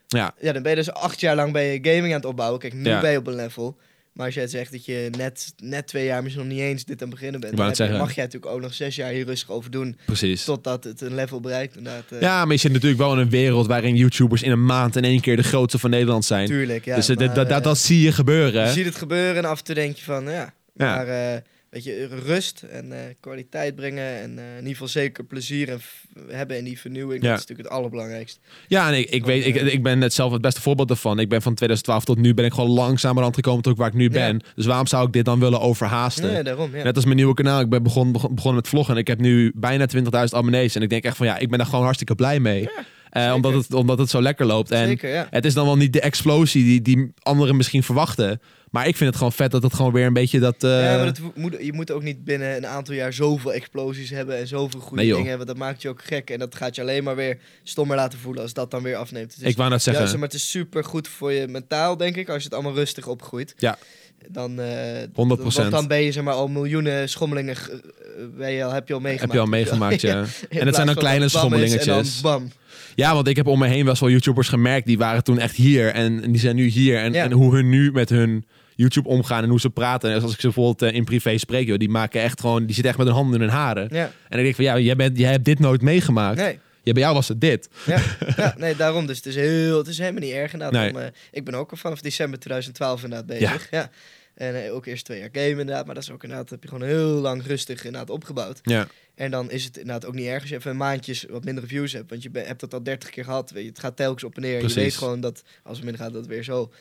Ja.
Ja, dan ben je dus acht jaar lang ben je gaming aan het opbouwen. Kijk, nu
Ja.
ben je op een level. Maar als jij zegt dat je net, net twee jaar, misschien nog niet eens dit aan het beginnen bent,
Ik
dan
wou
heb
het
je-
zeggen.
mag jij natuurlijk ook nog zes jaar hier rustig over doen.
Precies.
Totdat het een level bereikt. Inderdaad, eh,
Ja, maar je zit natuurlijk wel in een wereld waarin YouTubers in een maand in één keer de grootste van Nederland zijn.
tuurlijk. Ja,
dus eh, dat-
maar,
dat, dat,
eh,
dat zie je gebeuren.
Je
hè?
ziet het gebeuren en af en toe denk je van, ja. Maar eh, weet je, rust en eh, kwaliteit brengen en eh, in ieder geval zeker plezier en f- hebben in die vernieuwing,
Ja.
dat is natuurlijk het allerbelangrijkste.
Ja, en ik, ik, weet, ik,
eh,
ik ben het zelf het beste voorbeeld ervan. Ik ben van 2012 tot nu ben ik gewoon langzamerhand gekomen tot waar ik nu ben. Dus waarom zou ik dit dan willen overhaasten?
Nee, daarom, ja.
Net als mijn nieuwe kanaal. Ik ben begonnen begon, begonnen met vloggen en ik heb nu bijna 20.000 abonnees. En ik denk echt van ja, ik ben daar gewoon hartstikke blij mee.
Ja,
Eh,
zeker.
omdat, het, omdat het zo lekker loopt. En
zeker, ja.
het is dan wel niet de explosie die, die anderen misschien verwachten. Maar ik vind het gewoon vet dat het gewoon weer een beetje dat... eh,
ja, maar dat wo- moet, je moet ook niet binnen een aantal jaar zoveel explosies hebben en zoveel goede
Nee, joh.
dingen hebben. Dat maakt je ook gek en dat gaat je alleen maar weer stommer laten voelen als dat dan weer afneemt. Het is
ik wou net zeggen.
Juist, maar het is super goed voor je mentaal, denk ik, als je het allemaal rustig opgroeit.
Ja.
Dan, eh
100%.
Want dan ben je zeg maar al miljoenen schommelingen, ge- eh, ben je al, heb je al meegemaakt.
heb je al meegemaakt, ja.
In
En dat zijn dan
plaats van
kleine
het bam is en dan
schommelingetjes.
bam.
Ja, want ik heb om me heen best wel YouTubers gemerkt. Die waren toen echt hier en, en die zijn nu hier. En,
Ja.
en hoe hun nu met hun YouTube omgaan en hoe ze praten. En als ik ze bijvoorbeeld eh, in privé spreek, joh, die maken echt gewoon, die zitten echt met hun handen in hun haren.
Ja,
En ik denk van, ja, jij, bent, jij hebt dit nooit meegemaakt.
nee,
Ja, bij jou was het dit.
ja, ja, nee, daarom. Dus het is, heel, het is helemaal niet erg inderdaad.
Nee.
Om, eh, ik ben ook al vanaf december 2012 inderdaad bezig. Ja. En eh, ook eerst twee jaar game inderdaad. Maar dat is ook inderdaad, heb je gewoon heel lang rustig inderdaad opgebouwd.
Ja,
En dan is het inderdaad ook niet erg als je even een maandjes wat minder views hebt. Want je be- hebt dat al 30 keer gehad. Weet je, het gaat telkens op en neer. En Je
Precies.
weet gewoon dat als het minder gaat, dat het weer zo.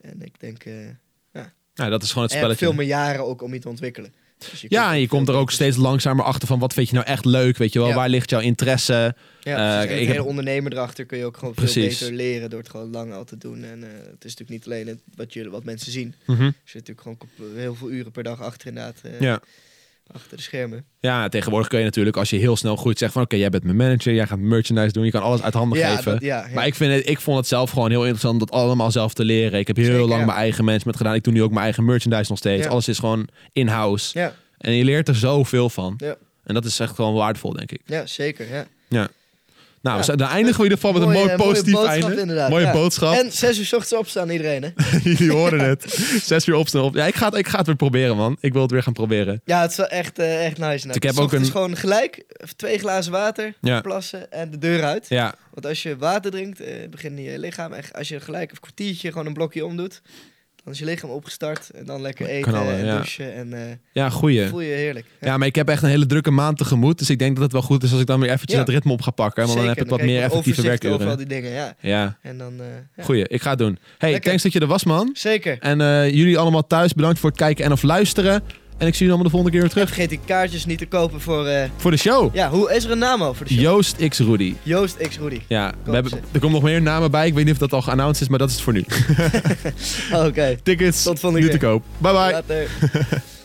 En ik denk, eh en
nou, dat is gewoon
je
het
hebt
spelletje.
veel meer jaren ook om je te ontwikkelen. Dus
ja, en je
veel
komt er ook
meer-
steeds langzamer achter van wat vind je nou echt leuk, weet je wel?
Ja.
Waar ligt jouw interesse?
Ja,
eh,
precies. En
ik
het
heb-
hele ondernemer erachter kun je ook gewoon
Precies.
veel beter leren door het gewoon lang al te doen. En eh, het is natuurlijk niet alleen het, wat, jullie, wat mensen zien.
Mhm.
Er zit natuurlijk gewoon kop- heel veel uren per dag achter inderdaad. eh,
Ja.
achter de schermen.
Ja, tegenwoordig kun je natuurlijk als je heel snel goed zegt van oké, jij bent mijn manager, jij gaat merchandise doen, je kan alles uit handen
ja,
geven.
dat- ja, ja.
Maar ik, vind het, ik vond het zelf gewoon heel interessant om dat allemaal zelf te leren. Ik heb heel
Zeker,
lang
ja.
mijn eigen management gedaan. Ik doe nu ook mijn eigen merchandise nog steeds.
Ja.
Alles is gewoon in-house.
Ja,
En je leert er zoveel van.
Ja.
En dat is echt gewoon waardevol, denk ik.
ja, zeker. Ja.
Nou,
Ja.
we zijn- dan eindigen we in ieder geval met
Mooie-
een mooi
mooie
positief
boodschap
einde.
inderdaad,
mooie
ja.
boodschap.
En zes uur 's ochtends opstaan iedereen, hè?
Jullie horen het. Zes uur opstaan. Op. Ja, ik ga, het, ik ga het weer proberen, man. Ik wil het weer gaan proberen.
Ja, het is wel echt, eh, echt nice. Nou.
Ik heb
S
ook
ochtends
een-
gewoon gelijk even twee glazen water,
Ja.
plassen en de deur uit.
Ja,
Want als je water drinkt, eh begint je lichaam echt... Als je gelijk een kwartiertje gewoon een blokje omdoet, dan is je lichaam opgestart. En dan lekker eten
Knallen,
en
ja.
douchen en eh,
ja goeie.
voel je je heerlijk.
Ja, maar ik heb echt een hele drukke maand tegemoet. Dus ik denk dat het wel goed is als ik dan weer eventjes
Ja.
dat ritme op ga pakken. Want dan heb
Zeker,
ik wat
krijg je
meer effectieve
overzicht over al
werkuren.
die dingen, ja.
Ja,
En dan... eh, ja.
goeie. Ik ga het doen. Hey,
Lekker.
thanks dat je er was, man.
Zeker.
En eh, jullie allemaal thuis, bedankt voor het kijken en of luisteren. En ik zie jullie allemaal de volgende keer weer
En
terug.
vergeet die kaartjes niet te kopen voor... eh,
Voor de show.
ja, hoe is er een naam al voor de show?
Joost X Rudy.
Joost X Rudy.
Ja, we
Kom,
hebben,
zeg.
er komen nog meer namen bij. Ik weet niet of dat al geannounced is, maar dat is het voor nu.
Oké.
Tickets
Tot volgende
nu te
keer.
koop. Bye bye.
Later.